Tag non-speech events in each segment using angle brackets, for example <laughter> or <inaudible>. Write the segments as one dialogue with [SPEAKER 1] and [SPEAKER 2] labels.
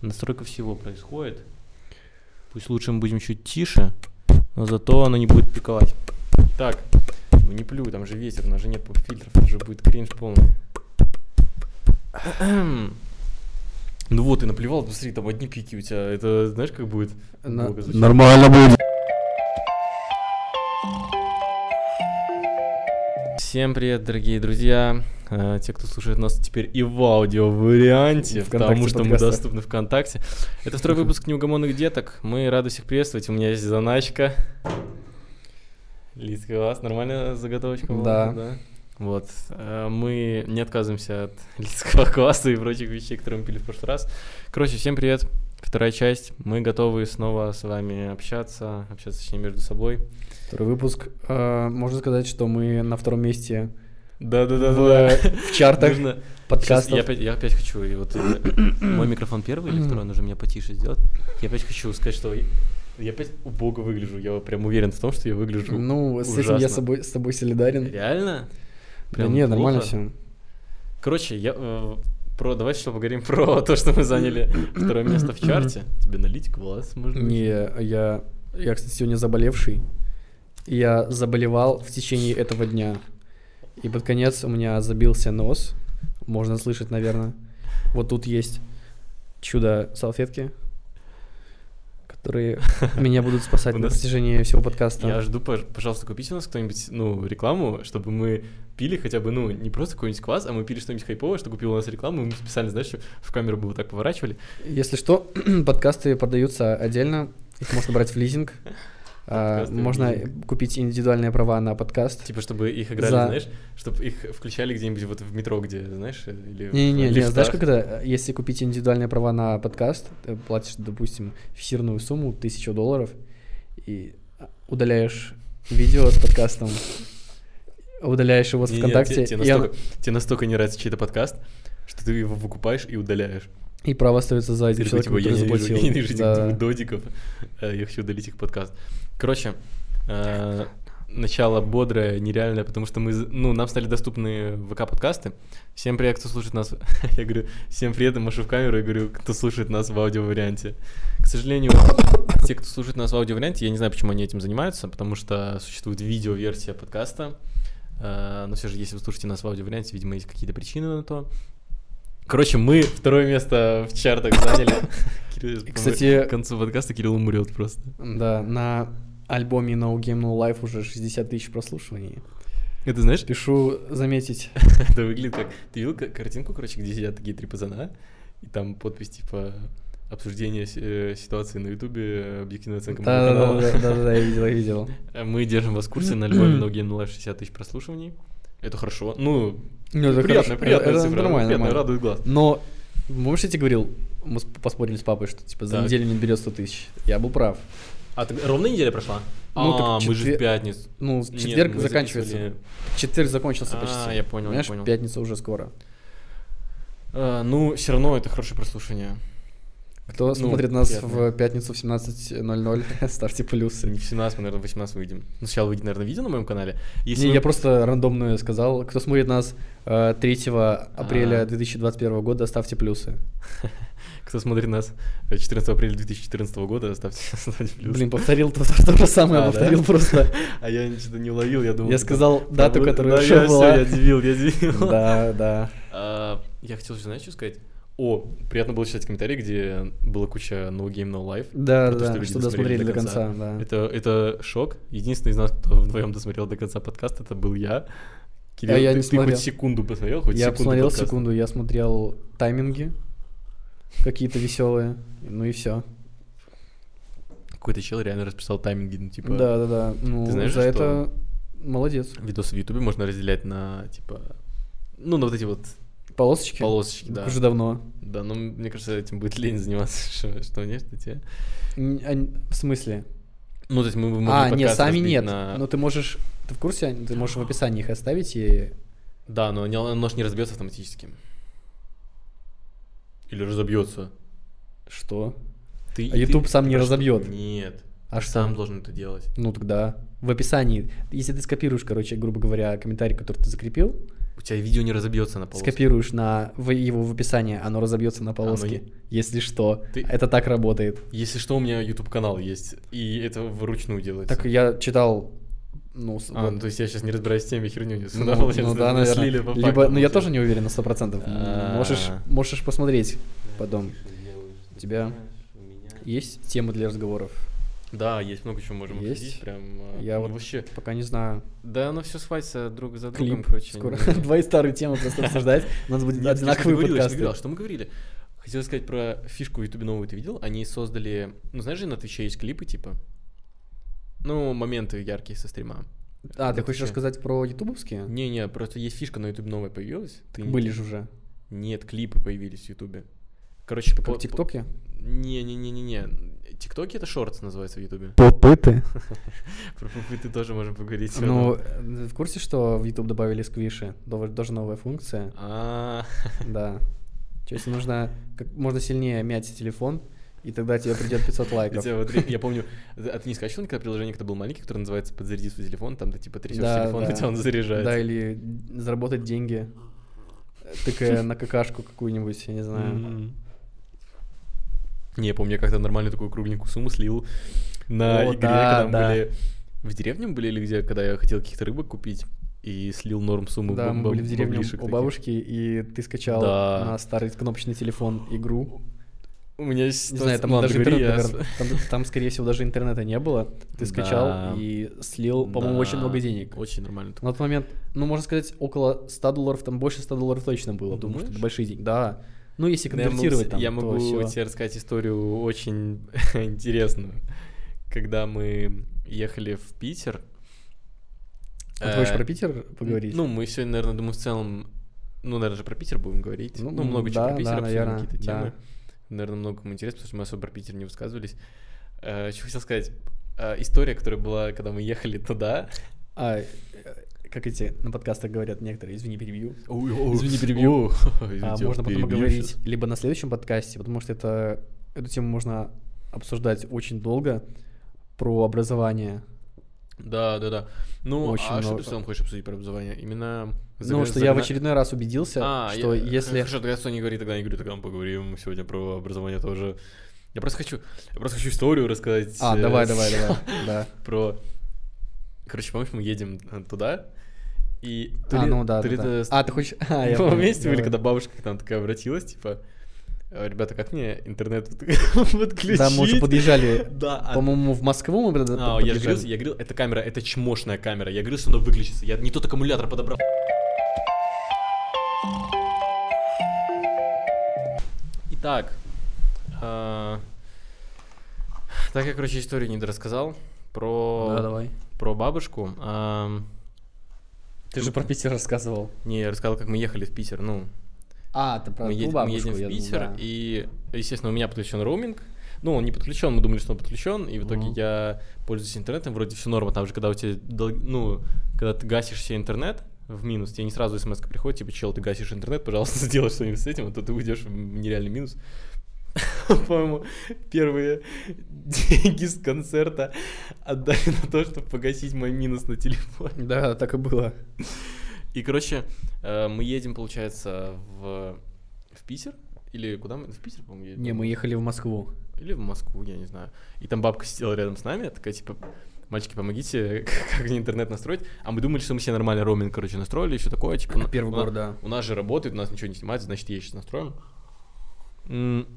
[SPEAKER 1] Настройка всего происходит. Пусть лучше мы будем чуть тише, но зато оно не будет пиковать. Так, ну не плю, там же ветер, у нас же нет фильтров, это же будет кринж полный. <clears throat> Ну вот, и наплевал, посмотри, там одни пики у тебя. Это знаешь, как будет?
[SPEAKER 2] На-
[SPEAKER 1] Бога звучит.
[SPEAKER 2] Нормально будет.
[SPEAKER 1] Всем привет, дорогие друзья. Э, Те, кто слушает нас теперь и в аудио варианте,
[SPEAKER 2] Вконтакте
[SPEAKER 1] потому что мы
[SPEAKER 2] подкаста.
[SPEAKER 1] доступны ВКонтакте. Это второй выпуск неугомонных деток. Мы рады всех приветствовать. У меня есть заначка. Лиз, класс. Нормальная заготовочка была?
[SPEAKER 2] Да.
[SPEAKER 1] Вот. Э, Мы не отказываемся от <laughs> лидского класса и прочих вещей, которые мы пили в прошлый раз. Короче, всем привет. Вторая часть. Мы готовы снова с вами общаться, общаться, точнее, между собой.
[SPEAKER 2] Второй выпуск. Э, можно сказать, что мы на втором месте
[SPEAKER 1] Да-да-да. <laughs>
[SPEAKER 2] в чартах
[SPEAKER 1] Сейчас
[SPEAKER 2] подкастов.
[SPEAKER 1] Я опять, я опять хочу, и
[SPEAKER 2] <clears throat>
[SPEAKER 1] вот э, мой микрофон первый или второй, нужно меня потише сделать. Я опять хочу сказать, что я- я опять убого выгляжу, я прям уверен в том, что я выгляжу.
[SPEAKER 2] Ну, с этим я
[SPEAKER 1] ужасно.
[SPEAKER 2] с собой, с тобой солидарен.
[SPEAKER 1] <laughs> Реально?
[SPEAKER 2] Да
[SPEAKER 1] Прям
[SPEAKER 2] не, нормально
[SPEAKER 1] плохо.
[SPEAKER 2] все.
[SPEAKER 1] Короче, я э, про, давай что поговорим про <laughs> то, что мы заняли второе место в чарте. Тебе налить глаз, можно?
[SPEAKER 2] Не, я, я, кстати, сегодня заболевший. Я заболевал в течение этого дня. И под конец у меня забился нос. Можно слышать, наверное. Вот тут есть чудо салфетки,
[SPEAKER 1] <laughs>
[SPEAKER 2] которые меня будут спасать
[SPEAKER 1] У
[SPEAKER 2] на
[SPEAKER 1] нас-
[SPEAKER 2] протяжении всего подкаста.
[SPEAKER 1] Я жду, пож- пожалуйста, купите у нас кто-нибудь, ну, рекламу, чтобы мы пили хотя бы, ну, не просто какой-нибудь квас, а мы пили что-нибудь хайповое, что купил у нас рекламу, и мы специально, знаешь, в камеру бы вот так поворачивали.
[SPEAKER 2] Если что, <clears throat> подкасты продаются отдельно, их можно брать
[SPEAKER 1] <laughs>
[SPEAKER 2] в лизинг. А,
[SPEAKER 1] Подкасты в
[SPEAKER 2] Можно
[SPEAKER 1] лизинг.
[SPEAKER 2] купить индивидуальные права на подкаст.
[SPEAKER 1] Типа, чтобы их играли,
[SPEAKER 2] За-
[SPEAKER 1] знаешь, чтобы их включали где-нибудь вот в метро, где, знаешь, или в
[SPEAKER 2] Не-не-не, не,
[SPEAKER 1] лифтах.
[SPEAKER 2] знаешь, как это? Если купить индивидуальные права на подкаст, ты платишь, допустим, фиксированную сумму, тысячу долларов, и удаляешь видео с подкастом, удаляешь его с
[SPEAKER 1] Не-не, те-
[SPEAKER 2] ВКонтакте,
[SPEAKER 1] те
[SPEAKER 2] и,
[SPEAKER 1] настолько-
[SPEAKER 2] оно-
[SPEAKER 1] Тебе настолько не нравится чей-то подкаст, что ты его выкупаешь и удаляешь.
[SPEAKER 2] и право остается за
[SPEAKER 1] Ты
[SPEAKER 2] этим
[SPEAKER 1] такой, типа,
[SPEAKER 2] человеком,
[SPEAKER 1] я ненавижу,
[SPEAKER 2] который
[SPEAKER 1] <laughs>
[SPEAKER 2] заплатил.
[SPEAKER 1] я ненавижу этих
[SPEAKER 2] Да.
[SPEAKER 1] додиков, э, я хочу удалить их подкаст. Короче, э, начало бодрое, нереальное, потому что мы, з- ну, нам стали доступны ВК-подкасты. Всем привет, кто слушает нас. <laughs> Я говорю, всем привет, и машу в камеру и говорю, кто слушает нас в аудиоварианте. К сожалению, те, кто слушает нас в аудиоварианте, я не знаю, почему они этим занимаются, потому что существует видеоверсия подкаста. Э, Но все же, если вы слушаете нас в аудиоварианте, видимо, есть какие-то причины на то. Короче, мы второе место в чартах заняли. Кирилл,
[SPEAKER 2] И, кстати-
[SPEAKER 1] к концу подкаста Кирилл умрет просто.
[SPEAKER 2] Да, на альбоме No Game No Life уже 60 тысяч прослушиваний.
[SPEAKER 1] Это знаешь,
[SPEAKER 2] Спешу заметить.
[SPEAKER 1] <laughs> это выглядит как... Ты видел ка- картинку, короче, где сидят такие три пацана, и там подпись типа обсуждение си- э, ситуации на Ютубе, э, объективная оценка моего канала».
[SPEAKER 2] Да-да-да, я видел, я видел.
[SPEAKER 1] Э, Мы держим вас в курсе, на альбоме No Game No Life 60 тысяч прослушиваний. Это хорошо. Ну,
[SPEAKER 2] Ну, это
[SPEAKER 1] приятная,
[SPEAKER 2] хорошо.
[SPEAKER 1] приятная
[SPEAKER 2] Это
[SPEAKER 1] цифра.
[SPEAKER 2] нормально,
[SPEAKER 1] приятная,
[SPEAKER 2] нормально.
[SPEAKER 1] радует глаз.
[SPEAKER 2] Но, помнишь, я тебе говорил, мы с- поспорили с папой, что типа за
[SPEAKER 1] Так.
[SPEAKER 2] неделю не берет 100 тысяч. Я был прав.
[SPEAKER 1] А ты- ровно неделя прошла?
[SPEAKER 2] Ну,
[SPEAKER 1] а,
[SPEAKER 2] так
[SPEAKER 1] мы же
[SPEAKER 2] четвер-
[SPEAKER 1] в пятницу.
[SPEAKER 2] Ну,
[SPEAKER 1] Нет,
[SPEAKER 2] четверг
[SPEAKER 1] мы
[SPEAKER 2] заканчивается.
[SPEAKER 1] записывали-
[SPEAKER 2] Четверг закончился
[SPEAKER 1] А,
[SPEAKER 2] почти.
[SPEAKER 1] я понял, я
[SPEAKER 2] Понимаешь,
[SPEAKER 1] понял.
[SPEAKER 2] пятница уже скоро.
[SPEAKER 1] А, ну, все равно это хорошее прослушивание.
[SPEAKER 2] Кто
[SPEAKER 1] Ну,
[SPEAKER 2] смотрит нас
[SPEAKER 1] приятно.
[SPEAKER 2] в пятницу в 17.00, <laughs> ставьте
[SPEAKER 1] Не
[SPEAKER 2] плюсы.
[SPEAKER 1] в 17, мы, наверное, в 18 выйдем. Ну, сначала выйдет, наверное, видео на моем канале. Если
[SPEAKER 2] Не,
[SPEAKER 1] вы-
[SPEAKER 2] я просто рандомную сказал. Кто смотрит нас э, 3 апреля
[SPEAKER 1] А.
[SPEAKER 2] 2021 года, ставьте плюсы.
[SPEAKER 1] Кто смотрит нас э, 14 апреля 2014 года, ставьте, <laughs> ставьте плюс.
[SPEAKER 2] Блин, повторил то, то же самое,
[SPEAKER 1] А, да?
[SPEAKER 2] повторил просто.
[SPEAKER 1] А я что-то не уловил, я думал...
[SPEAKER 2] Я
[SPEAKER 1] ты
[SPEAKER 2] сказал
[SPEAKER 1] там-
[SPEAKER 2] дату,
[SPEAKER 1] Да,
[SPEAKER 2] которая
[SPEAKER 1] я
[SPEAKER 2] уже
[SPEAKER 1] всё,
[SPEAKER 2] была.
[SPEAKER 1] я дебил,
[SPEAKER 2] <laughs>
[SPEAKER 1] я дебил.
[SPEAKER 2] Да, да.
[SPEAKER 1] А, Я хотел еще, знаешь, что сказать? О, приятно было читать комментарии, где была куча No Game No Life.
[SPEAKER 2] Да,
[SPEAKER 1] Про то,
[SPEAKER 2] да,
[SPEAKER 1] что люди
[SPEAKER 2] что
[SPEAKER 1] досмотрели
[SPEAKER 2] досмотрели
[SPEAKER 1] до
[SPEAKER 2] до
[SPEAKER 1] конца.
[SPEAKER 2] конца, да.
[SPEAKER 1] Это, это шок. Единственный из нас, кто вдвоем досмотрел до конца подкаста, это был я. Кирилл,
[SPEAKER 2] А я
[SPEAKER 1] ты,
[SPEAKER 2] не
[SPEAKER 1] ты
[SPEAKER 2] смотрел.
[SPEAKER 1] хоть секунду посмотрел, хоть
[SPEAKER 2] Я
[SPEAKER 1] секунду
[SPEAKER 2] посмотрел
[SPEAKER 1] подкаста?
[SPEAKER 2] секунду, я смотрел тайминги какие-то веселые, ну и все.
[SPEAKER 1] Какой-то чел реально расписал тайминги, ну, типа...
[SPEAKER 2] Да, да, да. Ну
[SPEAKER 1] ты знаешь,
[SPEAKER 2] за
[SPEAKER 1] что-
[SPEAKER 2] это молодец.
[SPEAKER 1] Видосы в Ютубе можно разделять на, типа... Ну, на вот эти вот
[SPEAKER 2] Полосочки.
[SPEAKER 1] полосочки, да.
[SPEAKER 2] Уже давно.
[SPEAKER 1] Да, но мне кажется, этим будет лень заниматься, <laughs> что, что нет, что те.
[SPEAKER 2] Н- а н- В смысле?
[SPEAKER 1] Ну, то есть мы бы могли
[SPEAKER 2] А, нет,
[SPEAKER 1] подкаст
[SPEAKER 2] сами
[SPEAKER 1] разбить
[SPEAKER 2] нет.
[SPEAKER 1] на-
[SPEAKER 2] Но ты можешь. Ты в курсе? Ты можешь в описании их оставить и.
[SPEAKER 1] Да, но не- оно ж не разобьется автоматически. Или разобьется.
[SPEAKER 2] Что?
[SPEAKER 1] Ты,
[SPEAKER 2] А YouTube сам не
[SPEAKER 1] про что-
[SPEAKER 2] разобьет.
[SPEAKER 1] Нет.
[SPEAKER 2] А
[SPEAKER 1] А
[SPEAKER 2] что?
[SPEAKER 1] сам должен это делать.
[SPEAKER 2] Ну тогда. В описании. Если ты скопируешь, короче, грубо говоря, комментарий, который ты закрепил,
[SPEAKER 1] у тебя видео не разобьется на полоски.
[SPEAKER 2] Скопируешь на в- его в описании, оно разобьется на полоски. Если что,
[SPEAKER 1] Ты-
[SPEAKER 2] это так работает.
[SPEAKER 1] Если что, у меня YouTube канал есть, и это вручную делается.
[SPEAKER 2] Так я читал, ну, с-
[SPEAKER 1] А,
[SPEAKER 2] вот,
[SPEAKER 1] ну, то есть я сейчас не разбираюсь в теме, херню не
[SPEAKER 2] ну,
[SPEAKER 1] сюда,
[SPEAKER 2] ну
[SPEAKER 1] получается,
[SPEAKER 2] да,
[SPEAKER 1] наслили
[SPEAKER 2] наверное.
[SPEAKER 1] по факту,
[SPEAKER 2] Либо, ну я
[SPEAKER 1] получается.
[SPEAKER 2] тоже не уверен на 100%.
[SPEAKER 1] А.
[SPEAKER 2] Можешь, можешь посмотреть потом.
[SPEAKER 3] Ты делаешь, ты
[SPEAKER 2] тебя
[SPEAKER 3] понимаешь, у меня-
[SPEAKER 2] Есть темы для разговоров?
[SPEAKER 1] Да, есть много чего можем
[SPEAKER 2] Есть?
[SPEAKER 1] обсудить, прям. а,
[SPEAKER 2] Я
[SPEAKER 1] ну,
[SPEAKER 2] вот-
[SPEAKER 1] вообще.
[SPEAKER 2] Пока не знаю.
[SPEAKER 1] Да, оно все свалится друг за другом,
[SPEAKER 2] Клип
[SPEAKER 1] короче.
[SPEAKER 2] скоро. <laughs>
[SPEAKER 1] не-
[SPEAKER 2] Двои старые темы просто обсуждать. У нас
[SPEAKER 1] Нет,
[SPEAKER 2] будет
[SPEAKER 1] ты что-то
[SPEAKER 2] одинаковые
[SPEAKER 1] говорила, я что-то
[SPEAKER 2] подкасты.
[SPEAKER 1] говорила, что мы говорили? Хотел сказать про фишку в Ютубе новую, ты видел? Они создали, ну знаешь же, на Твиче есть клипы, типа, ну, моменты яркие со стрима.
[SPEAKER 2] А, ты
[SPEAKER 1] На
[SPEAKER 2] хочешь
[SPEAKER 1] Твиче.
[SPEAKER 2] рассказать про ютубовские?
[SPEAKER 1] Не-не, просто есть фишка на Ютубе новая появилась. Ты не-
[SPEAKER 2] Были же уже.
[SPEAKER 1] Нет, клипы появились в Ютубе. Короче, по-
[SPEAKER 2] Как
[SPEAKER 1] по-
[SPEAKER 2] тиктоки?
[SPEAKER 1] Не-не-не-не-не. Тиктоки это шортс называется в Ютубе. <laughs>
[SPEAKER 2] Попыты.
[SPEAKER 1] Про попыты тоже можем поговорить. всё
[SPEAKER 2] Ну,
[SPEAKER 1] равно.
[SPEAKER 2] э, в курсе, что в YouTube добавили сквиши? Дов- Тоже
[SPEAKER 1] <laughs>
[SPEAKER 2] новая функция.
[SPEAKER 1] А,
[SPEAKER 2] Да. То есть нужно как можно сильнее мять телефон, и тогда тебе придет 500 лайков.
[SPEAKER 1] хотя вот я помню, а ты не скачивал никогда приложение, когда был маленький, которое называется «Подзаряди свой телефон», там ты типа трясешь
[SPEAKER 2] Да,
[SPEAKER 1] телефон,
[SPEAKER 2] да.
[SPEAKER 1] у тебя он
[SPEAKER 2] Да,
[SPEAKER 1] заряжается.
[SPEAKER 2] или заработать деньги, э, тыкая на какашку какую-нибудь, я не знаю.
[SPEAKER 1] М. Не, я помню, я как-то нормальную такую кругленькую сумму слил на
[SPEAKER 2] О,
[SPEAKER 1] игре,
[SPEAKER 2] да,
[SPEAKER 1] когда мы
[SPEAKER 2] да.
[SPEAKER 1] были... В деревне мы были или где, когда я хотел каких-то рыбок купить и слил норм сумму
[SPEAKER 2] Да, мы
[SPEAKER 1] баб-
[SPEAKER 2] были в деревне
[SPEAKER 1] баблишек
[SPEAKER 2] у
[SPEAKER 1] таких.
[SPEAKER 2] бабушки, и ты скачал
[SPEAKER 1] Да.
[SPEAKER 2] на старый кнопочный телефон игру.
[SPEAKER 1] У меня есть...
[SPEAKER 2] Не знаю, там
[SPEAKER 1] Ладно,
[SPEAKER 2] даже
[SPEAKER 1] говори,
[SPEAKER 2] интернет,
[SPEAKER 1] я с-
[SPEAKER 2] наверное, там, там, скорее всего, даже интернета не было. Ты скачал
[SPEAKER 1] Да.
[SPEAKER 2] и слил, по-моему, очень
[SPEAKER 1] Да,
[SPEAKER 2] много денег.
[SPEAKER 1] Очень нормально.
[SPEAKER 2] На тот момент, ну, можно сказать, около 100 долларов, там больше 100 долларов точно было. потому что это
[SPEAKER 1] Думаешь?
[SPEAKER 2] большие деньги. Да. Ну, если
[SPEAKER 1] Да, я могу
[SPEAKER 2] конвертировать
[SPEAKER 1] с-
[SPEAKER 2] там,
[SPEAKER 1] Я
[SPEAKER 2] то
[SPEAKER 1] могу
[SPEAKER 2] всё.
[SPEAKER 1] тебе рассказать историю очень <laughs> интересную. Когда мы ехали в Питер...
[SPEAKER 2] А ты хочешь
[SPEAKER 1] э,
[SPEAKER 2] про Питер поговорить?
[SPEAKER 1] Ну, мы сегодня, наверное, думаю, в целом... Ну, наверное, же про Питер будем говорить. Ну,
[SPEAKER 2] Ну,
[SPEAKER 1] много чего
[SPEAKER 2] да,
[SPEAKER 1] про Питер,
[SPEAKER 2] да,
[SPEAKER 1] обсудим
[SPEAKER 2] наверное,
[SPEAKER 1] какие-то
[SPEAKER 2] да.
[SPEAKER 1] темы. Наверное, много кому интересно, потому что мы особо про Питер не высказывались. Э, Что хотел сказать? Э, История, которая была, когда мы ехали туда...
[SPEAKER 2] А, э, как эти на подкастах говорят некоторые, извини, перебью.
[SPEAKER 1] Извини,
[SPEAKER 2] перебью. А,
[SPEAKER 1] <laughs> извините,
[SPEAKER 2] можно потом
[SPEAKER 1] перебью
[SPEAKER 2] поговорить
[SPEAKER 1] щас.
[SPEAKER 2] либо на следующем подкасте, потому что это, эту тему можно обсуждать очень долго, про образование.
[SPEAKER 1] Да, да, да. Ну,
[SPEAKER 2] Очень
[SPEAKER 1] а что
[SPEAKER 2] много.
[SPEAKER 1] ты в целом хочешь обсудить про образование? Именно...
[SPEAKER 2] Ну,
[SPEAKER 1] загра-
[SPEAKER 2] что я в
[SPEAKER 1] загра-
[SPEAKER 2] очередной раз убедился,
[SPEAKER 1] А,
[SPEAKER 2] что
[SPEAKER 1] я-
[SPEAKER 2] если...
[SPEAKER 1] Хорошо, тогда Соня говорит, тогда я говорю, тогда мы поговорим сегодня про образование тоже. Я просто хочу, я просто хочу историю рассказать.
[SPEAKER 2] А,
[SPEAKER 1] э, <laughs>
[SPEAKER 2] давай, давай, давай. Да.
[SPEAKER 1] Про... Короче, помнишь, мы едем э, туда, и... то
[SPEAKER 2] А,
[SPEAKER 1] ли-
[SPEAKER 2] ну да,
[SPEAKER 1] то
[SPEAKER 2] да,
[SPEAKER 1] ли
[SPEAKER 2] да.
[SPEAKER 1] это с-
[SPEAKER 2] А, ты хочешь... <laughs> А, я
[SPEAKER 1] мы
[SPEAKER 2] понял,
[SPEAKER 1] вместе были,
[SPEAKER 2] давай.
[SPEAKER 1] когда бабушка к нам такая обратилась, типа, «Э, ребята, как мне интернет <laughs> подключить?
[SPEAKER 2] Да, мы уже подъезжали,
[SPEAKER 1] Да, а-
[SPEAKER 2] по-моему, в Москву мы тогда
[SPEAKER 1] а, я же говорил,
[SPEAKER 2] подъезжали.
[SPEAKER 1] я говорил, это камера, это чмошная камера. Я говорил, что она выключится. Я не тот аккумулятор подобрал. Итак, а, так я, короче, историю не дорассказал про,
[SPEAKER 2] Да, давай.
[SPEAKER 1] про бабушку. Ам,
[SPEAKER 2] Ты же про Питер рассказывал.
[SPEAKER 1] не, я рассказал, как мы ехали в Питер. Ну,
[SPEAKER 2] А, ты про
[SPEAKER 1] мы,
[SPEAKER 2] ту
[SPEAKER 1] едем- мы
[SPEAKER 2] бабушку,
[SPEAKER 1] едем
[SPEAKER 2] я
[SPEAKER 1] в
[SPEAKER 2] думал,
[SPEAKER 1] Питер,
[SPEAKER 2] да.
[SPEAKER 1] и, естественно, у меня подключен роуминг. Ну, он не подключен, мы думали, что он подключен, и в итоге
[SPEAKER 2] Мгм.
[SPEAKER 1] я пользуюсь интернетом, вроде все норма, там же, когда у тебя, дол- ну, когда ты гасишь себе интернет в минус, тебе не сразу смс приходит, типа, чел, ты гасишь интернет, пожалуйста, <laughs> сделай что-нибудь с этим, а то ты уйдешь в нереальный минус. <laughs> По-моему, первые <laughs> деньги с концерта отдали на то, чтобы погасить мой минус на телефоне.
[SPEAKER 2] Да, так и было.
[SPEAKER 1] И, короче, э, мы едем, получается, в, в Питер. Или куда мы? В Питер, по-моему, едем.
[SPEAKER 2] Не, мы ехали в Москву.
[SPEAKER 1] Или в Москву, я не знаю. И там бабка сидела рядом с нами, такая, типа, мальчики, помогите, <laughs> как мне интернет настроить. А мы думали, что мы себе нормально роуминг, короче, настроили, еще такое, типа... у на-
[SPEAKER 2] Первый
[SPEAKER 1] у на-
[SPEAKER 2] год, да.
[SPEAKER 1] У нас же работает, у нас ничего не снимается, значит, я сейчас настроим. М.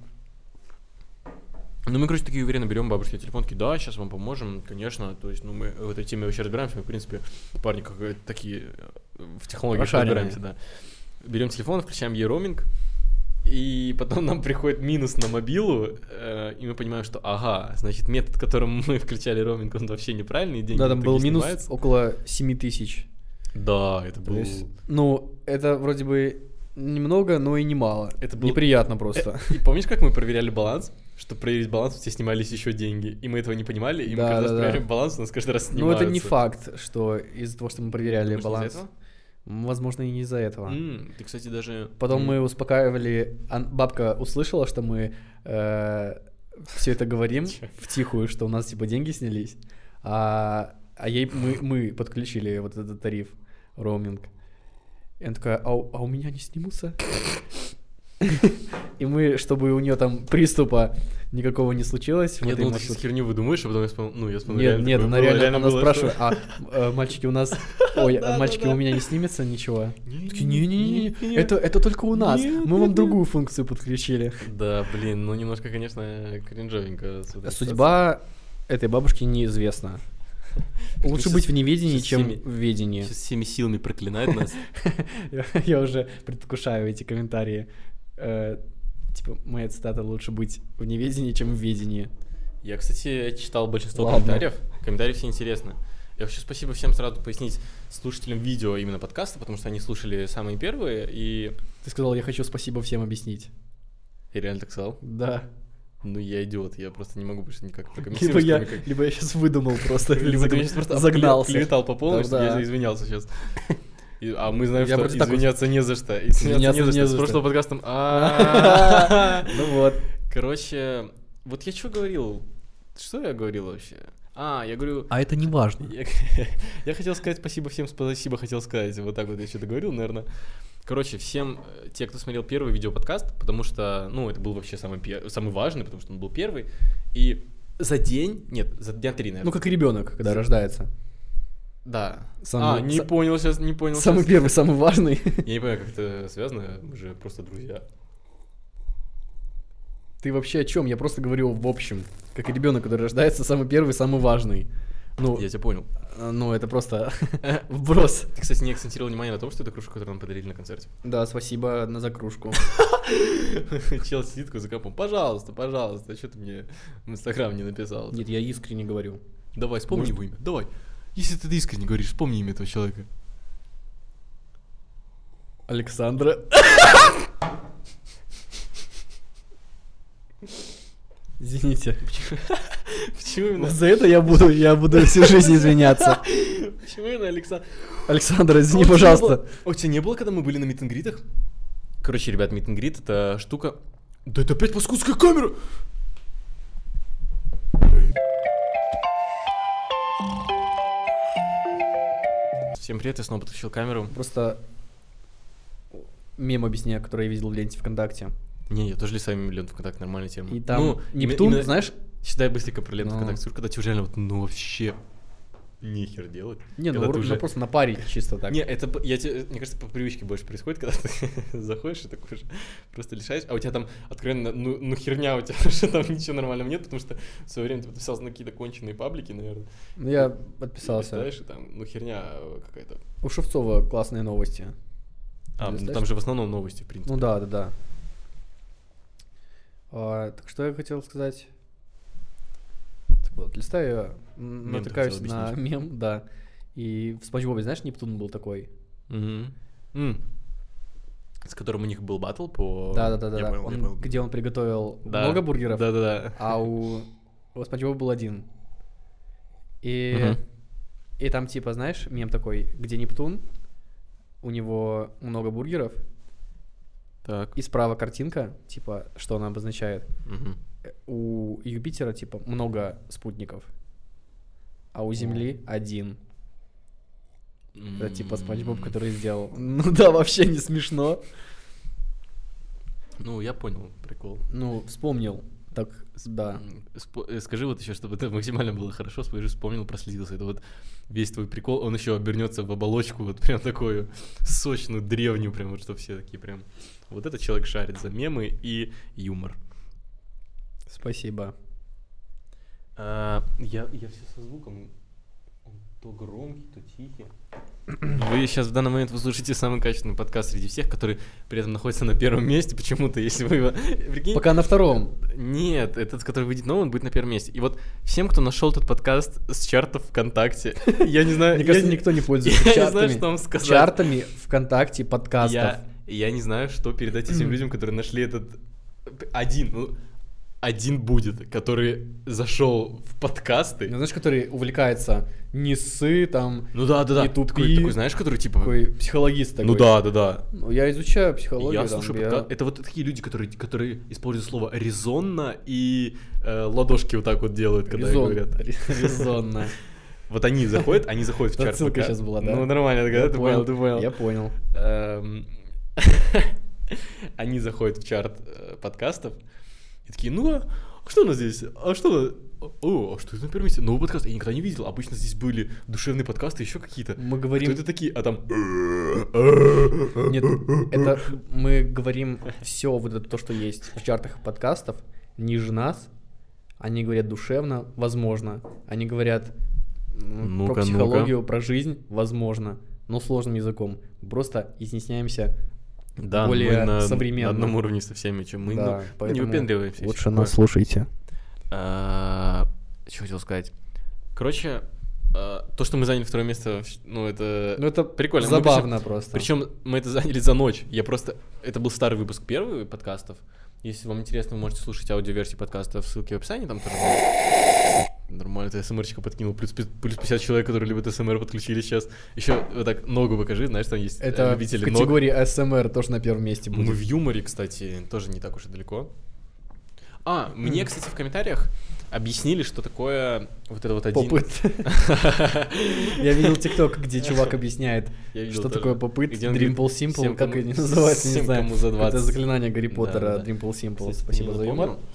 [SPEAKER 1] Ну, мы, короче, такие уверенно берем бабушки телефон, такие, да, сейчас вам поможем, конечно. То есть, ну, мы в этой теме вообще разбираемся, мы, в принципе, парни как э, такие э, в технологиях
[SPEAKER 2] Прошаренные.
[SPEAKER 1] разбираемся, да. Берем телефон, включаем ей роуминг, и потом нам приходит минус на мобилу, э, и мы понимаем, что, ага, значит, метод, которым мы <laughs> включали роуминг, он вообще неправильный, деньги
[SPEAKER 2] Да,
[SPEAKER 1] в
[SPEAKER 2] там
[SPEAKER 1] итоге
[SPEAKER 2] был минус
[SPEAKER 1] снимаются.
[SPEAKER 2] около 7 тысяч.
[SPEAKER 1] Да, это
[SPEAKER 2] То
[SPEAKER 1] был...
[SPEAKER 2] есть, ну, это вроде бы немного, но и немало.
[SPEAKER 1] Это
[SPEAKER 2] Это
[SPEAKER 1] был-
[SPEAKER 2] Неприятно просто.
[SPEAKER 1] Э, И помнишь, как мы проверяли баланс? Чтобы проверить баланс, у тебя снимались еще деньги. И мы этого не понимали, и мы
[SPEAKER 2] Да,
[SPEAKER 1] каждый раз
[SPEAKER 2] да, да.
[SPEAKER 1] проверяем баланс, у нас каждый раз
[SPEAKER 2] Но
[SPEAKER 1] Э, снимаются.
[SPEAKER 2] Ну, это не факт, что из-за того, что мы проверяли
[SPEAKER 1] Думаешь, из-за
[SPEAKER 2] баланс.
[SPEAKER 1] этого?
[SPEAKER 2] М, Возможно, и не из-за этого.
[SPEAKER 1] М, ты, кстати, даже...
[SPEAKER 2] Потом
[SPEAKER 1] М,
[SPEAKER 2] мы успокаивали, ан- бабка услышала, что мы все это говорим
[SPEAKER 1] Чё?
[SPEAKER 2] втихую, что у нас типа деньги снялись, а, а ей мы, мы подключили вот этот тариф роуминг. И она такая, а, у- а у меня не снимутся? И мы, чтобы у нее там приступа никакого не случилось, в
[SPEAKER 1] Я
[SPEAKER 2] этой
[SPEAKER 1] думал, ну, ты сейчас
[SPEAKER 2] маршрутке-
[SPEAKER 1] херню выдумаешь, а потом я вспомнил, ну, я вспомнил,
[SPEAKER 2] Нет,
[SPEAKER 1] реально
[SPEAKER 2] нет,
[SPEAKER 1] такое
[SPEAKER 2] она
[SPEAKER 1] было,
[SPEAKER 2] реально,
[SPEAKER 1] реально
[SPEAKER 2] она
[SPEAKER 1] было,
[SPEAKER 2] спрашивает,
[SPEAKER 1] что-
[SPEAKER 2] а э, мальчики
[SPEAKER 1] <laughs>
[SPEAKER 2] у нас, ой, а
[SPEAKER 1] Да-да-да.
[SPEAKER 2] мальчики у меня не снимется ничего? Такие, не-не-не,
[SPEAKER 1] Не-не-не.
[SPEAKER 2] это, это только у нас,
[SPEAKER 1] Нет,
[SPEAKER 2] мы вам
[SPEAKER 1] нет,
[SPEAKER 2] другую функцию подключили.
[SPEAKER 1] Да, блин, ну немножко, конечно, кринжовенько. с этой
[SPEAKER 2] Судьба этой бабушки неизвестна. Лучше
[SPEAKER 1] щас-
[SPEAKER 2] быть в неведении,
[SPEAKER 1] щас
[SPEAKER 2] чем
[SPEAKER 1] всеми-
[SPEAKER 2] в ведении.
[SPEAKER 1] ситуацией. Сейчас всеми силами проклинает нас.
[SPEAKER 2] Я уже предвкушаю эти комментарии. Э, Типа, моя цитата «Лучше быть в неведении, чем в ведении».
[SPEAKER 1] Я, кстати, читал большинство
[SPEAKER 2] Ладно.
[SPEAKER 1] комментариев. Комментарии все интересны. Я хочу спасибо всем сразу пояснить слушателям видео именно подкаста, потому что они слушали самые первые, и
[SPEAKER 2] Ты сказал, я хочу спасибо всем объяснить.
[SPEAKER 1] я реально так сказал.
[SPEAKER 2] Да.
[SPEAKER 1] Ну, я идиот, я просто не могу больше
[SPEAKER 2] <laughs>
[SPEAKER 1] никак
[SPEAKER 2] Либо
[SPEAKER 1] прокомментировать.
[SPEAKER 2] Ну, я,
[SPEAKER 1] кроме как-
[SPEAKER 2] либо я сейчас выдумал просто, или
[SPEAKER 1] Либо ты
[SPEAKER 2] загн-
[SPEAKER 1] меня щас просто
[SPEAKER 2] загнался.
[SPEAKER 1] клеветал по полной, что
[SPEAKER 2] Да-да.
[SPEAKER 1] я извинялся
[SPEAKER 2] <laughs>
[SPEAKER 1] сейчас. И- а мы знаем,
[SPEAKER 2] Я
[SPEAKER 1] что
[SPEAKER 2] просто так вот-
[SPEAKER 1] извиняться не за что. Извиняться не за что. С прошлого
[SPEAKER 2] <laughs>
[SPEAKER 1] подкастом. а
[SPEAKER 2] Ну вот.
[SPEAKER 1] Короче, вот я что говорил? Что я говорил вообще? А, я говорю...
[SPEAKER 2] А это не важно.
[SPEAKER 1] Я, <laughs> я хотел сказать спасибо всем, спасибо хотел сказать. Вот так вот я что-то говорил, наверное. Короче, всем, э, те, кто смотрел первый видеоподкаст, потому что, ну, это был вообще самый, пе- самый важный, потому что он был первый. И за день, нет, за дня три, наверное.
[SPEAKER 2] Ну, как ребенок, когда
[SPEAKER 1] За-
[SPEAKER 2] рождается.
[SPEAKER 1] Да.
[SPEAKER 2] Самый-
[SPEAKER 1] а, не
[SPEAKER 2] са-
[SPEAKER 1] понял сейчас, не понял
[SPEAKER 2] Самый
[SPEAKER 1] щас.
[SPEAKER 2] первый, самый важный.
[SPEAKER 1] Я не понимаю, как это связано, мы же просто друзья.
[SPEAKER 2] <laughs> Ты вообще о чем? Я просто говорю в общем. Как ребенок, который рождается, самый первый, самый важный. Ну,
[SPEAKER 1] Я тебя
[SPEAKER 2] <laughs>
[SPEAKER 1] понял. Э,
[SPEAKER 2] э, ну это просто <laughs> вброс.
[SPEAKER 1] Ты, кстати, не акцентировал внимание на том, что это кружка, которую нам подарили на концерте. <laughs>
[SPEAKER 2] Да, спасибо на закружку.
[SPEAKER 1] Чел сидит такой за компом. Пожалуйста, пожалуйста, что ты мне в Инстаграм не написал?
[SPEAKER 2] Нет, я искренне говорю.
[SPEAKER 1] Давай, вспомни
[SPEAKER 2] Может-
[SPEAKER 1] его имя. Давай. Если ты искренне говоришь, вспомни имя этого человека.
[SPEAKER 2] Александра. <laughs> Извините.
[SPEAKER 1] Почему именно?
[SPEAKER 2] Вот За это я буду, я буду всю
[SPEAKER 1] <laughs>
[SPEAKER 2] жизнь извиняться.
[SPEAKER 1] Почему именно Александр?
[SPEAKER 2] Александра,
[SPEAKER 1] А у
[SPEAKER 2] извини,
[SPEAKER 1] тебя не
[SPEAKER 2] пожалуйста.
[SPEAKER 1] было- а У тебя не было, когда мы были на митингритах? Короче, ребят, митингрит это штука. Да это опять паскудская камера! Всем привет, я снова подключил камеру.
[SPEAKER 2] Просто мем объясняю, который я видел в ленте ВКонтакте.
[SPEAKER 1] Не, я тоже листаю мем ВКонтакте, нормальная тема.
[SPEAKER 2] И там
[SPEAKER 1] именно-
[SPEAKER 2] Нептун,
[SPEAKER 1] Ну, именно-
[SPEAKER 2] знаешь?
[SPEAKER 1] Считай быстренько про ленту
[SPEAKER 2] Ну.
[SPEAKER 1] ВКонтакте, Слушай, когда тебе уже реально вот, ну вообще нехер делать.
[SPEAKER 2] Не, ну,
[SPEAKER 1] Когда
[SPEAKER 2] вро-
[SPEAKER 1] ты
[SPEAKER 2] ну,
[SPEAKER 1] уже-
[SPEAKER 2] просто напарить чисто так.
[SPEAKER 1] Не, это, п- я тебе, мне кажется, по привычке больше происходит, когда ты <laughs> заходишь и такой же просто лишаешь, а у тебя там откровенно, ну, ну херня у тебя, <laughs> что там ничего нормального нет, потому что в свое время ты подписался на какие-то конченые паблики, наверное.
[SPEAKER 2] Ну, я
[SPEAKER 1] И
[SPEAKER 2] подписался.
[SPEAKER 1] листаешь, и там, ну херня э, какая-то.
[SPEAKER 2] У Шевцова классные новости.
[SPEAKER 1] А, ну,
[SPEAKER 2] Листаешь?
[SPEAKER 1] там же в основном новости, в принципе.
[SPEAKER 2] Ну да, да, да. А, так что я хотел сказать? Так вот, листаю, я м,
[SPEAKER 1] Мем ты
[SPEAKER 2] натыкаюсь
[SPEAKER 1] хотел
[SPEAKER 2] на
[SPEAKER 1] объяснить.
[SPEAKER 2] мем, да. И в Спанч Бобе, знаешь, Нептун был такой?
[SPEAKER 1] Ну. Мгм. М. С которым у них был батл по...
[SPEAKER 2] Да, да, да, да.
[SPEAKER 1] Я
[SPEAKER 2] да.
[SPEAKER 1] понял, я
[SPEAKER 2] Он-
[SPEAKER 1] понял.
[SPEAKER 2] Где он приготовил
[SPEAKER 1] Да.
[SPEAKER 2] много бургеров,
[SPEAKER 1] Да-да-да.
[SPEAKER 2] а у, у Спанч Боба был один. И,
[SPEAKER 1] Мгм.
[SPEAKER 2] и там типа, знаешь, мем такой, где Нептун, у него много бургеров,
[SPEAKER 1] Так.
[SPEAKER 2] и справа картинка, типа, что она обозначает.
[SPEAKER 1] Мгм.
[SPEAKER 2] Э, у Юпитера типа много спутников, а у Земли один. Это типа Спанч Боб,
[SPEAKER 1] М.
[SPEAKER 2] который сделал. <laughs> Ну да, вообще не смешно.
[SPEAKER 1] Ну, я понял прикол.
[SPEAKER 2] Ну, вспомнил. Так, да.
[SPEAKER 1] М, спо- э, Скажи вот еще, чтобы это максимально было хорошо, скажи, вспомнил, проследился. Это вот весь твой прикол, он еще обернется в оболочку, вот прям такую сочную, древнюю, прям вот что все такие прям. Вот этот человек шарит за мемы и юмор.
[SPEAKER 2] Спасибо.
[SPEAKER 1] А, я, я все со звуком. Он то громкий, то тихий. Вы сейчас в данный момент вы слушаете самый качественный подкаст среди всех, который при этом находится на первом месте. Почему-то, если вы его... Прикинь,
[SPEAKER 2] Пока на
[SPEAKER 1] <laughs>
[SPEAKER 2] втором.
[SPEAKER 1] Нет, этот, который выйдет новый, он будет на первом месте. И вот всем, кто нашел этот подкаст с чартов ВКонтакте, <laughs> я не знаю...
[SPEAKER 2] Мне
[SPEAKER 1] <laughs> я
[SPEAKER 2] кажется,
[SPEAKER 1] не-
[SPEAKER 2] никто не пользуется
[SPEAKER 1] Я не знаю,
[SPEAKER 2] чартами.
[SPEAKER 1] что вам сказать.
[SPEAKER 2] Чартами ВКонтакте подкастов.
[SPEAKER 1] Я, я не знаю, что передать этим людям, которые нашли этот... Один, ну, один будет, который зашел в
[SPEAKER 2] Ну,
[SPEAKER 1] подкасты.
[SPEAKER 2] знаешь, который увлекается не ссы, там,
[SPEAKER 1] Ну да, да, да.
[SPEAKER 2] Не тупи.
[SPEAKER 1] Такой, такой, знаешь, который типа...
[SPEAKER 2] такой психологист такой.
[SPEAKER 1] ну да, да, да.
[SPEAKER 2] Ну, я изучаю психологию.
[SPEAKER 1] я
[SPEAKER 2] там,
[SPEAKER 1] слушаю
[SPEAKER 2] я-
[SPEAKER 1] подка- Это вот такие люди, которые, которые используют слово резонно и э, ладошки вот так вот делают, когда
[SPEAKER 2] Резон-
[SPEAKER 1] говорят.
[SPEAKER 2] <laughs>
[SPEAKER 1] <laughs>
[SPEAKER 2] Резонно.
[SPEAKER 1] Вот они заходят, они заходят в
[SPEAKER 2] Это
[SPEAKER 1] чат.
[SPEAKER 2] ссылка
[SPEAKER 1] ВК.
[SPEAKER 2] щас была, да?
[SPEAKER 1] Ну, нормально, да, ты понял, ты понял.
[SPEAKER 2] Я понял.
[SPEAKER 1] Эм, <laughs> Они заходят в чарт э, подкастов и такие, ну, а что у нас здесь? А что? О, а что это на первом месте? Новый подкаст я никогда не видел. Обычно здесь были душевные подкасты, еще какие-то.
[SPEAKER 2] Мы
[SPEAKER 1] Кто
[SPEAKER 2] говорим...
[SPEAKER 1] это такие? А там...
[SPEAKER 2] <laughs>
[SPEAKER 1] <laughs>
[SPEAKER 2] Нет, это мы говорим все вот это то, что есть в чартах подкастов, ниже нас. Они говорят душевно, возможно. Они говорят м,
[SPEAKER 1] Ну-ка, ну-ка.
[SPEAKER 2] про психологию, про жизнь, возможно, но сложным языком. Просто изнясняемся.
[SPEAKER 1] Да,
[SPEAKER 2] более
[SPEAKER 1] мы на,
[SPEAKER 2] современно.
[SPEAKER 1] на одном уровне со всеми, чем мы.
[SPEAKER 2] Да,
[SPEAKER 1] ну, не
[SPEAKER 2] поэтому
[SPEAKER 1] выпендриваемся. и всё такое.
[SPEAKER 2] слушайте.
[SPEAKER 1] А, Что хотел сказать? Короче, а, то, что мы заняли второе место, в щ- ну это...
[SPEAKER 2] Ну это
[SPEAKER 1] Прикольно.
[SPEAKER 2] прикольно.
[SPEAKER 1] Мы
[SPEAKER 2] Забавно просто.
[SPEAKER 1] Причем мы это заняли за ночь. Я просто... Это был старый выпуск первый подкастов. Если вам интересно, вы можете слушать аудиоверсии подкаста в ссылке в описании, там тоже будет. Нормально, ты смрчика подкинул. Плюс, пи- плюс 50 человек, которые любят СМР, подключили сейчас. Еще вот так ногу покажи, знаешь, там есть э,
[SPEAKER 2] это в
[SPEAKER 1] любители ног.
[SPEAKER 2] категории СМР тоже на первом месте
[SPEAKER 1] Мы в
[SPEAKER 2] будет.
[SPEAKER 1] юморе, кстати, тоже не так уж и далеко. А, мне, кстати, в комментариях объяснили, что такое вот это вот один... <laughs>
[SPEAKER 2] Попыт. Я видел ТикТок, где чувак объясняет,
[SPEAKER 1] Я видел
[SPEAKER 2] что
[SPEAKER 1] тоже.
[SPEAKER 2] такое попыт,
[SPEAKER 1] Где он
[SPEAKER 2] Dreample
[SPEAKER 1] говорит,
[SPEAKER 2] Simple,
[SPEAKER 1] «Всем
[SPEAKER 2] как
[SPEAKER 1] кому-
[SPEAKER 2] они называются, не
[SPEAKER 1] всем
[SPEAKER 2] знаю.
[SPEAKER 1] кому за 20.
[SPEAKER 2] Это заклинание Гарри Поттера,
[SPEAKER 1] Да-да-да.
[SPEAKER 2] Dreample Simple.
[SPEAKER 1] Кстати,
[SPEAKER 2] Спасибо
[SPEAKER 1] не
[SPEAKER 2] за юмор.
[SPEAKER 1] запомнил.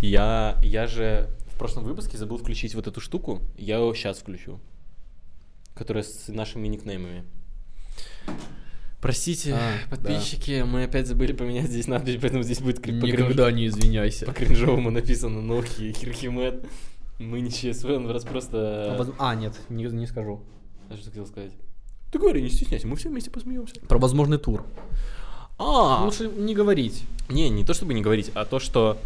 [SPEAKER 1] Я, я же в прошлом выпуске забыл включить вот эту штуку. Я ее сейчас включу. Которая с нашими никнеймами. Простите,
[SPEAKER 2] А, да.
[SPEAKER 1] подписчики, мы опять забыли поменять здесь надпись, поэтому здесь будет кри- по кринжу-
[SPEAKER 2] не извиняйся.
[SPEAKER 1] по кринжовому написано Nokia и Кирхимед. Мы не ЧСВ, он раз
[SPEAKER 2] А,
[SPEAKER 1] просто...
[SPEAKER 2] воз- а, нет, не, не скажу.
[SPEAKER 1] А Что ты хотел сказать? Ты говори, не стесняйся, мы все вместе посмеемся.
[SPEAKER 2] Про возможный тур.
[SPEAKER 1] А,
[SPEAKER 2] Лучше не говорить.
[SPEAKER 1] не, не то чтобы не говорить, а то, что...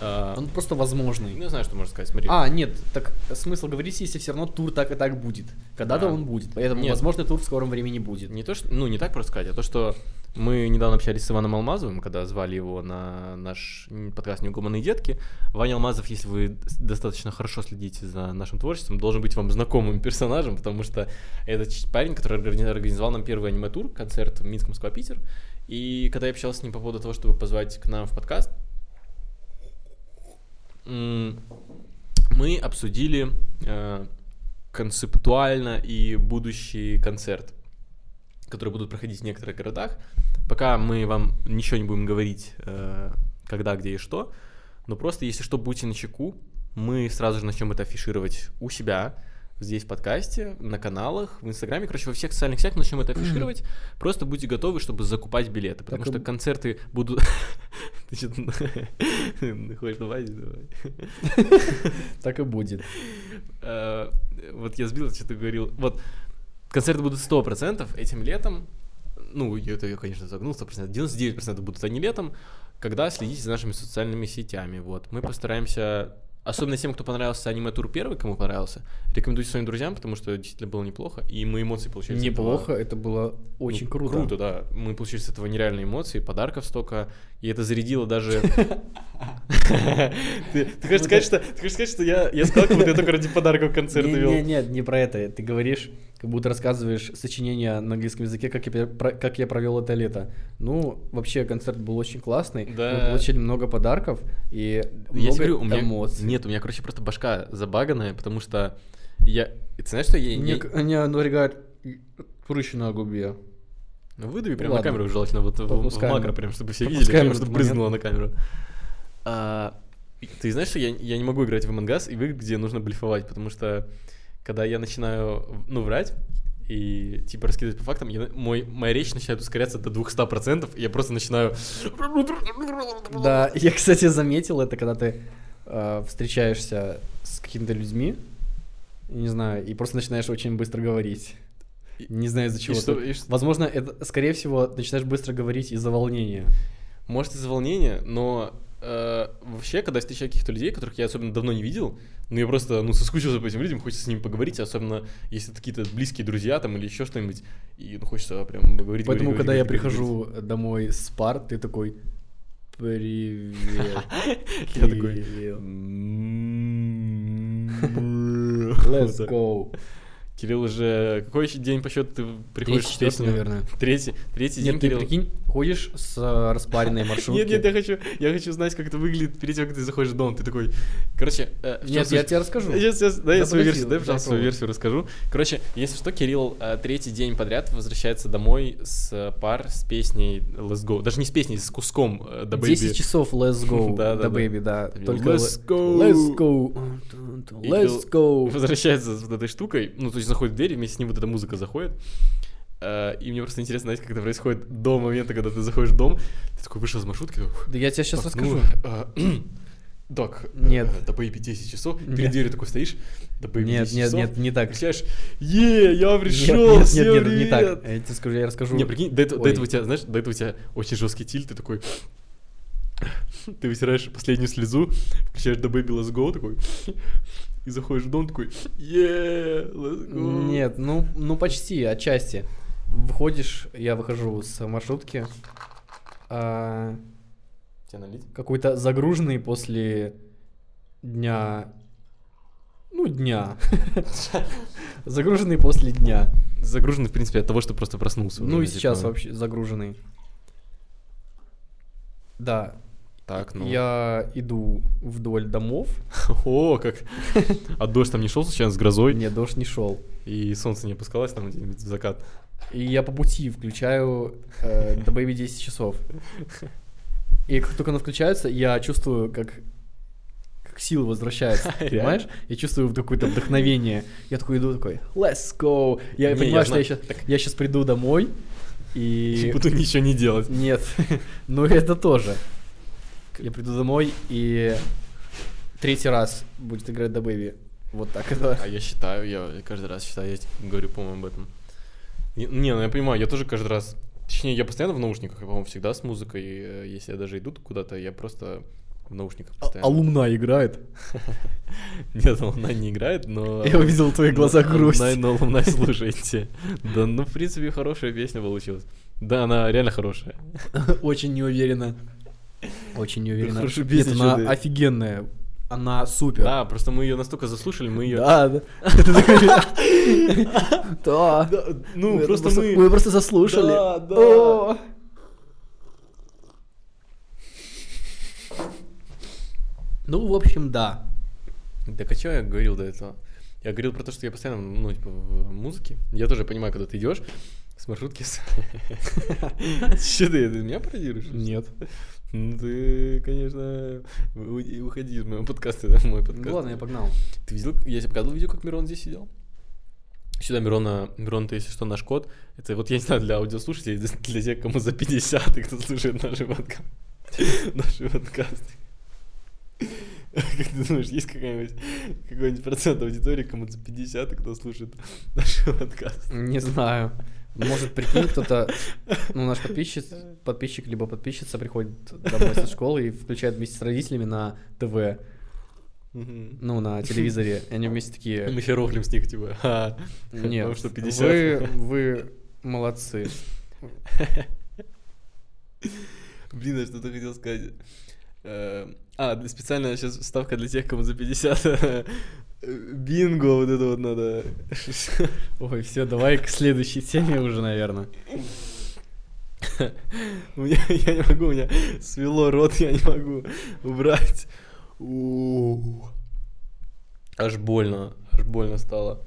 [SPEAKER 1] э,
[SPEAKER 2] Он просто
[SPEAKER 1] Ну,
[SPEAKER 2] возможный.
[SPEAKER 1] я знаю, что можно сказать, смотри.
[SPEAKER 2] А, нет, так смысл говорить, если все равно тур так и так будет. Когда-то
[SPEAKER 1] Да.
[SPEAKER 2] он будет. Поэтому
[SPEAKER 1] Нет.
[SPEAKER 2] возможный тур в скором времени будет.
[SPEAKER 1] Не то, что, ну, не так просто сказать, а то, что мы недавно общались с Иваном Алмазовым, когда звали его на наш подкаст «Неугомонные детки». Ваня Алмазов, если вы с- достаточно хорошо следите за нашим творчеством, должен быть вам знакомым персонажем, потому что это ч- парень, который органи- организовал нам первый аниме-тур, концерт в Минском Сква-Питер. И когда я общался с ним по поводу того, чтобы позвать к нам в подкаст, м, мы обсудили э, концептуально и будущий концерт которые будут проходить в некоторых городах. Пока мы вам ничего не будем говорить, э, когда, где и что. Но просто, если что, будьте на чеку. Мы сразу же начнем это афишировать у себя, здесь в подкасте, на каналах, в Инстаграме. Короче, во всех социальных сетях мы начнем это афишировать. Просто будьте готовы, чтобы закупать билеты. Потому
[SPEAKER 2] Так и
[SPEAKER 1] что
[SPEAKER 2] бу-
[SPEAKER 1] концерты будут... <laughs> Ты <laughs> что, хочешь добавить? Давай.
[SPEAKER 2] Так и будет.
[SPEAKER 1] Э, вот я сбил, что ты говорил. Вот, концерты будут 100% этим летом. Ну, я- это я, конечно, загнул 100%. 99% будут они летом, когда следите за нашими социальными сетями. Вот, мы постараемся... Особенно тем, кто понравился аниме-тур первый, кому понравился, рекомендуйте своим друзьям, потому что действительно было неплохо, и мы эмоции получили. с этого.
[SPEAKER 2] Неплохо, это было
[SPEAKER 1] Ну,
[SPEAKER 2] очень круто.
[SPEAKER 1] Круто, да. Мы получили с этого нереальные эмоции, подарков столько, и это зарядило
[SPEAKER 2] <laughs>
[SPEAKER 1] даже... Ты
[SPEAKER 2] Ну,
[SPEAKER 1] ты хочешь сказать, что ты хочешь сказать, что я я сказал, как будто я только ради подарков концерт
[SPEAKER 2] не,
[SPEAKER 1] вел?
[SPEAKER 2] не, нет, не про это. Ты говоришь, как будто рассказываешь сочинение на английском языке, как я, пер- про- как я провел это лето. Ну, вообще концерт был очень классный.
[SPEAKER 1] Да.
[SPEAKER 2] Мы получили много подарков и много
[SPEAKER 1] Я тебе говорю, у меня...
[SPEAKER 2] эмоций.
[SPEAKER 1] Нет, у меня, короче, просто башка забаганная, потому что я... и Ты знаешь, что я...
[SPEAKER 2] Мне,
[SPEAKER 1] я-
[SPEAKER 2] к- мне оно регает прыщи на губе.
[SPEAKER 1] Ну, выдави прямо на
[SPEAKER 2] Ладно.
[SPEAKER 1] камеру, желательно, вот в- в
[SPEAKER 2] Попускаем.
[SPEAKER 1] макро, прям, чтобы все видели,
[SPEAKER 2] Попускаем
[SPEAKER 1] прям, чтобы
[SPEAKER 2] этот
[SPEAKER 1] брызнуло на камеру. А, и Ты знаешь, что я, я не могу играть в Among Us и в игры, где нужно блефовать, потому что когда я начинаю, ну, врать, и типа раскидывать по фактам, я на- мой, моя речь начинает ускоряться до 200%, и я просто начинаю...
[SPEAKER 2] Да, я, кстати, заметил это, когда ты э, встречаешься с какими-то людьми, не знаю, и просто начинаешь очень быстро говорить.
[SPEAKER 1] И-
[SPEAKER 2] Не знаю, из-за
[SPEAKER 1] и
[SPEAKER 2] чего.
[SPEAKER 1] что-
[SPEAKER 2] ты-
[SPEAKER 1] и что-
[SPEAKER 2] Возможно, это, скорее всего, начинаешь быстро говорить из-за волнения.
[SPEAKER 1] Может, из-за волнения, но э, вообще, когда я встречаю каких-то людей, которых я особенно давно не видел, ну, я просто, ну, соскучился по этим людям, хочется с ними поговорить, особенно если это какие-то близкие друзья там или еще что-нибудь, и, ну, хочется прям поговорить.
[SPEAKER 2] Поэтому,
[SPEAKER 1] говорить,
[SPEAKER 2] когда я
[SPEAKER 1] говорить, говорить,
[SPEAKER 2] прихожу домой с пар, ты такой «Привет,
[SPEAKER 1] говорить. <laughs> Я такой...
[SPEAKER 2] Кирилл,
[SPEAKER 1] «М-м-м-м-м».
[SPEAKER 2] <laughs> let's
[SPEAKER 1] Вот так.
[SPEAKER 2] go».
[SPEAKER 1] Кирилл уже... Какой еще день по счету ты приходишь
[SPEAKER 2] Третий,
[SPEAKER 1] в песню?
[SPEAKER 2] четвертый, наверное.
[SPEAKER 1] Третий, третий день,
[SPEAKER 2] Нет, ты
[SPEAKER 1] Кирилл.
[SPEAKER 2] прикинь, ходишь с э, распаренной маршрутки.
[SPEAKER 1] <laughs> Нет, нет, я хочу, я хочу знать, как это выглядит перед тем, как ты заходишь в дом. Ты такой, короче, э, в чём
[SPEAKER 2] Нет, я
[SPEAKER 1] суть?
[SPEAKER 2] тебе расскажу.
[SPEAKER 1] Сейчас, сейчас, да, я
[SPEAKER 2] Да
[SPEAKER 1] свою
[SPEAKER 2] подожди,
[SPEAKER 1] версию, дай,
[SPEAKER 2] дай
[SPEAKER 1] пожалуйста, свою
[SPEAKER 2] попробую.
[SPEAKER 1] версию расскажу. Короче, если что, Кирилл э, третий день подряд возвращается домой с э, пар с песней Let's Go. Даже не с песней, с куском э, The Baby.
[SPEAKER 2] 10 часов Let's Go,
[SPEAKER 1] <laughs> Да, да,
[SPEAKER 2] да,
[SPEAKER 1] да.
[SPEAKER 2] Baby, да.
[SPEAKER 1] Там
[SPEAKER 2] Только
[SPEAKER 1] Let's
[SPEAKER 2] le-
[SPEAKER 1] go.
[SPEAKER 2] Let's Go.
[SPEAKER 1] И
[SPEAKER 2] Let's
[SPEAKER 1] Кирилл <laughs>
[SPEAKER 2] Go.
[SPEAKER 1] Возвращается с вот этой штукой, ну, то есть заходит в дверь, и вместе с ним вот эта музыка заходит. Э, И мне просто интересно знать, как это происходит до момента, когда ты заходишь в дом. Ты такой вышел из маршрутки, такой,
[SPEAKER 2] Да я тебе сейчас
[SPEAKER 1] Так,
[SPEAKER 2] расскажу.
[SPEAKER 1] ну, э, <clears throat> Док,
[SPEAKER 2] Нет.
[SPEAKER 1] э, да поеби 10 часов, перед
[SPEAKER 2] Нет.
[SPEAKER 1] дверью такой стоишь, да поеби
[SPEAKER 2] Нет,
[SPEAKER 1] 10
[SPEAKER 2] нет,
[SPEAKER 1] часов,
[SPEAKER 2] нет, не так.
[SPEAKER 1] кричаешь, е, я пришел,
[SPEAKER 2] нет,
[SPEAKER 1] всем
[SPEAKER 2] нет, нет, не так.
[SPEAKER 1] привет!»
[SPEAKER 2] Я тебе скажу, я расскажу.
[SPEAKER 1] Не, прикинь, до, этого- до
[SPEAKER 2] Ой.
[SPEAKER 1] этого типа, у тебя, знаешь, до этого у тебя очень жесткий тиль, ты такой... <laughs> Ты вытираешь последнюю слезу, включаешь The Baby Let's Go, такой... И заходишь в дом, такой... е let's go.
[SPEAKER 2] Нет, ну, ну почти, отчасти. Выходишь, я выхожу с маршрутки, а,
[SPEAKER 1] Тебя налить?
[SPEAKER 2] какой-то загруженный после дня, ну дня, <laughs> загруженный после дня,
[SPEAKER 1] Загруженный, в принципе, от того, что просто проснулся. типа. уже,
[SPEAKER 2] ну и
[SPEAKER 1] надеюсь,
[SPEAKER 2] сейчас
[SPEAKER 1] правда?
[SPEAKER 2] вообще загруженный. Да,
[SPEAKER 1] Так, ну...
[SPEAKER 2] я иду вдоль домов,
[SPEAKER 1] <laughs> О, как...
[SPEAKER 2] <laughs>
[SPEAKER 1] А дождь там не шел случайно с грозой?
[SPEAKER 2] мне дождь не шел.
[SPEAKER 1] И солнце не опускалось там где-нибудь в закат.
[SPEAKER 2] И я по пути включаю э, The Baby 10 часов. И как только она включается, я чувствую, как, как сила возвращается,
[SPEAKER 1] <laughs> Реально?
[SPEAKER 2] понимаешь? Я чувствую вот какое-то вдохновение. Я такой иду, такой, let's go. Я
[SPEAKER 1] Не,
[SPEAKER 2] понимаю,
[SPEAKER 1] я
[SPEAKER 2] что
[SPEAKER 1] знаю.
[SPEAKER 2] я сейчас, я сейчас приду домой
[SPEAKER 1] И
[SPEAKER 2] и...
[SPEAKER 1] буду ничего не делать.
[SPEAKER 2] Нет, <laughs> ну это тоже. Я приду домой и третий раз будет играть The Baby. Вот так это.
[SPEAKER 1] А я считаю, я каждый раз считаю, я тебе говорю, по-моему, об этом. И- Не, ну я понимаю, я тоже каждый раз... Точнее, я постоянно в наушниках, я, по-моему, всегда с музыкой. э, Если я даже иду куда-то, я просто в наушниках
[SPEAKER 2] А-
[SPEAKER 1] постоянно.
[SPEAKER 2] Алумна играет.
[SPEAKER 1] <laughs> Нет, она не играет, но...
[SPEAKER 2] <laughs> Я увидел в твоих глазах
[SPEAKER 1] Ну,
[SPEAKER 2] грусть.
[SPEAKER 1] Alumni, но Alumni слушайте. Да, ну, в принципе, хорошая песня получилась. Да, она реально хорошая.
[SPEAKER 2] <laughs> Очень неуверенно. Очень неуверенно.
[SPEAKER 1] хорошо, без
[SPEAKER 2] Нет,
[SPEAKER 1] ничего,
[SPEAKER 2] она
[SPEAKER 1] да.
[SPEAKER 2] офигенная. Она супер.
[SPEAKER 1] Да, просто мы ее настолько заслушали, мы ее...
[SPEAKER 2] Да, да. <laughs> Ты такой, <laughs> Да.
[SPEAKER 1] Ну,
[SPEAKER 2] Мы это
[SPEAKER 1] просто мы...
[SPEAKER 2] Мы просто заслушали.
[SPEAKER 1] Да, да.
[SPEAKER 2] О. Ну, в общем, да.
[SPEAKER 1] Да а чё я говорил до этого? Я говорил про то, что я постоянно, ну, типа, в музыке. Я тоже понимаю, когда ты идешь с маршрутки с... <laughs> Че ты, ты меня пародируешь?
[SPEAKER 2] Нет.
[SPEAKER 1] Ну ты, конечно, у- и уходи из моего подкаста, да, мой подкаст.
[SPEAKER 2] Ну ладно, я погнал.
[SPEAKER 1] Ты видел, я тебе показывал видео, как Мирон здесь сидел? Сюда Мирона, Мирон, ты, если что, наш кот. Это вот, я не знаю, для аудиослушателей, для- для тех, кому за 50, и кто слушает наши <laughs> подка- наши подкасты. Как ты думаешь, есть какая-нибудь, какой-нибудь процент аудитории, кому за 50, и кто слушает наши подкасты?
[SPEAKER 2] Не знаю. Может, прикинь, кто-то, ну, наш подписчик, подписчик либо подписчица приходит домой со школы и включает вместе с родителями на ТВ.
[SPEAKER 1] Мгм.
[SPEAKER 2] ну, на телевизоре, и они вместе
[SPEAKER 1] <laughs> Мы
[SPEAKER 2] такие,
[SPEAKER 1] хероглим с них, типа, «Ха,
[SPEAKER 2] нет,
[SPEAKER 1] потому что 50.
[SPEAKER 2] вы, вы молодцы.
[SPEAKER 1] Блин, я что-то хотел сказать. Э, А, д- специально сейчас ставка для тех, кому за 50. Э, <laughs> Бинго, вот это вот надо. <laughs>
[SPEAKER 2] Ой, все, давай к следующей теме уже, наверное.
[SPEAKER 1] У меня- Ну, Я не могу, у меня свело рот, я не могу убрать. У. Аж больно, аж больно стало.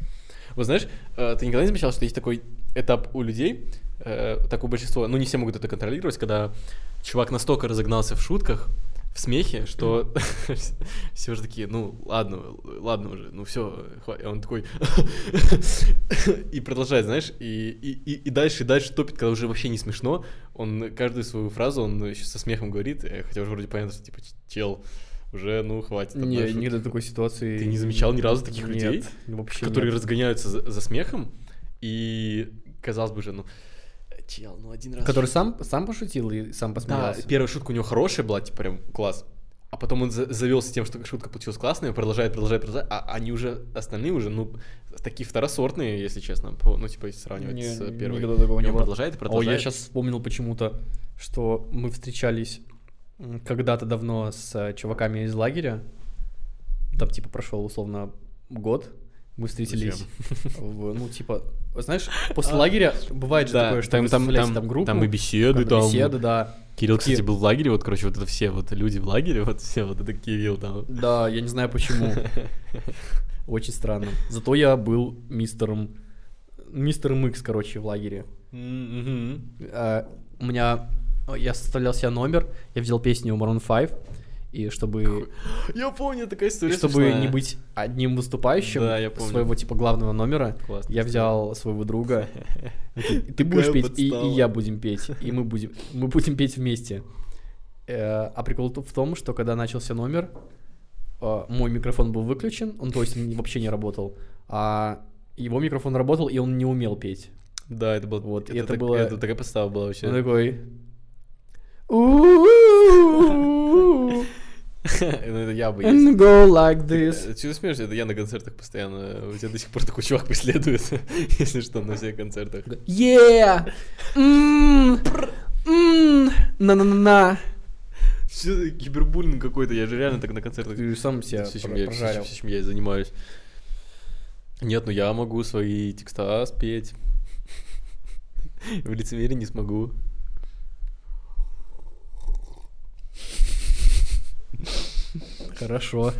[SPEAKER 1] Вот знаешь, э, ты никогда не замечал, что есть такой этап у людей, э, так у большинства, ну не все могут это контролировать, когда чувак настолько разогнался в шутках, в смехе, что <laughs> все уже такие, ну ладно, л- ладно уже, ну все, хватит. он такой <laughs> и продолжает, знаешь, и, и, и- и дальше, и дальше топит, когда уже вообще не смешно. Он каждую свою фразу, он еще со смехом говорит, э, хотя уже вроде понятно, что типа чел, уже, ну хватит. одна
[SPEAKER 2] Не,
[SPEAKER 1] шутка».
[SPEAKER 2] никогда такой ситуации...
[SPEAKER 1] Ты не замечал ни разу таких
[SPEAKER 2] нет,
[SPEAKER 1] людей,
[SPEAKER 2] вообще
[SPEAKER 1] которые
[SPEAKER 2] нет.
[SPEAKER 1] разгоняются за, за смехом, и казалось бы же, ну, э, чел, ну один раз.
[SPEAKER 2] Который
[SPEAKER 1] шут-
[SPEAKER 2] сам, сам пошутил и
[SPEAKER 1] Да,
[SPEAKER 2] сам посмеялся.
[SPEAKER 1] первая шутка у него хорошая была, типа прям класс. А потом он за- завелся тем, что шутка получилась классная, продолжает, продолжает, продолжает. А они уже, остальные уже, ну, такие второсортные, если честно, по- ну, типа, если сравнивать
[SPEAKER 2] Не,
[SPEAKER 1] с э, первой.
[SPEAKER 2] никогда такого
[SPEAKER 1] И
[SPEAKER 2] не
[SPEAKER 1] он
[SPEAKER 2] было.
[SPEAKER 1] продолжает и продолжает.
[SPEAKER 2] О, я сейчас вспомнил почему-то, что мы встречались м, когда-то давно с э, чуваками из лагеря. Там типа прошел условно год. Мы встретились.
[SPEAKER 1] Зачем?
[SPEAKER 2] <laughs>
[SPEAKER 1] А,
[SPEAKER 2] в, ну, типа, знаешь, после лагеря бывает же такое, что
[SPEAKER 1] там,
[SPEAKER 2] вы
[SPEAKER 1] там, там,
[SPEAKER 2] составляете там группу,
[SPEAKER 1] там и беседы,
[SPEAKER 2] там
[SPEAKER 1] там.
[SPEAKER 2] беседы, да.
[SPEAKER 1] Кирилл,
[SPEAKER 2] Такие-
[SPEAKER 1] кстати, был в лагере, вот, короче, вот это все вот люди в лагере, вот все вот это Кирилл там.
[SPEAKER 2] Да, я не знаю почему. Очень странно. Зато я был мистером... Мистером Икс, короче, в лагере.
[SPEAKER 1] М, <laughs> мгм.
[SPEAKER 2] А, У меня... Я составлял себе номер, я взял песню Maroon 5, и чтобы,
[SPEAKER 1] <laughs> Я помню, такая
[SPEAKER 2] и
[SPEAKER 1] история
[SPEAKER 2] чтобы
[SPEAKER 1] смешная.
[SPEAKER 2] не быть одним выступающим
[SPEAKER 1] Да, я помню.
[SPEAKER 2] своего типа главного номера,
[SPEAKER 1] Классно.
[SPEAKER 2] я взял своего
[SPEAKER 1] <laughs>
[SPEAKER 2] друга. И ты
[SPEAKER 1] Какая
[SPEAKER 2] будешь петь, и, и
[SPEAKER 1] подстава.
[SPEAKER 2] я будем петь, и мы будем, мы будем петь вместе. Э, А прикол тут в том, что когда начался номер, э, мой микрофон был выключен, он то есть м, вообще не работал, а его микрофон работал, и он не умел петь.
[SPEAKER 1] Да, это было.
[SPEAKER 2] Вот, и
[SPEAKER 1] это,
[SPEAKER 2] это
[SPEAKER 1] так-
[SPEAKER 2] было-
[SPEAKER 1] это Ну, такая подстава была вообще.
[SPEAKER 2] Он
[SPEAKER 1] <laughs>
[SPEAKER 2] такой... «У-у-у-у-у,
[SPEAKER 1] Ну, это я бы есть.
[SPEAKER 2] And go like this.
[SPEAKER 1] Э, Чего ты смеешься? Это я на концертах постоянно. У тебя до сих пор такой чувак <laughs> преследует, если что, на всех концертах.
[SPEAKER 2] Yeah! М, м, На-на-на-на!
[SPEAKER 1] Всё, это Кибербуллинг какой-то, я же реально так на концертах.
[SPEAKER 2] Ты сам себя
[SPEAKER 1] Всё, чем я-
[SPEAKER 2] прожарил.
[SPEAKER 1] всё, чем я и занимаюсь. Нет, ну я могу свои текста спеть. <laughs> В лицемерии не смогу.
[SPEAKER 2] Хорошо.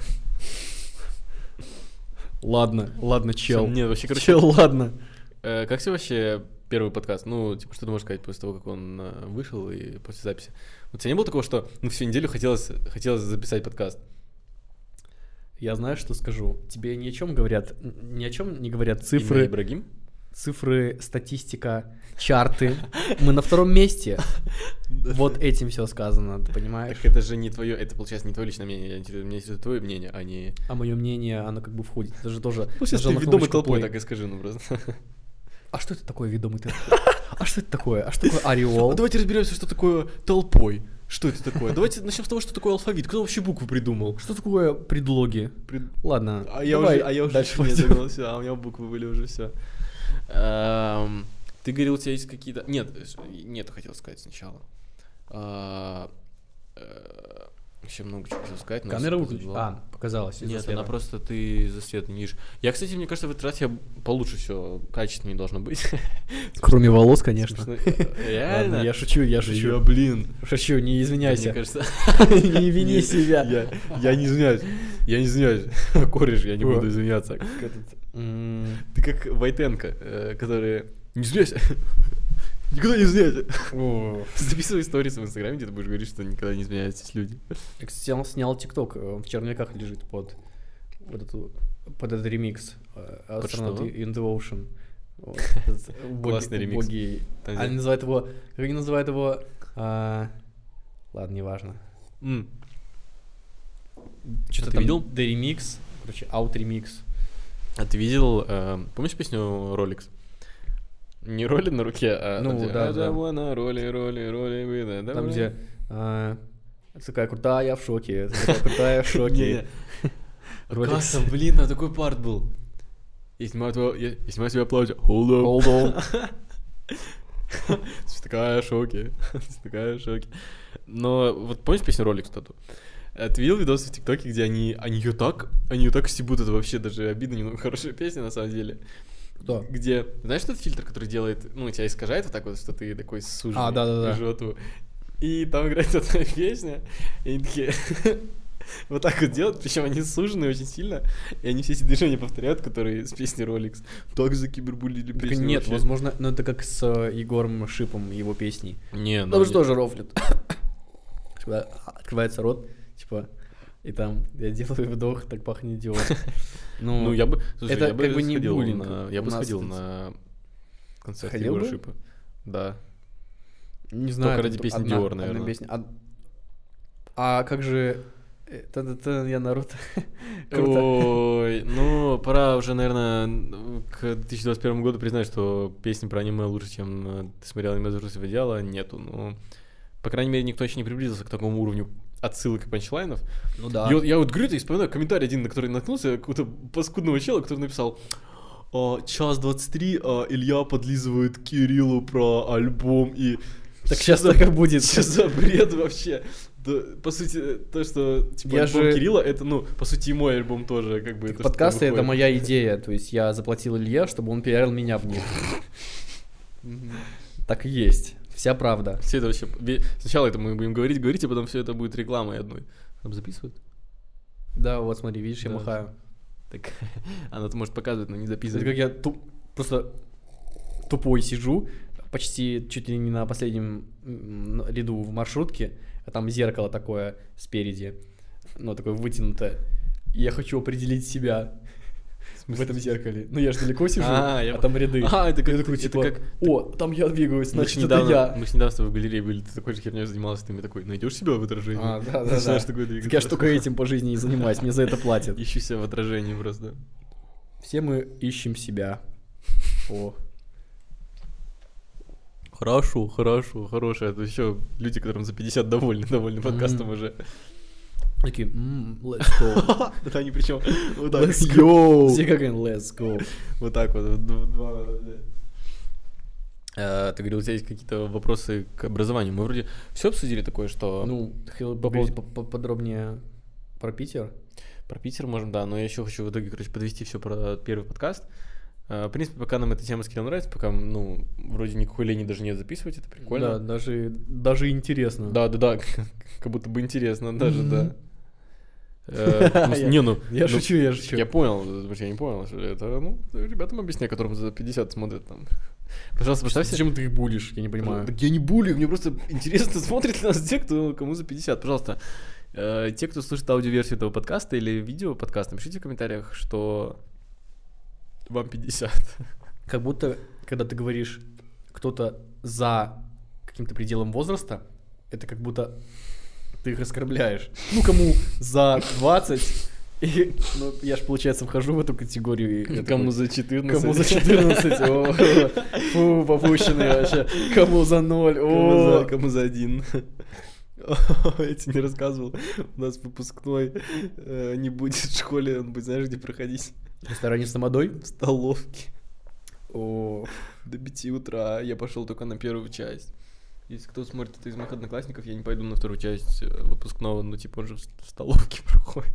[SPEAKER 2] Ладно, ладно, чел.
[SPEAKER 1] Нет, вообще, короче,
[SPEAKER 2] Чел, ладно.
[SPEAKER 1] Э, Как тебе вообще первый подкаст? Ну, типа, что ты можешь сказать после того, как он э, вышел и после записи? У тебя не было такого, что ну всю неделю хотелось, хотелось записать подкаст?
[SPEAKER 2] Я знаю, что скажу. Тебе ни о чем говорят, н- ни о чем не говорят
[SPEAKER 1] Имя
[SPEAKER 2] цифры,
[SPEAKER 1] Ибрагим?
[SPEAKER 2] цифры, статистика, чарты. Мы на втором месте. Вот этим все сказано, ты понимаешь?
[SPEAKER 1] Так это же не твое, это получается не твое личное мнение, я интерес- мне интересует твое мнение, а не...
[SPEAKER 2] А мое мнение, оно как бы входит. Даже тоже.
[SPEAKER 1] Получается,
[SPEAKER 2] нажал
[SPEAKER 1] ты
[SPEAKER 2] на
[SPEAKER 1] ведомой
[SPEAKER 2] кнопочку
[SPEAKER 1] толпой
[SPEAKER 2] play.
[SPEAKER 1] так и скажи, ну <laughs> просто.
[SPEAKER 2] А что это такое ведомый ты? А что это такое? А что такое ореол?
[SPEAKER 1] Давайте разберемся, что такое толпой. Что это такое? Давайте начнем с того, что такое алфавит. Кто вообще буквы придумал?
[SPEAKER 2] Что такое предлоги?
[SPEAKER 1] Прид-
[SPEAKER 2] Ладно.
[SPEAKER 1] А я
[SPEAKER 2] давай
[SPEAKER 1] уже, а я уже
[SPEAKER 2] дальше
[SPEAKER 1] не
[SPEAKER 2] пойдём.
[SPEAKER 1] догнался, а у меня буквы были уже все. Ты говорил, у тебя есть какие-то. Нет, ш- нет, хотел сказать сначала. А, э, Вообще много чего хотел сказать. но
[SPEAKER 2] Камера
[SPEAKER 1] забыл.
[SPEAKER 2] выключена. А, показалось. из-за
[SPEAKER 1] Нет,
[SPEAKER 2] света.
[SPEAKER 1] она просто ты за свет не видишь. Я, кстати, мне кажется, в этот раз я получше все качественнее должно быть. <laughs>
[SPEAKER 2] Кроме волос, конечно.
[SPEAKER 1] Потому что, э, Реально.
[SPEAKER 2] Ладно, я шучу, я
[SPEAKER 1] Да я,
[SPEAKER 2] шучу.
[SPEAKER 1] блин.
[SPEAKER 2] Шучу, не
[SPEAKER 1] Мне
[SPEAKER 2] извиняйся.
[SPEAKER 1] кажется,
[SPEAKER 2] <laughs>
[SPEAKER 1] <laughs>
[SPEAKER 2] Не вини себя.
[SPEAKER 1] Я, я не извиняюсь. Я не извиняюсь. <laughs> Кореш, я не
[SPEAKER 2] О.
[SPEAKER 1] буду извиняться.
[SPEAKER 2] М,
[SPEAKER 1] Ты как Войтенко, э, который... Не <laughs> извиняйся. Никогда не извиняйся.
[SPEAKER 2] о.
[SPEAKER 1] <laughs> Записывай сторис в Инстаграме, где ты будешь говорить, что никогда не извиняетесь люди.
[SPEAKER 2] Я, кстати, снял- снял ТикТок, он в черновиках лежит под вот эту, под этот ремикс э,
[SPEAKER 1] Под
[SPEAKER 2] Astronaut
[SPEAKER 1] что?
[SPEAKER 2] in the Ocean.
[SPEAKER 1] <laughs>
[SPEAKER 2] Вот этот убогий-
[SPEAKER 1] Классный ремикс.
[SPEAKER 2] убогий.
[SPEAKER 1] Там
[SPEAKER 2] Они
[SPEAKER 1] где-
[SPEAKER 2] называют его, как они называют его, а, ладно, неважно.
[SPEAKER 1] М.
[SPEAKER 2] Что-то
[SPEAKER 1] ты
[SPEAKER 2] там
[SPEAKER 1] видел?
[SPEAKER 2] А The Remix, короче, Out Remix.
[SPEAKER 1] А ты видел, э, помнишь песню Роликс? Не роли на руке, а
[SPEAKER 2] Ну,
[SPEAKER 1] там, где,
[SPEAKER 2] да,
[SPEAKER 1] «I
[SPEAKER 2] да.
[SPEAKER 1] don't wanna roll, roll, roll with it,
[SPEAKER 2] Там,
[SPEAKER 1] давай».
[SPEAKER 2] где а, ты такая крутая, я в <laughs> шоке, ты такая крутая, я в шоке.
[SPEAKER 1] Не.
[SPEAKER 2] Rolex.
[SPEAKER 1] Классно, блин, на такой парт был. Я снимаю, твоё- я, я снимаю тебя платье. Hold up.
[SPEAKER 2] Hold on. <laughs>
[SPEAKER 1] <laughs> Ты такая в шоке. <laughs> Ты такая в шоке. Но вот помнишь песню Роликс тату? Э, Ты видел видосы в ТикТоке, где они, они ее так, они ее так стебут, это вообще даже обидно, немного хорошая песня на самом деле.
[SPEAKER 2] Кто?
[SPEAKER 1] Где, знаешь этот фильтр, который делает, ну, тебя искажает вот так вот, что ты такой суженный,
[SPEAKER 2] А, да-да-да.
[SPEAKER 1] животу. И там играет <laughs> эта песня, и они такие <laughs> вот так вот делают, причем они сужены очень сильно, и они все эти движения повторяют, которые с песни Роликс. Так за кибербулили
[SPEAKER 2] Так
[SPEAKER 1] песню
[SPEAKER 2] нет,
[SPEAKER 1] вообще.
[SPEAKER 2] возможно, ну это как с э, Егором Шипом и его песней.
[SPEAKER 1] Не,
[SPEAKER 2] Там
[SPEAKER 1] ну,
[SPEAKER 2] же тоже рофлит. <coughs> Когда открывается рот, типа, и там я делаю вдох, так пахнет идиот.
[SPEAKER 1] Ну, я бы, слушай,
[SPEAKER 2] это
[SPEAKER 1] я бы
[SPEAKER 2] как бы не
[SPEAKER 1] сходил
[SPEAKER 2] буллинг.
[SPEAKER 1] на, я
[SPEAKER 2] У
[SPEAKER 1] бы
[SPEAKER 2] нас
[SPEAKER 1] сходил
[SPEAKER 2] это-
[SPEAKER 1] на концерт
[SPEAKER 2] Сходил
[SPEAKER 1] Егора
[SPEAKER 2] бы?
[SPEAKER 1] Шипа. Да.
[SPEAKER 2] не знаю.
[SPEAKER 1] только ради
[SPEAKER 2] тут
[SPEAKER 1] песни
[SPEAKER 2] одна-
[SPEAKER 1] Dior,
[SPEAKER 2] одна
[SPEAKER 1] наверное.
[SPEAKER 2] песня. А- А как же... э, та-та-та, Я Наруто. <laughs> Круто.
[SPEAKER 1] Ой, ну, пора уже, наверное, к 2021 году признать, что песни про аниме лучше, чем э, ты смотрел аниме «Взрослого идеала», нету. Ну, по крайней мере, никто еще не приблизился к такому уровню отсылок и панчлайнов.
[SPEAKER 2] Ну да.
[SPEAKER 1] Я, вот- я вот говорю это и вспоминаю комментарий один, на который наткнулся, какого-то паскудного чела, который написал «А, «Час 23, а, Илья подлизывает Кириллу про альбом и
[SPEAKER 2] Так сейчас
[SPEAKER 1] за-
[SPEAKER 2] так и будет.
[SPEAKER 1] Что за бред вообще? то, по сути, то, что типа,
[SPEAKER 2] Я
[SPEAKER 1] альбом
[SPEAKER 2] же-
[SPEAKER 1] Кирилла, это, ну, по сути, и мой альбом тоже, как бы. то, что
[SPEAKER 2] Подкасты — это
[SPEAKER 1] выходит.
[SPEAKER 2] моя идея. То есть я заплатил Илье, чтобы он пиарил меня в них.
[SPEAKER 1] Мгм.
[SPEAKER 2] Так и есть. Вся правда.
[SPEAKER 1] Все это вообще... ве- Сначала это мы будем говорить, говорить, а потом все это будет рекламой одной. Там записывают?
[SPEAKER 2] Да, вот смотри, видишь, я
[SPEAKER 1] Да.
[SPEAKER 2] махаю.
[SPEAKER 1] Так,
[SPEAKER 2] <laughs>
[SPEAKER 1] она то может показывать, но не
[SPEAKER 2] Это
[SPEAKER 1] записывает.
[SPEAKER 2] как я туп- просто тупой сижу, почти чуть ли не на последнем м, ряду в маршрутке, а там зеркало такое спереди, ну, такое вытянутое. И я хочу определить себя в этом зеркале. Ну, я же далеко сижу,
[SPEAKER 1] А, я
[SPEAKER 2] а там ряды.
[SPEAKER 1] А, это как...
[SPEAKER 2] Я такой,
[SPEAKER 1] это
[SPEAKER 2] типа,
[SPEAKER 1] как-
[SPEAKER 2] о, там я двигаюсь,
[SPEAKER 1] Мы ж
[SPEAKER 2] значит, это
[SPEAKER 1] недавно,
[SPEAKER 2] я.
[SPEAKER 1] Мы ж недавно с тобой в галерее были, ты такой же херней занимался, ты мне такой, найдешь себя в отражении?
[SPEAKER 2] А, да, да,
[SPEAKER 1] Начинаешь
[SPEAKER 2] да.
[SPEAKER 1] такой
[SPEAKER 2] Так
[SPEAKER 1] двигаться.
[SPEAKER 2] я ж только этим по жизни и занимаюсь, мне за это платят.
[SPEAKER 1] Ищу себя в отражении просто.
[SPEAKER 2] Все мы ищем себя. О,
[SPEAKER 1] Хорошо, хорошо, хорошее. Это еще люди, которым за 50 довольны, довольны подкастом уже.
[SPEAKER 2] такие, «М, let's go.
[SPEAKER 1] <laughs> Да они причем вот так.
[SPEAKER 2] Let's go. Все как они, let's go.
[SPEAKER 1] Вот так вот. вот д- два, да. Э, Ты говорил, у тебя есть какие-то вопросы к образованию. Мы вроде все обсудили такое, что
[SPEAKER 2] Ну, хотел бы
[SPEAKER 1] Погоди.
[SPEAKER 2] поговорить по- по- подробнее про Питер.
[SPEAKER 1] про Питер можем, да, но я еще хочу в итоге, короче, подвести все про первый подкаст. Э, В принципе, пока нам эта тема с Кириллом нравится, пока, ну, вроде никакой лени даже нет записывать, это
[SPEAKER 2] Да,
[SPEAKER 1] прикольно.
[SPEAKER 2] даже, даже интересно.
[SPEAKER 1] Да, да, да, <laughs> как будто бы интересно даже,
[SPEAKER 2] Мгм.
[SPEAKER 1] да. <laughs> Э, потому что- Не, ну,
[SPEAKER 2] Я
[SPEAKER 1] ну,
[SPEAKER 2] шучу, я шучу.
[SPEAKER 1] Я понял, потому что я не понял, что это, ну, ребятам объясняй, которым за 50 смотрят там. Пожалуйста,
[SPEAKER 2] Что-
[SPEAKER 1] поставь себе
[SPEAKER 2] Зачем ты их булишь, я не понимаю.
[SPEAKER 1] Так я не булю, мне просто интересно, <laughs> смотрят ли нас те, кто кому за 50. Пожалуйста, э, те, кто слышит аудиоверсию этого подкаста или видео подкаста, напишите в комментариях, что вам 50.
[SPEAKER 2] Как будто, когда ты говоришь кто-то за каким-то пределом возраста, это как будто ты их оскорбляешь. Ну, кому за 20, и, ну, я же, получается, вхожу в эту категорию. И я
[SPEAKER 1] Кому
[SPEAKER 2] такой,
[SPEAKER 1] за 14.
[SPEAKER 2] Кому за 14? О, Фу, попущенный вообще. Кому за 0?
[SPEAKER 1] Кому за,
[SPEAKER 2] О,
[SPEAKER 1] кому за один? <laughs> Я тебе не рассказывал. У нас выпускной э, не будет в школе, он будет, знаешь, где проходить?
[SPEAKER 2] В ресторане с намадой?
[SPEAKER 1] В столовке.
[SPEAKER 2] О, <clears throat>
[SPEAKER 1] До 5 утра. Я пошел только на первую часть. Если кто смотрит это из моих одноклассников, я не пойду на вторую часть э, выпускного, ну, типа, он же в с- в столовке <laughs> проходит.